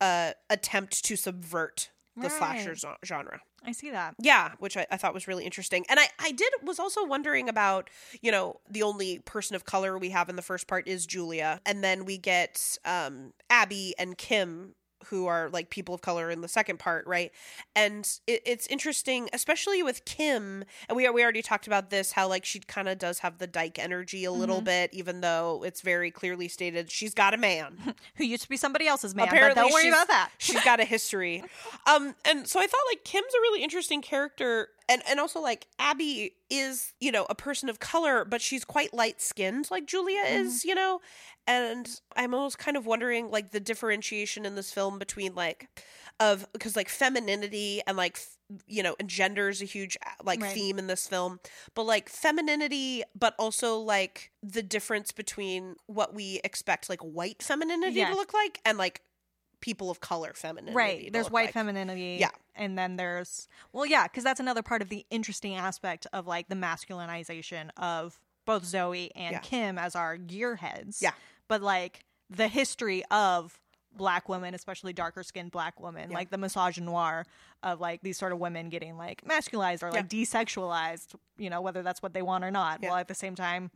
S1: uh, attempt to subvert the
S2: Right.
S1: slasher zo- genre.
S2: I see that.
S1: Yeah, which I, I thought was really interesting. And I, I did was also wondering about, you know, the only person of color we have in the first part is Julia. And then we get um Abby and Kim who are like people of color in the second part, right? And it, it's interesting, especially with Kim. And we we already talked about this, how like she kind of does have the dyke energy a little bit, even though it's very clearly stated she's got a man.
S2: Who used to be somebody else's man,
S1: Apparently
S2: but don't worry
S1: she's-
S2: about that.
S1: she's got a history um and so i thought like kim's a really interesting character and and also like abby is you know a person of color but she's quite light skinned like julia
S2: Mm-hmm.
S1: is you know and i'm almost kind of wondering like the differentiation in this film between like of because like femininity and like f- you know and gender is a huge uh, like
S2: Right.
S1: theme in this film but like femininity but also like the difference between what we expect like white femininity
S2: Yeah.
S1: to look like and like people of color femininity to
S2: Right. There's
S1: look
S2: white
S1: like.
S2: femininity.
S1: Yeah.
S2: And then there's, well, yeah, because that's another part of the interesting aspect of like the masculinization of both Zoe and
S1: Yeah.
S2: Kim as our gearheads.
S1: Yeah.
S2: But like the history of black women, especially darker skinned black women,
S1: Yeah.
S2: like the misogynoir of like these sort of women getting like masculized or like desexualized, you know, whether that's what they want or not.
S1: Yeah.
S2: While at the same time,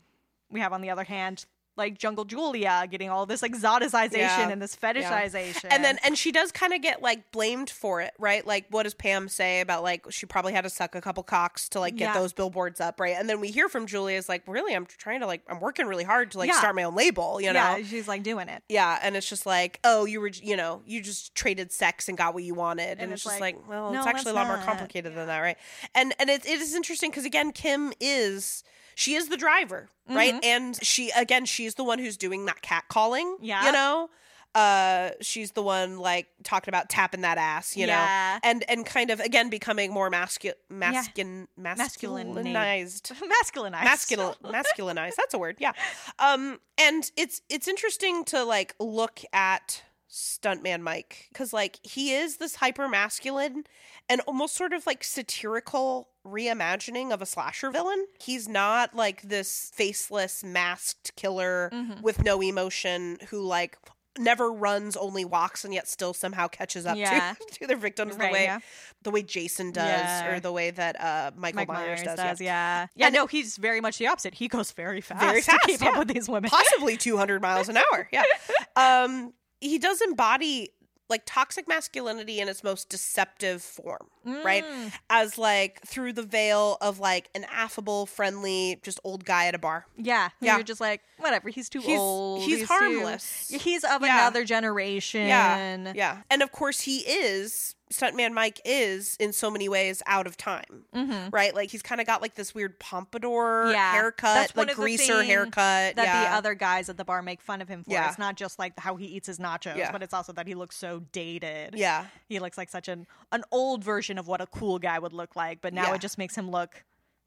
S2: we have on the other hand like Jungle Julia getting all this exoticization
S1: Yeah.
S2: and this fetishization.
S1: and then and she does kind of get like blamed for it right like what does pam say about like she probably had to suck a couple cocks to like get
S2: Yeah.
S1: those billboards up right and then we hear from julia's like really i'm trying to like i'm working really hard to like
S2: Yeah.
S1: start my own label you know
S2: yeah,
S1: yeah.
S2: she's like doing it.
S1: and it's just like, oh, you were, j- you know, you just traded sex and got what you wanted, and,
S2: And
S1: it's,
S2: it's
S1: just like,
S2: like,
S1: well,
S2: no,
S1: it's actually a lot
S2: that's
S1: more
S2: not.
S1: complicated than that, right? And and it, it is interesting because again, Kim is she is the driver, right? And she again, she's the one who's doing that cat calling,
S2: Yeah.
S1: you know. Uh, she's the one like talking about tapping that ass, you know,
S2: yeah.
S1: and and kind of again becoming more masculine, masculine,
S2: Masculinate.
S1: masculinized,
S2: Masculinized.
S1: masculine, masculinized. That's a word, yeah. Um, and it's it's interesting to like look at stuntman Mike because like he is this hyper masculine and almost sort of like satirical reimagining of a slasher villain. He's not like this faceless, masked killer
S2: Mhm.
S1: with no emotion who like never runs only walks and yet still somehow catches up
S2: Yeah.
S1: to, to their victims the
S2: Right,
S1: way
S2: yeah.
S1: the way jason does
S2: Yeah.
S1: or the way that uh michael
S2: Mike
S1: myers, does, yeah.
S2: yeah. Yeah, no, he's very much the opposite. He goes very fast,
S1: Very
S2: to keep
S1: fast, yeah.
S2: up with these women.
S1: possibly 200 miles an hour yeah um he does embody like toxic masculinity in its most deceptive form right?
S2: Mm,
S1: as like through the veil of like an affable friendly just old guy at a bar
S2: Yeah. who
S1: Yeah.
S2: You're just like, whatever, he's too
S1: he's
S2: old.
S1: he's
S2: too-
S1: harmless
S2: he's of
S1: Yeah.
S2: another generation.
S1: Yeah. yeah and of course he is stuntman mike is in so many ways out of time
S2: hmm
S1: right? Like he's kind of got like this weird pompadour
S2: Yeah.
S1: haircut,
S2: That's one
S1: like
S2: of the
S1: greaser
S2: things
S1: haircut.
S2: That
S1: yeah.
S2: the other guys at the bar make fun of him for.
S1: Yeah.
S2: It's not just like how he eats his nachos,
S1: Yeah.
S2: but it's also that he looks so dated.
S1: yeah,
S2: He looks like such an an old version of what a cool guy would look like, but now
S1: Yeah.
S2: it just makes him look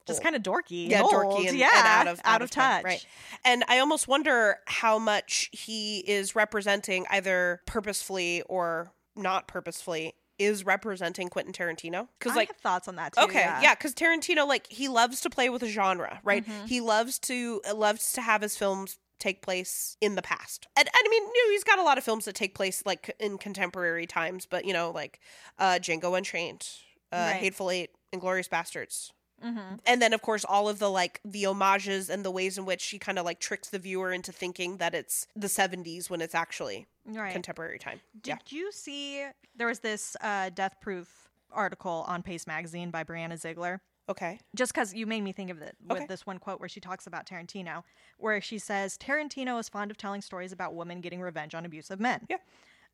S2: just
S1: Old.
S2: kind of dorky.
S1: yeah,
S2: and
S1: dorky
S2: old.
S1: and, and
S2: yeah,
S1: out of
S2: out, of touch.
S1: right? And I almost wonder how much he is representing, either purposefully or not purposefully, is representing Quentin Tarantino because
S2: I
S1: like.
S2: have thoughts on that too.
S1: Okay, yeah, because Tarantino, like, he loves to play with a genre, right?
S2: Mhm.
S1: He loves to uh, loves to have his films take place in the past, and, and I mean, you know, he's got a lot of films that take place like in contemporary times, but you know, like uh, Django Unchained, uh,
S2: Right.
S1: Hateful Eight, Inglorious Bastards,
S2: Mm-hmm.
S1: and then of course all of the like the homages and the ways in which he kind of like tricks the viewer into thinking that it's the 70s when it's actually
S2: Right.
S1: contemporary time
S2: Did you see there was this uh, death proof article on Pace Magazine by Brianna Ziegler?
S1: okay
S2: Just because you made me think of it with
S1: Okay.
S2: this one quote where she talks about Tarantino, where she says Tarantino is fond of telling stories about women getting revenge on abusive men.
S1: Yeah.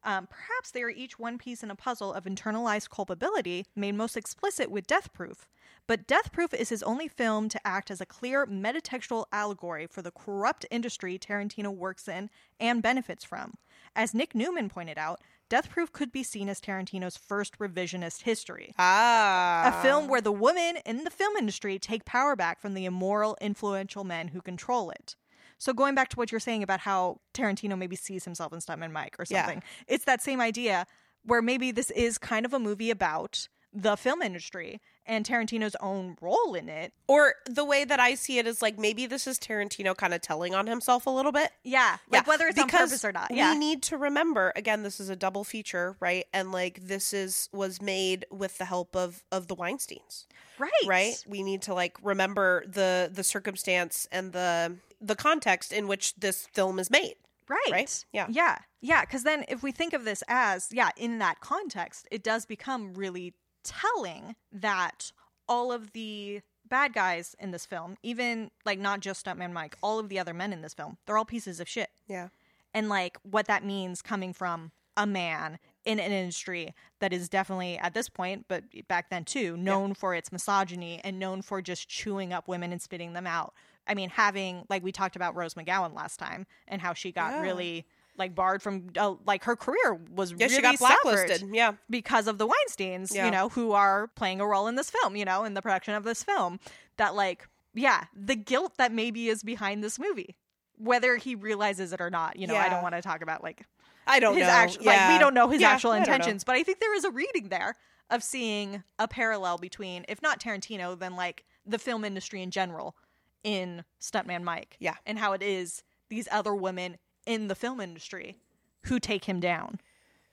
S2: Um, perhaps they are each one piece in a puzzle of internalized culpability made most explicit with Death Proof. But Death Proof is his only film to act as a clear metatextual allegory for the corrupt industry Tarantino works in and benefits from. As Nick Newman pointed out, Death Proof could be seen as Tarantino's first revisionist history.
S1: ah
S2: A film where the women in the film industry take power back from the immoral, influential men who control it. So going back to what you're saying about how Tarantino maybe sees himself in Stuntman Mike or
S1: Yeah.
S2: something, it's that same idea where maybe this is kind of a movie about the film industry and Tarantino's own role in it.
S1: or the way that i see it is like maybe this is tarantino kind of telling on himself a little bit
S2: Yeah, like whether it's on purpose or not. Yeah,
S1: we need to remember again. This is a double feature, right? And like this is was made with the help of of the Weinstein's.
S2: right,
S1: right we need to like remember the the circumstance and the the context in which this film is made
S2: right,
S1: right? Yeah.
S2: yeah, yeah. Because then if we think of this as yeah, in that context, it does become really telling that all of the bad guys in this film, even like not just Stuntman Mike, all of the other men in this film, they're all pieces of shit.
S1: yeah
S2: and like what that means coming from a man in an industry that is definitely at this point but back then too known for its misogyny and known for just chewing up women and spitting them out i mean having like we talked about rose mcgowan last time and how she got
S1: Yeah.
S2: really like barred from uh, like her career was
S1: yeah
S2: really
S1: she got blacklisted
S2: suffered
S1: yeah
S2: because of the Weinsteins,
S1: Yeah.
S2: you know, who are playing a role in this film, you know, in the production of this film. That, like, yeah, the guilt that maybe is behind this movie, whether he realizes it or not, you know, I
S1: Yeah.
S2: don't want to talk about like
S1: i don't
S2: his
S1: know
S2: actual, like,
S1: Yeah.
S2: we don't know his
S1: Yeah,
S2: actual
S1: I don't know.
S2: intentions, but I think there is a reading there of seeing a parallel between, if not Tarantino, then like the film industry in general in Stuntman Mike.
S1: Yeah.
S2: And how it is these other women in the film industry who take him down,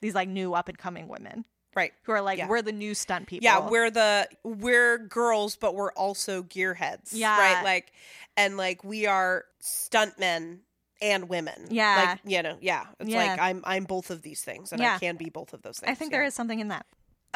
S2: these like new up and coming women.
S1: Right.
S2: who are like
S1: Yeah.
S2: we're the new stunt people.
S1: Yeah, we're the we're girls, but we're also gearheads.
S2: Yeah.
S1: Right. Like and like we are stuntmen and women.
S2: Yeah.
S1: Like, you know, yeah. It's
S2: Yeah.
S1: like I'm I'm both of these things and
S2: Yeah.
S1: I can be both of those things.
S2: I think
S1: yeah.
S2: there is something in that.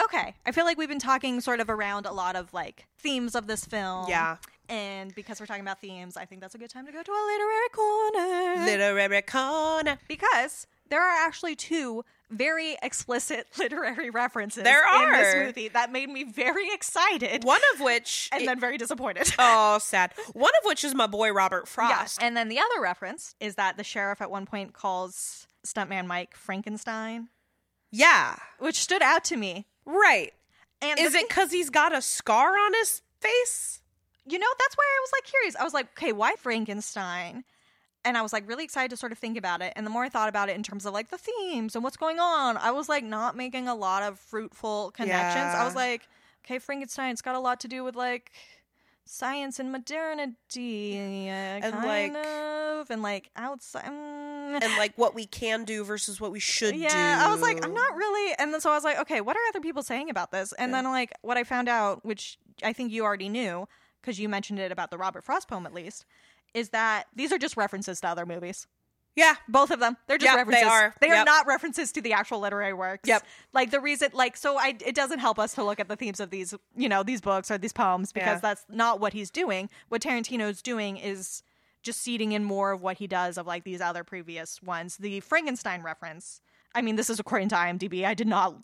S2: Okay, I feel like we've been talking sort of around a lot of like themes of this film.
S1: Yeah.
S2: and because we're talking about themes, I think that's a good time to go to a literary corner.
S1: Literary corner.
S2: because there are actually two very explicit literary references
S1: There
S2: in this
S1: are.
S2: movie that made me very excited
S1: One of which
S2: and then very disappointed.
S1: Oh, sad. One of which is my boy Robert
S2: Yeah.
S1: Frost.
S2: And then the other reference is that the sheriff at one point calls stuntman Mike Frankenstein,
S1: Yeah.
S2: which stood out to me.
S1: Right.
S2: And
S1: Is
S2: the
S1: it because he's got a scar on his face?
S2: you know, that's why I was like curious. I was like, okay, why Frankenstein? And I was like really excited to sort of think about it. And the more I thought about it in terms of like the themes and what's going on, I was like not making a lot of fruitful connections. I
S1: Yeah.
S2: was like, okay, Frankenstein's got a lot to do with like science and modernity, and
S1: And,
S2: kind
S1: like-
S2: of, and like outside. mm.
S1: And like what we can do versus what we should do.
S2: Yeah, I was like, I'm not really. And then so I was like, okay, what are other people saying about this? And then like what I found out, which I think you already knew because you mentioned it about the Robert Frost poem at least, is that these are just references to other movies.
S1: Yeah.
S2: Both of them, they're just
S1: Yep, they
S2: references.
S1: are.
S2: They are
S1: Yep.
S2: not references to the actual literary works.
S1: Yep.
S2: Like the reason, like so, I it doesn't help us to look at the themes of these, you know, these books or these poems because
S1: Yeah.
S2: that's not what he's doing. What Tarantino's doing is just seeding in more of what he does of like these other previous ones. The Frankenstein reference. I mean, this is according to IMDb. I did not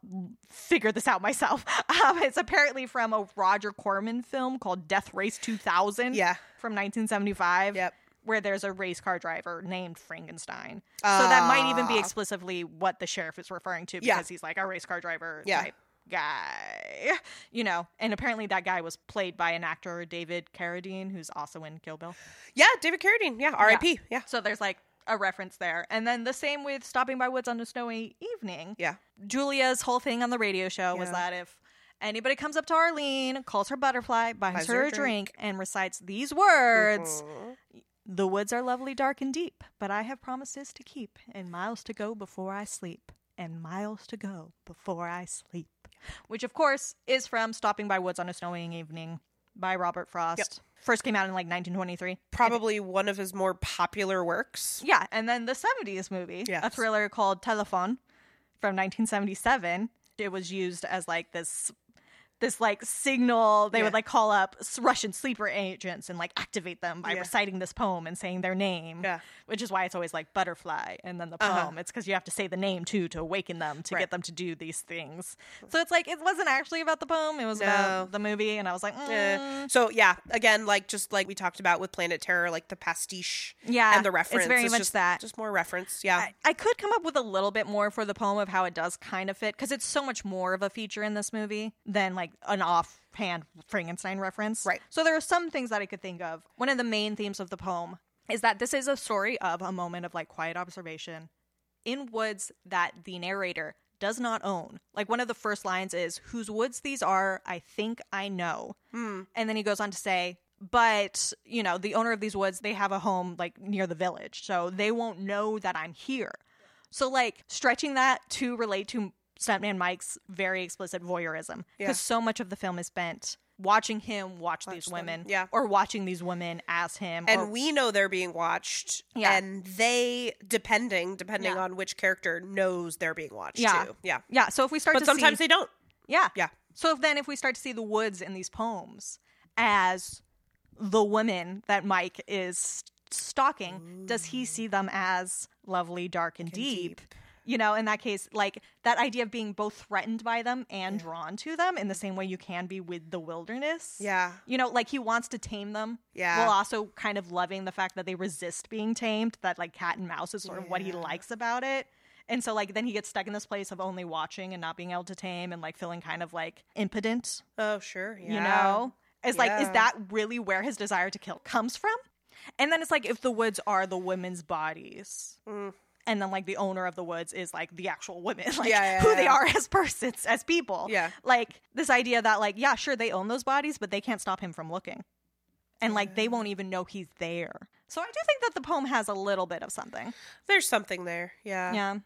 S2: figure this out myself. Um, it's apparently from a Roger Corman film called Death Race 2000
S1: Yeah.
S2: from 1975
S1: Yep.
S2: where there's a race car driver named Frankenstein. so that might even be
S1: Ah.
S2: explicitly what the sheriff is referring to because
S1: Yeah.
S2: he's like a race car driver
S1: Yeah.
S2: type guy. You know, and apparently that guy was played by an actor David Carradine who's also in Kill Bill.
S1: Yeah, David Carradine. Yeah, R.I.P. Yeah.
S2: So there's like a reference there. And then the same with Stopping by Woods on a Snowy Evening.
S1: Yeah.
S2: Julia's whole thing on the radio show was
S1: Yeah.
S2: that if anybody comes up to Arlene, calls her butterfly, buys, her, a drink, Mm-hmm. and recites these words, the woods are lovely, dark, and deep, but I have promises to keep, and miles to go before I sleep, and miles to go before I sleep. Which, of course, is from Stopping by Woods on a Snowy Evening by Robert Frost. First came out in like 1923.
S1: Probably one of his more popular works.
S2: Yeah, and then the 70s movie, a
S1: Yes.
S2: thriller called Telephone from 1977. It was used as like this this like signal they
S1: Yeah.
S2: would like call up s- Russian sleeper agents and like activate them by
S1: Yeah.
S2: reciting this poem and saying their name.
S1: Yeah.
S2: Which is why it's always like butterfly and then the poem.
S1: Uh-huh.
S2: It's cuz you have to say the name too to awaken them to get
S1: Right.
S2: them to do these things. So it's like it wasn't actually about the poem, it was
S1: No.
S2: about the movie and I was like, mm,
S1: Uh, so yeah, again, like just like we talked about with Planet Terror, like the pastiche,
S2: Yeah,
S1: and the
S2: it's
S1: reference.
S2: very much
S1: just,
S2: that.
S1: just more reference. Yeah,
S2: I, I could come up with a little bit more for the poem of how it does kind of fit because it's so much more of a feature in this movie than like an offhand Frankenstein reference.
S1: Right.
S2: So there are some things that I could think of. One of the main themes of the poem is that this is a story of a moment of like quiet observation in woods that the narrator does not own. Like one of the first lines is, Whose woods these are, I think I know. And then he goes on to say, but you know the owner of these woods they have a home like near the village so they won't know that i'm here so like stretching that to relate to stuntman mike's very explicit voyeurism because
S1: Yeah.
S2: so much of the film is spent watching him watch, these
S1: them,
S2: women
S1: yeah.
S2: or watching these women as him
S1: and
S2: or-
S1: we know they're being watched.
S2: Yeah.
S1: and they depending depending
S2: Yeah.
S1: on which character knows they're being watched.
S2: Yeah.
S1: too. yeah.
S2: yeah so if we start
S1: But
S2: to
S1: sometimes
S2: see,
S1: they don't.
S2: yeah
S1: Yeah,
S2: So if then if we start to see the woods in these poems as the women that Mike is stalking, does he see them as lovely, dark, and, deep? You know, in that case, like that idea of being both threatened by them and drawn to them in the same way you can be with the wilderness.
S1: yeah,
S2: You know, like he wants to tame them.
S1: Yeah.
S2: While also kind of loving the fact that they resist being tamed, that like cat and mouse is sort of what he likes about it. And so like then he gets stuck in this place of only watching and not being able to tame and like feeling kind of like impotent,
S1: Oh sure. Yeah.
S2: you know? It's like, is
S1: Yeah.
S2: that really where his desire to kill comes from? And then it's like if the woods are the women's bodies.
S1: Mm.
S2: And then, like the owner of the woods is like the actual women, like
S1: Yeah, yeah,
S2: who they
S1: yeah.
S2: are as persons, as people.
S1: Yeah.
S2: like this idea that, like, yeah, sure, they own those bodies, but they can't stop him from looking and like they won't even know he's there. So I do think that the poem has a little bit of something.
S1: There's something there. Yeah.
S2: yeah.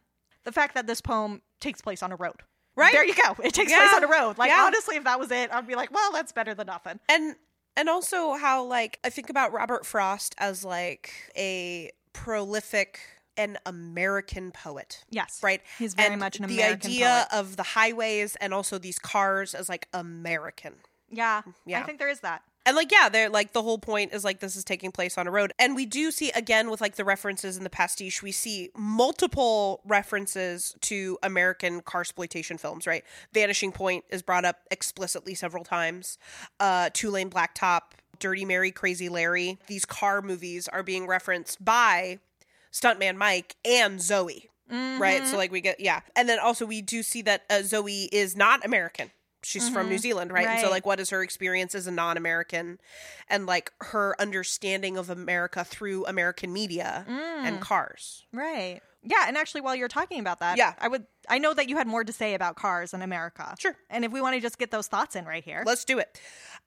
S2: The fact that this poem takes place on a road.
S1: Right.
S2: There you go. It takes
S1: Yeah.
S2: place on a road. Like
S1: Yeah.
S2: honestly, if that was it, I'd be like, well, that's better than nothing.
S1: and and also how like I think about Robert Frost as like a prolific and American poet.
S2: Yes.
S1: Right.
S2: He's very
S1: and
S2: much an
S1: the
S2: American
S1: idea
S2: poet.
S1: of the highways and also these cars as like American.
S2: Yeah.
S1: Mm, Yeah.
S2: I think there is that.
S1: And like yeah, they're like the whole point is like this is taking place on a road. And we do see again with like the references in the pastiche, we see multiple references to American car exploitation films, right? Vanishing Point is brought up explicitly several times. Uh Tulane Blacktop, Dirty Mary, Crazy Larry. These car movies are being referenced by Stuntman Mike and Zoe. Right? So like we get yeah. And then also we do see that uh, Zoe is not American. She's from New Zealand, right? And so
S2: Right.
S1: like what is her experience as a non-American and like her understanding of America through American media and cars.
S2: Right. Yeah, and actually while you're talking about that,
S1: Yeah.
S2: I would I know that you had more to say about cars in America.
S1: Sure.
S2: And if we want to just get those thoughts in right here.
S1: Let's do it.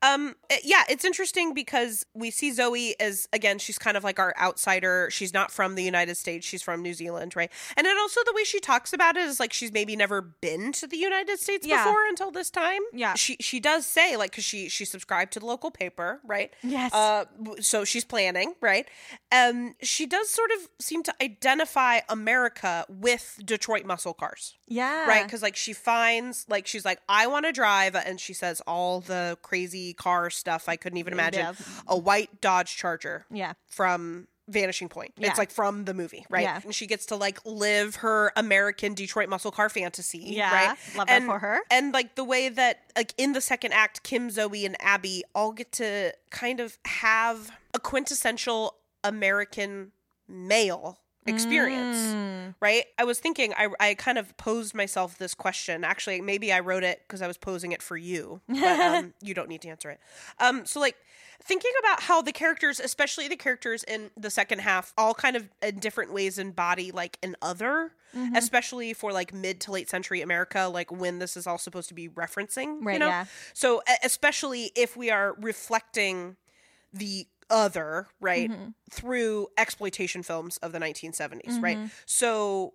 S1: Um uh, yeah, it's interesting because we see Zoe as again, she's kind of like our outsider. She's not from the United States, she's from New Zealand, right? And then also the way she talks about it is like she's maybe never been to the United States
S2: Yeah.
S1: before until this time.
S2: Yeah.
S1: She she does say like cuz she she subscribed to the local paper, right?
S2: Yes.
S1: Uh, w- so she's planning, right? Um, she does sort of seem to identify America with Detroit muscle cars,
S2: yeah.
S1: right? Because like she finds, like she's like, I want to drive, and she says all the crazy car stuff I couldn't even imagine.
S2: Yeah.
S1: A white Dodge Charger
S2: Yeah.
S1: from Vanishing Point.
S2: Yeah.
S1: It's like from the movie, right?
S2: Yeah.
S1: And she gets to like live her American Detroit muscle car fantasy,
S2: Yeah.
S1: right?
S2: Love that
S1: and,
S2: for her.
S1: And like the way that like in the second act, Kim, Zoe, and Abby all get to kind of have a quintessential American male experience
S2: Mm.
S1: right? I was thinking, I, I kind of posed myself this question. Actually, maybe I wrote it because I was posing it for you, but um, you don't need to answer it. Um, so, like, thinking about how the characters, especially the characters in the second half, all kind of in different ways embody like an other,
S2: Mm-hmm.
S1: especially for like mid to late century America, like when this is all supposed to be referencing, you
S2: Right,
S1: know?
S2: yeah.
S1: So, e- especially if we are reflecting the other, right,
S2: Mm-hmm.
S1: through exploitation films of the 1970s,
S2: Mm-hmm.
S1: right? So,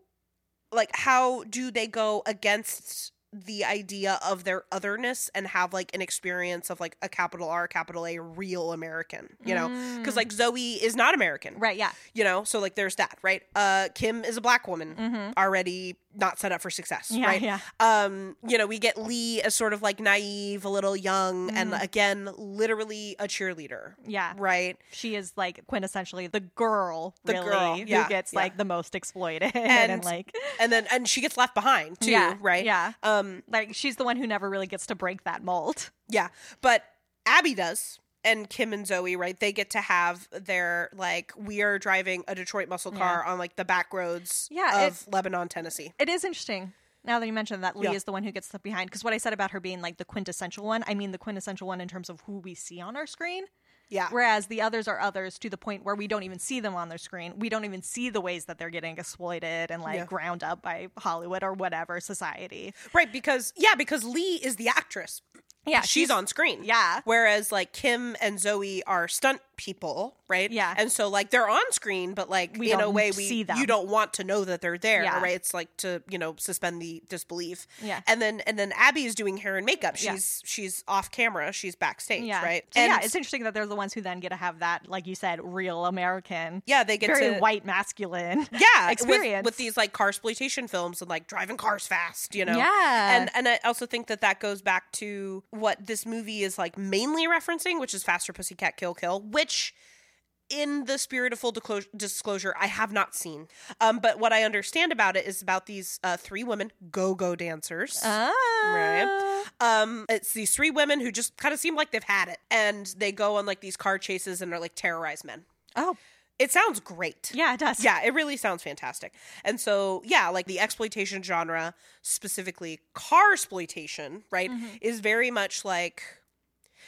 S1: like, how do they go against the idea of their otherness and have like an experience of like a capital R, capital A, real American, you know? Because like Zoe is not American,
S2: Mm. Right, yeah.
S1: you know so like there's that right uh kim is a black woman already not set up for success
S2: Mm-hmm. Yeah,
S1: right
S2: yeah.
S1: um you know we get lee as sort of like naive a little young and again literally a cheerleader
S2: Mm-hmm. Yeah.
S1: right
S2: She is like quintessentially the girl,
S1: The
S2: really,
S1: girl, yeah,
S2: who gets
S1: yeah.
S2: like the most exploited
S1: And-
S2: and, like
S1: and then and she gets left behind too
S2: Yeah,
S1: right
S2: yeah.
S1: um
S2: like she's the one who never really gets to break that mold.
S1: yeah but abby does and kim and zoe right they get to have their like we are driving a detroit muscle car on like the back roads
S2: Yeah,
S1: of lebanon tennessee
S2: It is interesting. Now that you mentioned that, Lee
S1: Yeah.
S2: is the one who gets left behind. Because what I said about her being like the quintessential one, I mean the quintessential one in terms of who we see on our screen.
S1: yeah
S2: Whereas the others are others to the point where we don't even see them on their screen. We don't even see the ways that they're getting exploited and like
S1: Yeah.
S2: ground up by Hollywood or whatever society.
S1: right because yeah because lee is the actress
S2: Yeah,
S1: she's, on screen.
S2: yeah.
S1: Whereas like Kim and Zoe are stunt people, right?
S2: Yeah.
S1: And so like they're on screen, but like
S2: We
S1: in a
S2: don't
S1: way we
S2: see them.
S1: you don't want to know that they're there,
S2: Yeah.
S1: right? It's like to, you know, suspend the disbelief.
S2: Yeah.
S1: And then and then Abby is doing hair and makeup.
S2: Yeah.
S1: She's she's off camera, she's backstage,
S2: Yeah.
S1: right?
S2: So
S1: and
S2: yeah, it's interesting that they're the ones who then get to have that, like you said, real American,
S1: yeah, they get
S2: very
S1: to
S2: white masculine.
S1: yeah, with-
S2: experience.
S1: with, these like car exploitation films and like driving cars fast, you know.
S2: Yeah.
S1: and and I also think that that goes back to what this movie is like mainly referencing, which is Faster Pussycat Kill Kill, which in the spirit of full disclosure, disclosure I have not seen. Um, but what I understand about it is about these uh, three women go-go dancers.
S2: Ah.
S1: Right. Um, it's these three women who just kind of seem like they've had it, and they go on like these car chases and are like terrorize men.
S2: Oh,
S1: It sounds great.
S2: yeah, it does.
S1: Yeah, it really sounds fantastic. And so, yeah, like the exploitation genre, specifically car exploitation, right,
S2: Mm-hmm.
S1: is very much like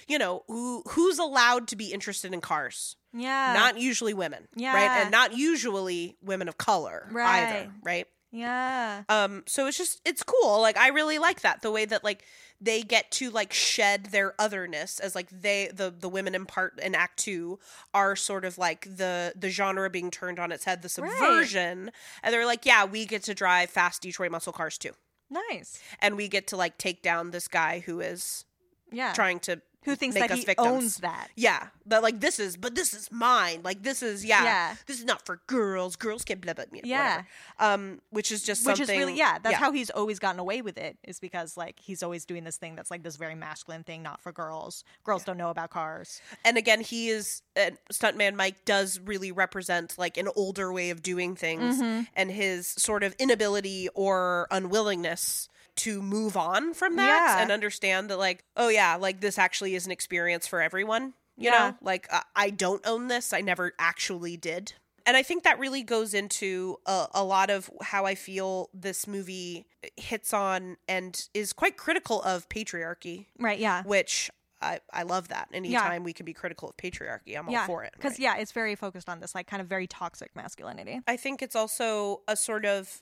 S1: you know, who who's allowed to be interested in cars?
S2: Yeah.
S1: not usually women, right?
S2: Yeah.
S1: And not usually women of color
S2: Right.
S1: either, right?
S2: yeah.
S1: Um so it's just it's cool. Like I really like that the way that like they get to like shed their otherness as like they the the women in part in act 2 are sort of like the the genre being turned on its head, the subversion. And they're like, yeah, we get to drive fast Detroit muscle cars too.
S2: Nice.
S1: and we get to like take down this guy who is
S2: Yeah.
S1: trying to
S2: Who thinks
S1: make
S2: that
S1: us
S2: he
S1: victims.
S2: owns that?
S1: yeah that like this is but this is mine like this is yeah,
S2: Yeah.
S1: this is not for girls girls can't blah blah blah
S2: Yeah.
S1: whatever. um which is just
S2: Which
S1: something
S2: is really yeah, that's how he's always gotten away with it is because like he's always doing this thing that's like this very masculine thing not for girls. Girls don't know about cars.
S1: and again he is uh, stuntman mike does really represent like an older way of doing things
S2: Mm-hmm.
S1: and his sort of inability or unwillingness to move on from that
S2: Yeah.
S1: and understand that like oh yeah like this actually is an experience for everyone you
S2: Yeah.
S1: know like I i don't own this i never actually did and i think that really goes into a, a lot of how i feel this movie hits on and is quite critical of patriarchy
S2: Right, yeah.
S1: which I, I love that.
S2: Yeah.
S1: Anytime we can be critical of patriarchy, I'm
S2: yeah.
S1: all for it.
S2: Cuz
S1: right?
S2: yeah, it's very focused on this like kind of very toxic masculinity.
S1: I think it's also a sort of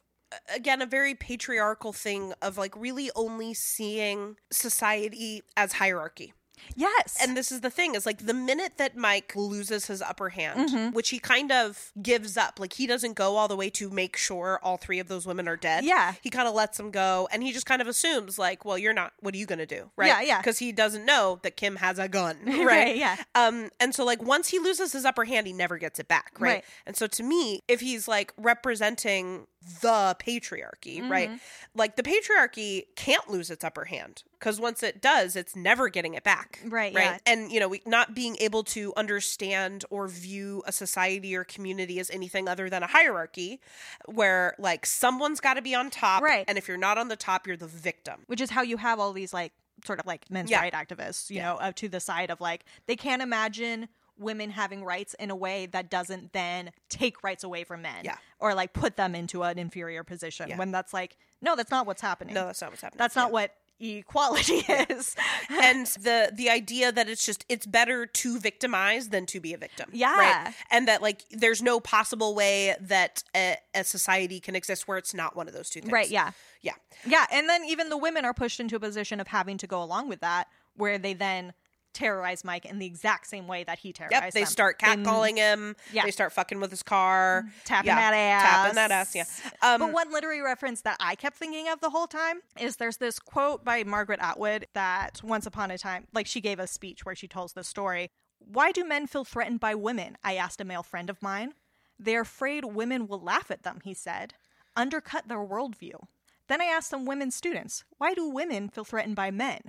S1: again a very patriarchal thing of like really only seeing society as hierarchy.
S2: Yes.
S1: And this is the thing is like the minute that Mike loses his upper hand,
S2: Mm-hmm.
S1: which he kind of gives up, like he doesn't go all the way to make sure all three of those women are dead.
S2: Yeah.
S1: He kind of lets them go and he just kind of assumes like, well, you're not what are you going to do? Right?
S2: Yeah, yeah.
S1: Cuz he doesn't know that Kim has a gun, right?
S2: yeah.
S1: Um, and so like once he loses his upper hand, he never gets it back, right?
S2: Right.
S1: And so to me, if he's like representing the patriarchy,
S2: Mm-hmm.
S1: right? Like the patriarchy can't lose its upper hand because once it does, it's never getting it back,
S2: Right, yeah.
S1: Right. And you know, we, not being able to understand or view a society or community as anything other than a hierarchy, where like someone's got to be on top,
S2: Right.
S1: And if you're not on the top, you're the victim.
S2: which is how you have all these like sort of like men's
S1: Yeah.
S2: right activists, you
S1: Yeah.
S2: know, uh, to the side of like they can't imagine women having rights in a way that doesn't then take rights away from men
S1: Yeah.
S2: or like put them into an inferior position
S1: Yeah.
S2: when that's like no that's not what's happening
S1: No, that's not what's happening.
S2: that's
S1: Yeah.
S2: not what equality is
S1: and the the idea that it's just it's better to victimize than to be a victim
S2: Yeah.
S1: right? and that like there's no possible way that a, a society can exist where it's not one of those two things
S2: right yeah
S1: yeah
S2: yeah and then even the women are pushed into a position of having to go along with that where they then terrorize mike in the exact same way that he terrorized
S1: yep they
S2: them.
S1: start
S2: They
S1: catcalling him
S2: Yeah. Mm-hmm.
S1: they start fucking with his car
S2: tapping
S1: Yeah.
S2: that ass,
S1: tapping that ass yeah um
S2: but one literary reference that I kept thinking of the whole time is there's this quote by Margaret Atwood that once upon a time, like she gave a speech where she tells this story. Why do men feel threatened by women? I asked a male friend of mine. They're afraid women will laugh at them, he said, undercut their worldview. Then I asked some women students, why do women feel threatened by men?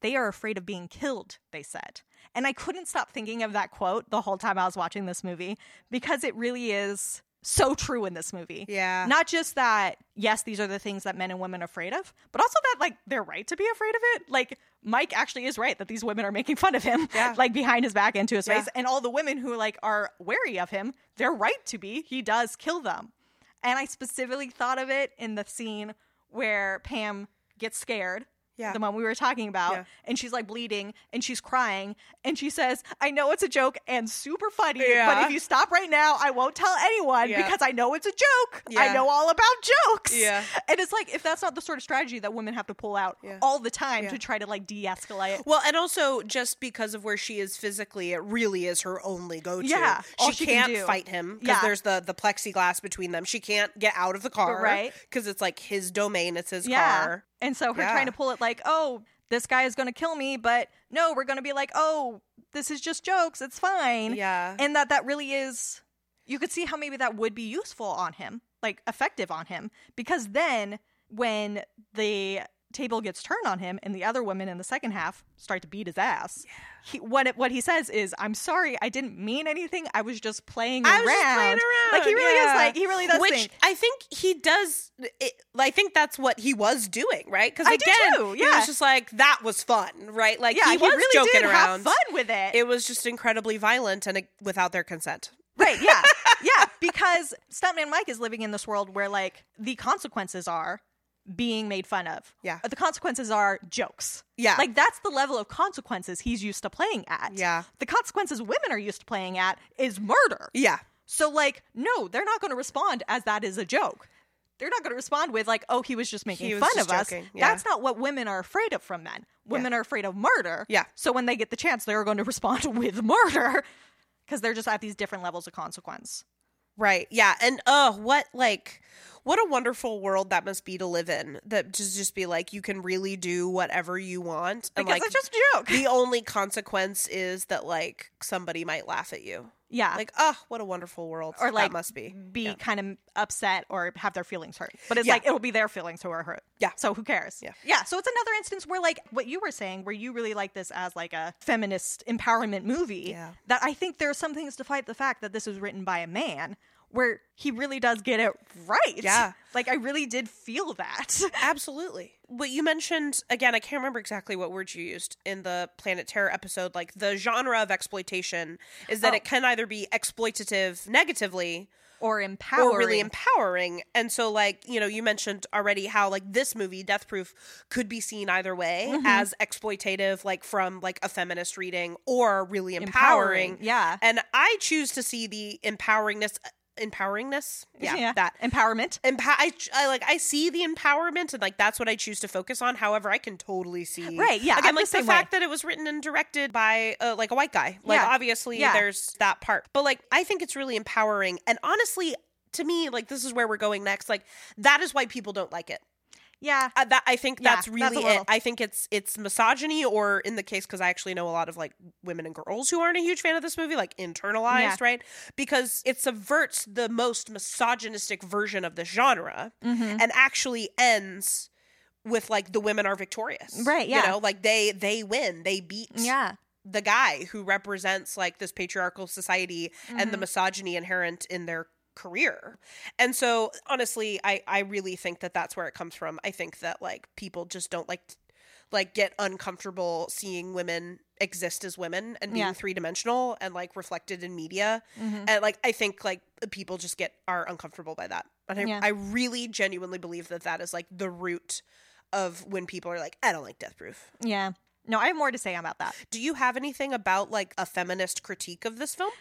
S2: They are afraid of being killed, they said. And I couldn't stop thinking of that quote the whole time I was watching this movie because it really is so true in this movie.
S1: Yeah.
S2: Not just that, yes, these are the things that men and women are afraid of, but also that, like, they're right to be afraid of it. Like, Mike actually is right that these women are making fun of him,
S1: Yeah.
S2: like, behind his back into his
S1: Yeah.
S2: face. And all the women who, like, are wary of him, they're right to be. He does kill them. And I specifically thought of it in the scene where Pam gets scared.
S1: Yeah.
S2: The one we were talking about.
S1: Yeah.
S2: And she's like bleeding and she's crying. And she says, I know it's a joke and super funny,
S1: Yeah.
S2: but if you stop right now, I won't tell anyone
S1: Yeah.
S2: because I know it's a joke.
S1: Yeah.
S2: I know all about jokes.
S1: Yeah.
S2: And it's like, if that's not the sort of strategy that women have to pull out
S1: Yeah.
S2: all the time
S1: Yeah.
S2: to try to like de escalate.
S1: well, and also just because of where she is physically, it really is her only go-to.
S2: Yeah, all
S1: she,
S2: she can
S1: can't
S2: do.
S1: fight him because
S2: Yeah.
S1: there's the the plexiglass between them. She can't get out of the car,
S2: Right.
S1: Because it's like his domain. It's his car.
S2: And so her
S1: Yeah.
S2: trying to pull it like, oh, this guy is going to kill me, but no, we're going to be like, oh, this is just jokes. It's fine.
S1: Yeah.
S2: And that that really is, you could see how maybe that would be useful on him, like effective on him, because then when the table gets turned on him and the other women in the second half start to beat his ass. He, what it, what he says is, "I'm sorry, I didn't mean anything. I was just playing
S1: I
S2: around."
S1: was just playing around.
S2: Like he really
S1: yeah.
S2: is. Like he really does.
S1: Which
S2: think.
S1: I think he does. It, I think that's what he was doing, right? Because
S2: I do
S1: again,
S2: too,
S1: he
S2: yeah.
S1: was just like that was fun, right? Like
S2: yeah,
S1: he was
S2: really
S1: joking
S2: did
S1: around.
S2: Have fun with it.
S1: It was just incredibly violent and uh, without their consent.
S2: Right, yeah. Yeah, because Stuntman Mike is living in this world where like the consequences are being made fun of.
S1: Yeah.
S2: The consequences are jokes.
S1: Yeah.
S2: Like that's the level of consequences he's used to playing at.
S1: Yeah.
S2: The consequences women are used to playing at is murder.
S1: Yeah,
S2: So like no, they're not going to respond as that is a joke. They're not going to respond with like, "Oh, he was just making
S1: He was
S2: fun
S1: just
S2: of us."
S1: joking, yeah.
S2: That's not what women are afraid of from men. Women are afraid of murder.
S1: Yeah.
S2: So when they get the chance, they're going to respond with murder because they're just at these different levels of consequence.
S1: Right. Yeah. And uh what like what a wonderful world that must be to live in. That just just be like you can really do whatever you want. And
S2: Because
S1: like
S2: it's just a joke.
S1: the only consequence is that like somebody might laugh at you.
S2: Yeah.
S1: Like, oh, what a wonderful world.
S2: Ah. Or, like,
S1: that must be.
S2: be
S1: Yeah.
S2: kind of upset or have their feelings hurt. But it's
S1: Yeah.
S2: like it'll be their feelings who are hurt.
S1: Yeah.
S2: So who cares?
S1: Yeah.
S2: Yeah. So it's another instance where like what you were saying, where you really like this as like a feminist empowerment movie.
S1: Yeah.
S2: That I think there are some things to fight the fact that this was written by a man where he really does get it right.
S1: Yeah.
S2: Like I really did feel that.
S1: Absolutely. What you mentioned again, I can't remember exactly what words you used in the Planet Terror episode. Like the genre of exploitation is that
S2: Oh.
S1: it can either be exploitative negatively
S2: Or empowering.
S1: or Oh, really empowering. And so, like, you know, you mentioned already how, like, this movie, Death Proof, could be seen either way as exploitative, like, from, like, a feminist reading or really empowering.
S2: Yeah.
S1: And I choose to see the empoweringness, empoweringness? Yeah, that.
S2: empowerment.
S1: Empow- I, ch- I, like, I see the empowerment and, like, that's what I choose to focus on. However, I can totally see.
S2: Right, yeah,
S1: Again,
S2: I'm the
S1: like, the,
S2: same way.
S1: fact that it was written and directed by, uh, like, a white guy. Like,
S2: Yeah.
S1: obviously,
S2: Yeah.
S1: there's that part. But, like, I think it's really empowering. And honestly, to me, like this is where we're going next. Like that is why people don't like it.
S2: Yeah.
S1: Uh, that I think
S2: Yeah,
S1: that's
S2: that's a
S1: really it.
S2: little-
S1: I think it's it's misogyny, or in the case because I actually know a lot of like women and girls who aren't a huge fan of this movie, like internalized,
S2: Yeah.
S1: right? Because it subverts the most misogynistic version of the genre
S2: Mhm.
S1: and actually ends with like the women are victorious,
S2: Right, yeah.
S1: You know, like they they win, they beat,
S2: Yeah.
S1: the guy who represents like this patriarchal society and
S2: Mm-hmm.
S1: the misogyny inherent in their career. And so honestly, I I really think that that's where it comes from. I think that like people just don't like t- like get uncomfortable seeing women exist as women and being
S2: Yeah.
S1: three-dimensional and like reflected in media.
S2: Mhm.
S1: And like I think like people just get are uncomfortable by that. And I
S2: Yeah.
S1: I really genuinely believe that that is like the root of when people are like I don't like death proof.
S2: Yeah. No, I have more to say about that.
S1: Do you have anything about like a feminist critique of this film?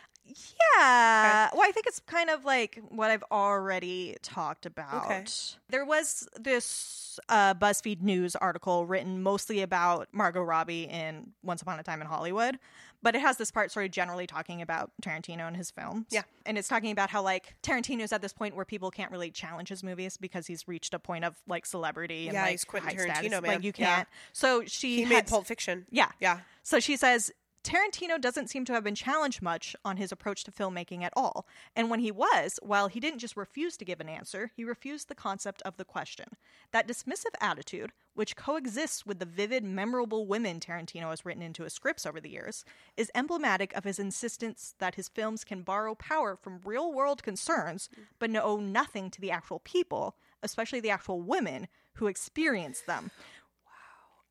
S2: Yeah. Well, I think it's kind of like what I've already talked about. There was this uh, BuzzFeed News article written mostly about Margot Robbie in Once Upon a Time in Hollywood, but it has this part sort of generally talking about Tarantino and his films.
S1: Yeah.
S2: And it's talking about how, like, Tarantino's at this point where people can't really challenge his movies because he's reached a point of, like, celebrity and,
S1: Yeah,
S2: like,
S1: he's Quentin
S2: high status.
S1: Tarantino, man.
S2: Like, you
S1: Yeah.
S2: can't. So she
S1: He, made
S2: had-
S1: Pulp Fiction.
S2: Yeah.
S1: Yeah.
S2: So she says Tarantino doesn't seem to have been challenged much on his approach to filmmaking at all. And when he was, well, he didn't just refuse to give an answer, he refused the concept of the question. That dismissive attitude, which coexists with the vivid, memorable women Tarantino has written into his scripts over the years, is emblematic of his insistence that his films can borrow power from real world concerns, but owe nothing to the actual people, especially the actual women who experience them.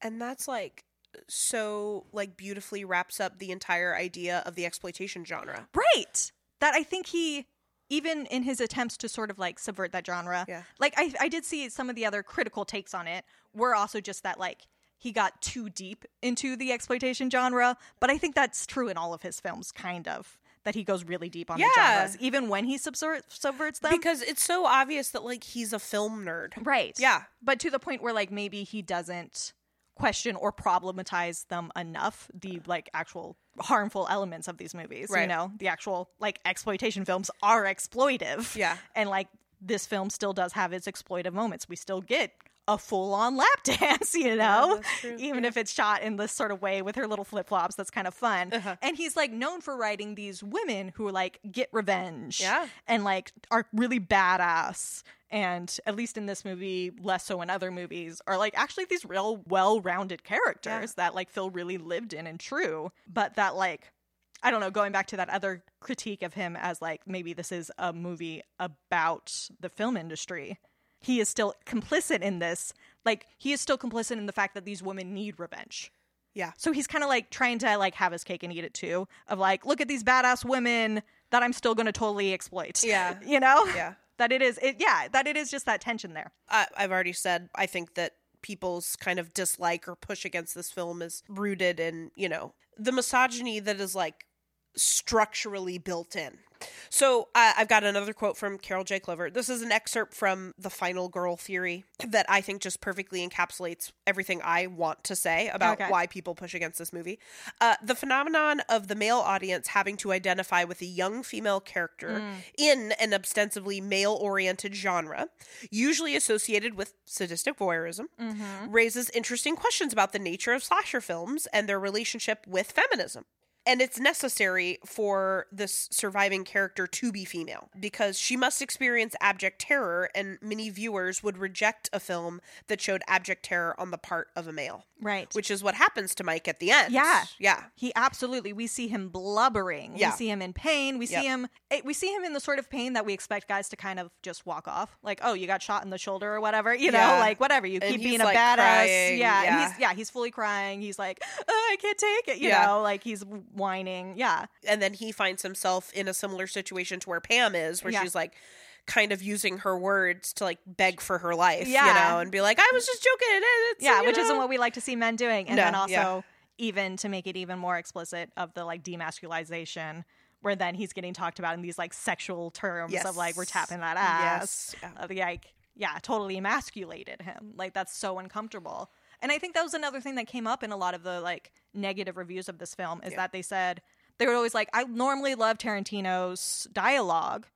S1: And that's like so like beautifully wraps up the entire idea of the exploitation genre.
S2: Right. That I think he even in his attempts to sort of like subvert that genre.
S1: Yeah.
S2: Like I I did see some of the other critical takes on it were also just that like he got too deep into the exploitation genre, but I think that's true in all of his films kind of that he goes really deep on the
S1: Yeah.
S2: genres even when he subsor- subverts them.
S1: Because it's so obvious that like he's a film nerd.
S2: right.
S1: Yeah.
S2: But to the point where like maybe he doesn't question or problematize them enough the like actual harmful elements of these movies you
S1: Right.
S2: know the actual like exploitation films are exploitive
S1: Yeah.
S2: and like this film still does have its exploitive moments we still get a full-on lap dance you know
S1: that's true.
S2: even if it's shot in this sort of way with her little flip-flops that's kind of fun
S1: Uh-huh.
S2: and he's like known for writing these women who like get revenge
S1: Yeah.
S2: and like are really badass and at least in this movie less so in other movies are like actually these real well-rounded characters that like feel really lived in and true but that like i don't know going back to that other critique of him as like maybe this is a movie about the film industry he is still complicit in this like he is still complicit in the fact that these women need revenge
S1: Yeah.
S2: so he's kind of like trying to like have his cake and eat it too of like look at these badass women that i'm still going to totally exploit
S1: Yeah.
S2: you know
S1: Yeah.
S2: that it is it yeah that it is just that tension there
S1: I, I've already said I think that people's kind of dislike or push against this film is rooted in you know the misogyny that is like structurally built in. So uh, I've got another quote from Carol J. Clover. This is an excerpt from The Final Girl Theory that I think just perfectly encapsulates everything I want to say about
S2: Okay.
S1: why people push against this movie. Uh, the phenomenon of the male audience having to identify with a young female character in an ostensibly male oriented genre, usually associated with sadistic voyeurism, raises interesting questions about the nature of slasher films and their relationship with feminism. And it's necessary for this surviving character to be female because she must experience abject terror, and many viewers would reject a film that showed abject terror on the part of a male,
S2: Right.
S1: which is what happens to Mike at the end.
S2: Yeah.
S1: Yeah.
S2: He absolutely. We see him blubbering.
S1: Yeah.
S2: We see him in pain. We
S1: Yep.
S2: see him. eh, We see him in the sort of pain that we expect guys to kind of just walk off, like, "Oh, you got shot in the shoulder or whatever," you know,
S1: Yeah.
S2: like whatever. You
S1: And
S2: keep
S1: he's,
S2: being a
S1: like,
S2: badass.
S1: crying. Yeah.
S2: Yeah. And he's yeah. He's fully crying. He's like, oh, "I can't take it," you
S1: Yeah.
S2: know, like he's whining. Yeah.
S1: And then he finds himself in a similar situation to where Pam is, where
S2: Yeah.
S1: she's like, kind of using her words to like beg for her life, you
S2: Yeah.
S1: know, and be like, I was just joking. and it's,
S2: yeah,
S1: you
S2: which
S1: know."
S2: isn't what we like to see men doing. And
S1: No,
S2: then also,
S1: yeah.
S2: even to make it even more explicit, of the like demasculization, where then he's getting talked about in these like sexual terms of like we're
S1: Yes.
S2: tapping that ass.
S1: Yes. Yeah.
S2: Uh, like yeah, totally emasculated him. Like that's so uncomfortable. And I think that was another thing that came up in a lot of the like negative reviews of this film is that they said they were always like, I normally love Tarantino's dialogue,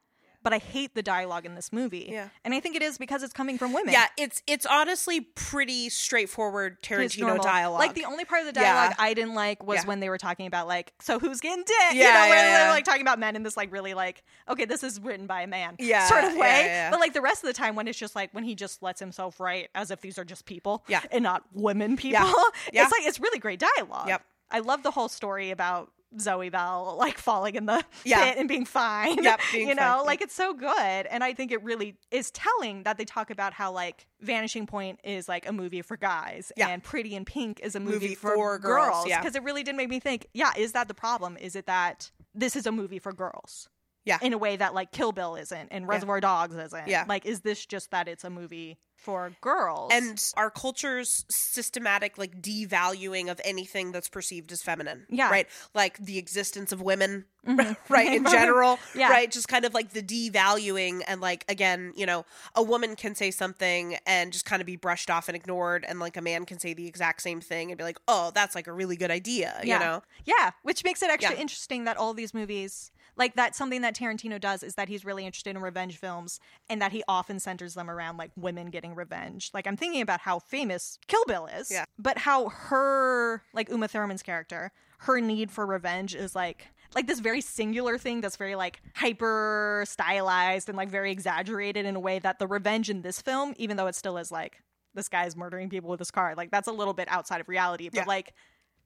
S2: but I hate the dialogue in this movie.
S1: Yeah.
S2: And I think it is because it's coming from women.
S1: Yeah, it's it's honestly pretty straightforward
S2: It's
S1: Tarantino
S2: normal.
S1: dialogue.
S2: Like the only part of the
S1: Yeah.
S2: dialogue I didn't like was
S1: Yeah.
S2: when they were talking about like, so who's getting dick? you
S1: Yeah,
S2: know, where
S1: yeah, yeah.
S2: they're like talking about men in this like really like, okay, this is written by a man,
S1: Yeah,
S2: sort of
S1: yeah,
S2: way.
S1: yeah, yeah.
S2: But like the rest of the time when it's just like when he just lets himself write as if these are just people,
S1: Yeah.
S2: and not women people.
S1: Yeah.
S2: It's like it's really great dialogue.
S1: Yep.
S2: I love the whole story about Zoe Bell like falling in the
S1: Yeah.
S2: pit and being fine.
S1: Yep, being
S2: you know,
S1: fine.
S2: like it's so good. And I think it really is telling that they talk about how like Vanishing Point is like a movie for guys
S1: Yeah.
S2: and Pretty in Pink is a movie,
S1: Movie
S2: for,
S1: for girls,
S2: girls.
S1: yeah.
S2: Because it really did make me think, yeah, is that the problem? Is it that this is a movie for girls?
S1: Yeah.
S2: In a way that like Kill Bill isn't and Reservoir Dogs isn't.
S1: Yeah.
S2: Like, is this just that it's a movie for girls?
S1: and our culture's systematic like devaluing of anything that's perceived as feminine.
S2: Yeah. Mm-hmm.
S1: Right? Like the existence of women right in general.
S2: Yeah.
S1: Right. Just kind of like the devaluing and like again, you know, a woman can say something and just kind of be brushed off and ignored and like a man can say the exact same thing and be like, Oh, that's like a really good idea,
S2: Yeah.
S1: you know?
S2: uh, Yeah, which makes it extra
S1: Yeah.
S2: interesting that all these movies, like that's something that Tarantino does, is that he's really interested in revenge films and that he often centers them around like women getting revenge. Like I'm thinking about how famous Kill Bill is,
S1: Yeah.
S2: but how her, like Uma Thurman's character, her need for revenge is like like this very singular thing that's very like hyper stylized and like very exaggerated in a way that the revenge in this film, even though it still is like this guy's murdering people with his car, like that's a little bit outside of reality, but
S1: Yeah.
S2: like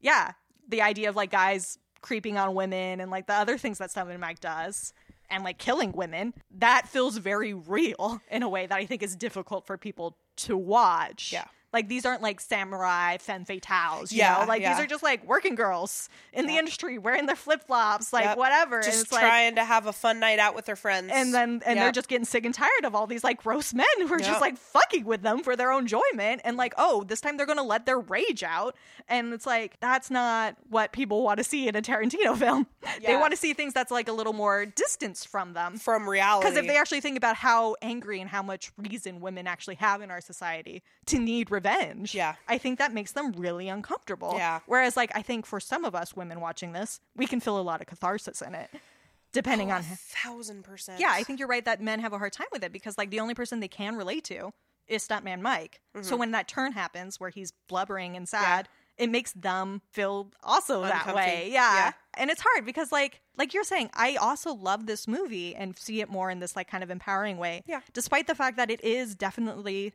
S2: yeah, the idea of like guys creeping on women and like the other things that Stubborn Mike does and like killing women, that feels very real in a way that I think is difficult for people to watch.
S1: Yeah.
S2: Like these aren't like samurai femme fatales, you
S1: Yeah,
S2: know? Like
S1: yeah.
S2: these are just like working girls in the
S1: Yep.
S2: industry wearing their flip flops, like
S1: Yep.
S2: whatever. and
S1: Just
S2: it's like
S1: trying to have a fun night out with her friends.
S2: and then and
S1: Yeah.
S2: they're just getting sick and tired of all these like gross men who are
S1: Yep.
S2: just like fucking with them for their own enjoyment and like oh this time they're gonna let their rage out and it's like that's not what people want to see in a tarantino film they
S1: Yeah.
S2: want to see things that's like a little more distance from them
S1: from reality.
S2: because if they actually think about how angry and how much reason women actually have in our society to need revenge,
S1: Yeah.
S2: I think that makes them really uncomfortable.
S1: Yeah.
S2: Whereas, like, I think for some of us women watching this, we can feel a lot of catharsis in it,
S1: Oh,
S2: depending on
S1: thousand percent.
S2: yeah, I think you're right that men have a hard time with it because like the only person they can relate to is stuntman Mike.
S1: Mm-hmm.
S2: So when that turn happens where he's blubbering and sad, it makes them feel also that
S1: Uncomfy.
S2: way. Yeah.
S1: Yeah.
S2: And it's hard because like like you're saying, I also love this movie and see it more in this like kind of empowering way.
S1: Yeah.
S2: Despite the fact that it is definitely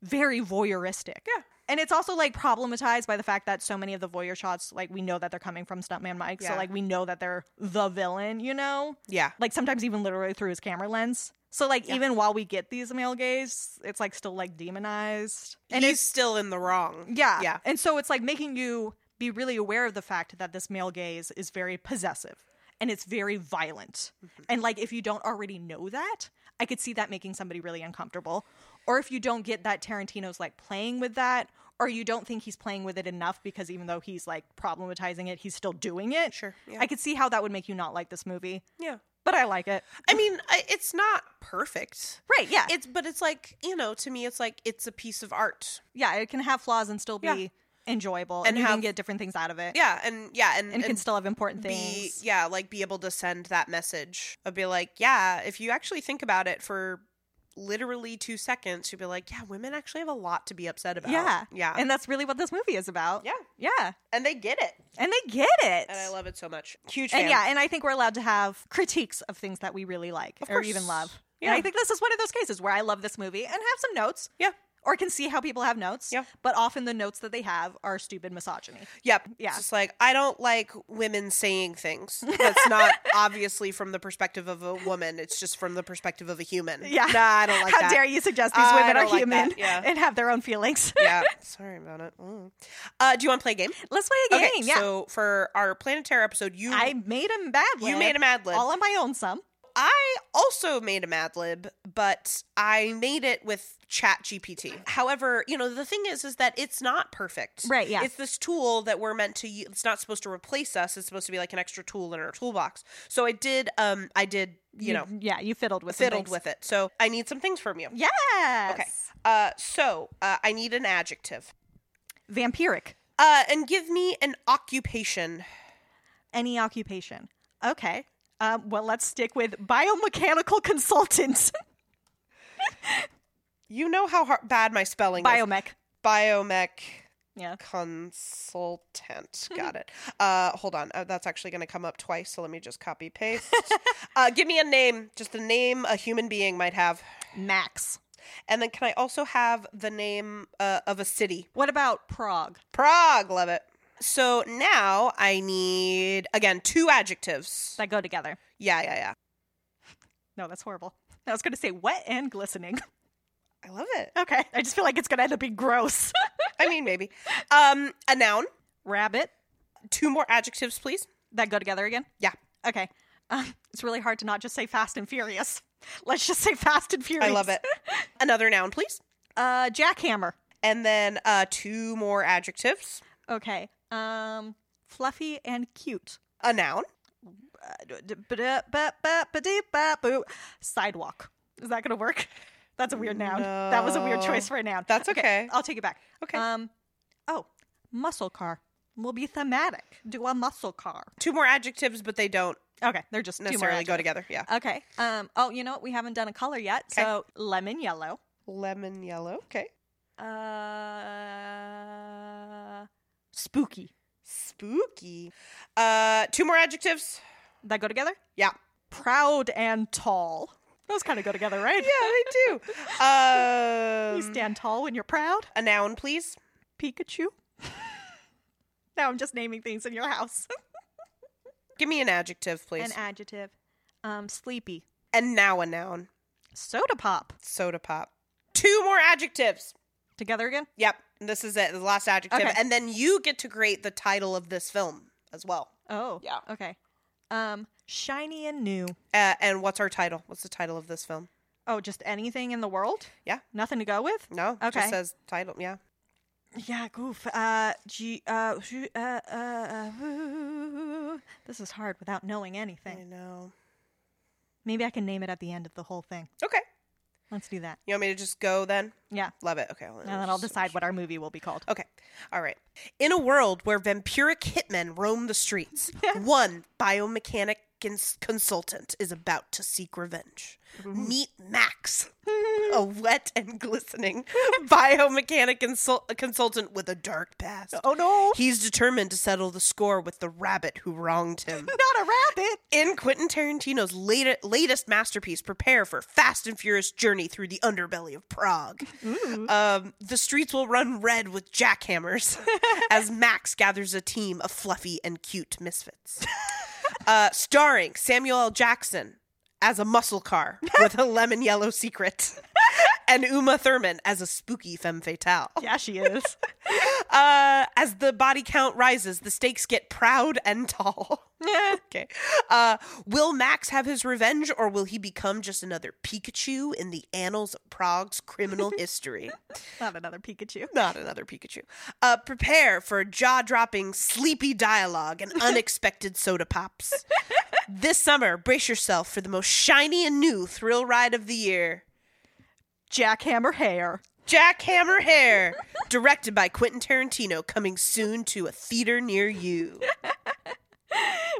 S2: very voyeuristic.
S1: Yeah.
S2: And it's also like problematized by the fact that so many of the voyeur shots, like we know that they're coming from Stuntman Mike.
S1: Yeah.
S2: So like we know that they're the villain, you know?
S1: yeah,
S2: like sometimes even literally through his camera lens. So like
S1: Yeah.
S2: even while we get these male gays, it's like still like demonized.
S1: and he's still in the wrong.
S2: Yeah.
S1: yeah,
S2: And so it's like making you be really aware of the fact that this male gaze is very possessive and it's very violent.
S1: Mm-hmm.
S2: And like if you don't already know that, I could see that making somebody really uncomfortable. Or if you don't get that Tarantino's like playing with that or you don't think he's playing with it enough because even though he's like problematizing it, he's still doing it.
S1: Sure. Yeah.
S2: I could see how that would make you not like this movie,
S1: yeah.
S2: but I like it.
S1: I mean, I, it's not perfect.
S2: Right? Yeah.
S1: It's but it's like, you know, to me it's like it's a piece of art.
S2: yeah. It can have flaws and still be
S1: Yeah.
S2: enjoyable,
S1: And
S2: and, you
S1: have-
S2: can get different things out of it,
S1: Yeah, and yeah, and,
S2: and,
S1: and
S2: can still have important
S1: be
S2: things.
S1: yeah, like be able to send that message. I'd be like, yeah, if you actually think about it for literally 2 seconds, you'd be like, yeah, women actually have a lot to be upset about.
S2: Yeah.
S1: Yeah.
S2: And that's really what this movie is about.
S1: yeah,
S2: Yeah.
S1: and they get it.
S2: And they get it.
S1: And I love it so much. Huge fan.
S2: And yeah, and I think we're allowed to have critiques of things that we really like
S1: Of
S2: or even
S1: course.
S2: love.
S1: Yeah.
S2: And I think this is one of those cases where I love this movie and have some notes.
S1: Yeah.
S2: Or can see how people have notes.
S1: Yeah.
S2: But often the notes that they have are stupid misogyny.
S1: Yep.
S2: Yeah.
S1: It's just like I don't like women saying things. That's not obviously from the perspective of a woman. It's just from the perspective of a human.
S2: Yeah.
S1: Nah, I don't like
S2: how
S1: that.
S2: dare you suggest these
S1: I
S2: women are
S1: don't like that.
S2: human
S1: Yeah.
S2: and have their own feelings?
S1: yeah. Sorry about it. Mm. Uh, do you want to play a game?
S2: Let's play a game. yeah.
S1: So for our Planetary episode, you
S2: I made him bad.
S1: you made a Mad Lib.
S2: all on my own some.
S1: I also made a Mad Lib, but I made it with Chat GPT. However, you know, the thing is, is that it's not perfect.
S2: Right, yeah.
S1: It's this tool that we're meant to use. It's not supposed to replace us. It's supposed to be like an extra tool in our toolbox. So I did, um, I did, you, know,
S2: Yeah, you fiddled with some
S1: fiddled
S2: things.
S1: with it. So I need some things from you.
S2: Yes.
S1: Okay. Uh, so uh, I need an adjective.
S2: Vampiric.
S1: Uh, and give me an occupation.
S2: any occupation. Okay. Um, well, let's stick with biomechanical consultant.
S1: You know how hard, bad my spelling is.
S2: Biomech.
S1: Biomech.
S2: Yeah.
S1: consultant. Got it. Uh, hold on. Uh, that's actually going to come up twice, so let me just copy paste. uh, give me a name, just a name a human being might have.
S2: Max.
S1: And then can I also have the name uh, of a city?
S2: What about Prague?
S1: Prague. Love it. So now I need, again, two adjectives.
S2: That go together.
S1: yeah, yeah, yeah.
S2: No, that's horrible. I was going to say wet and glistening.
S1: I love it.
S2: Okay. I just feel like it's going to end up being gross.
S1: I mean, maybe. Um, a noun.
S2: Rabbit.
S1: Two more adjectives, please.
S2: That go together again?
S1: Yeah.
S2: Okay. Um, it's really hard to not just say fast and furious. Let's just say fast and furious.
S1: I love it. Another noun, please.
S2: Uh, jackhammer.
S1: And then uh, two more adjectives.
S2: Okay. Um, fluffy and cute.
S1: A noun.
S2: Uh, d- ba- da- ba- ba- ba- dee- ba- boo. sidewalk. Is that going to work? That's a weird noun. That was a weird
S1: No.
S2: choice for a noun.
S1: That's okay.
S2: I'll take it back.
S1: Okay.
S2: Um, oh, muscle car will be thematic. Do a muscle car.
S1: two more adjectives, but they don't
S2: Okay, they're just
S1: necessarily
S2: two more
S1: go together. Yeah.
S2: adjectives. Okay. Um. Oh, you know what? We haven't done a color yet.
S1: Okay.
S2: So lemon yellow.
S1: Lemon yellow. Okay.
S2: Uh, spooky.
S1: Spooky. Uh two more adjectives.
S2: That go together?
S1: Yeah.
S2: Proud and tall. Those kind of go together, right?
S1: Yeah, they
S2: You
S1: do. Um,
S2: stand tall when you're proud.
S1: a noun, please.
S2: Pikachu. now I'm just naming things in your house.
S1: Give me an adjective, please.
S2: An adjective. Um, sleepy.
S1: and now a noun.
S2: Soda pop.
S1: Soda pop. Two more adjectives.
S2: Together again?
S1: Yep. This is it. The last adjective.
S2: Okay.
S1: And then you get to create the title of this film as well.
S2: Oh.
S1: Yeah.
S2: Okay. Um, shiny and new.
S1: Uh, and what's our title? What's the title of this film?
S2: Oh, just anything in the world?
S1: Yeah.
S2: Nothing to go with?
S1: No. It
S2: Okay.
S1: just says title. Yeah.
S2: Yeah, goof. Uh, G, uh, sh- uh, uh, uh, ooh. this is hard without knowing
S1: I
S2: anything.
S1: know.
S2: Maybe I can name it at the end of the whole thing.
S1: Okay.
S2: Let's do that.
S1: You want me to just go then?
S2: Yeah.
S1: Love it. Okay. well,
S2: And then I'll
S1: so-
S2: decide what our movie will be called.
S1: Okay. All right. In a world where vampiric hitmen roam the streets, one biomechanic cons- consultant is about to seek revenge.
S2: Mm-hmm.
S1: Meet Max, a wet and glistening biomechanic consul- consultant with a dark past.
S2: Oh no!
S1: He's determined to settle the score with the rabbit who wronged him.
S2: Oh, Not a rabbit!
S1: In Quentin Tarantino's late, latest masterpiece, prepare for fast and furious journey through the underbelly of Prague. Um, the streets will run red with jackhammers as Max gathers a team of fluffy and cute misfits. Uh, starring Samuel L. Jackson as a muscle car with a lemon yellow secret. and Uma Thurman as a spooky femme fatale.
S2: Yeah, she is.
S1: Uh, as the body count rises, the stakes get proud and tall. okay. Uh, will Max have his revenge, or will he become just another Pikachu in the annals of Prague's criminal history?
S2: Not another Pikachu.
S1: Not another Pikachu. Uh, prepare for jaw dropping, sleepy dialogue and unexpected soda pops. this summer, brace yourself for the most shiny and new thrill ride of the year.
S2: Jackhammer hair.
S1: Jackhammer Hair, directed by Quentin Tarantino, coming soon to a theater near you.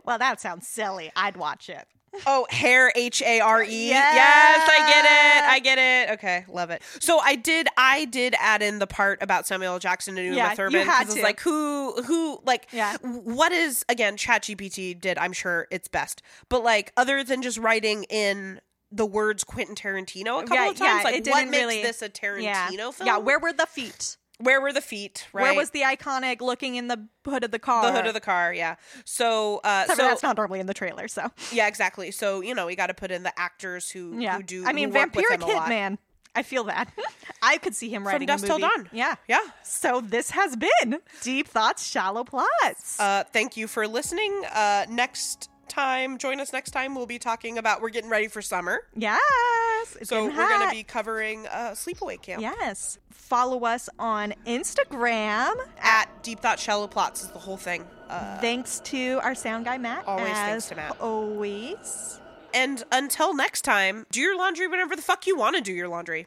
S2: Well, that sounds silly. I'd watch it.
S1: Oh, hair, H A R E.
S2: Yes.
S1: Yes, I get it. I get it. Okay, love it. So I did. I did add in the part about Samuel L. Jackson and Uma
S2: Yeah, you
S1: Thurman
S2: had
S1: it's
S2: to.
S1: like who, who, like,
S2: Yeah.
S1: what is again? ChatGPT did. I'm sure it's best, but like other than just writing in the words Quentin Tarantino a couple
S2: Yeah,
S1: of times,
S2: yeah,
S1: like
S2: it
S1: what
S2: didn't
S1: makes
S2: really-
S1: this a Tarantino
S2: yeah.
S1: film?
S2: Yeah, where were the feet?
S1: where were the feet? Right?
S2: Where was the iconic looking in the hood of the car?
S1: the hood of the car yeah so uh
S2: Except for
S1: so
S2: that's not normally in the trailer, so.
S1: yeah exactly so you know we got to put in the actors who
S2: Yeah.
S1: who do
S2: I mean,
S1: who work with
S2: Vampiric
S1: him a lot.
S2: Hitman. I feel that. I could see him writing
S1: Dusk
S2: a
S1: Till
S2: movie.
S1: Dawn.
S2: Yeah.
S1: yeah
S2: So this has been Deep Thoughts, Shallow Plots.
S1: uh thank you for listening uh next time join us next time we'll be talking about we're getting ready for summer
S2: yes. It's
S1: so
S2: getting
S1: we're gonna
S2: hot.
S1: be covering uh sleepaway camp
S2: Yes. Follow us on Instagram.
S1: at deep thought shallow plots is the whole thing uh
S2: thanks to our sound guy Matt.
S1: Always
S2: as
S1: thanks to Matt.
S2: Always.
S1: and until next time do your laundry whenever the fuck you want to do your laundry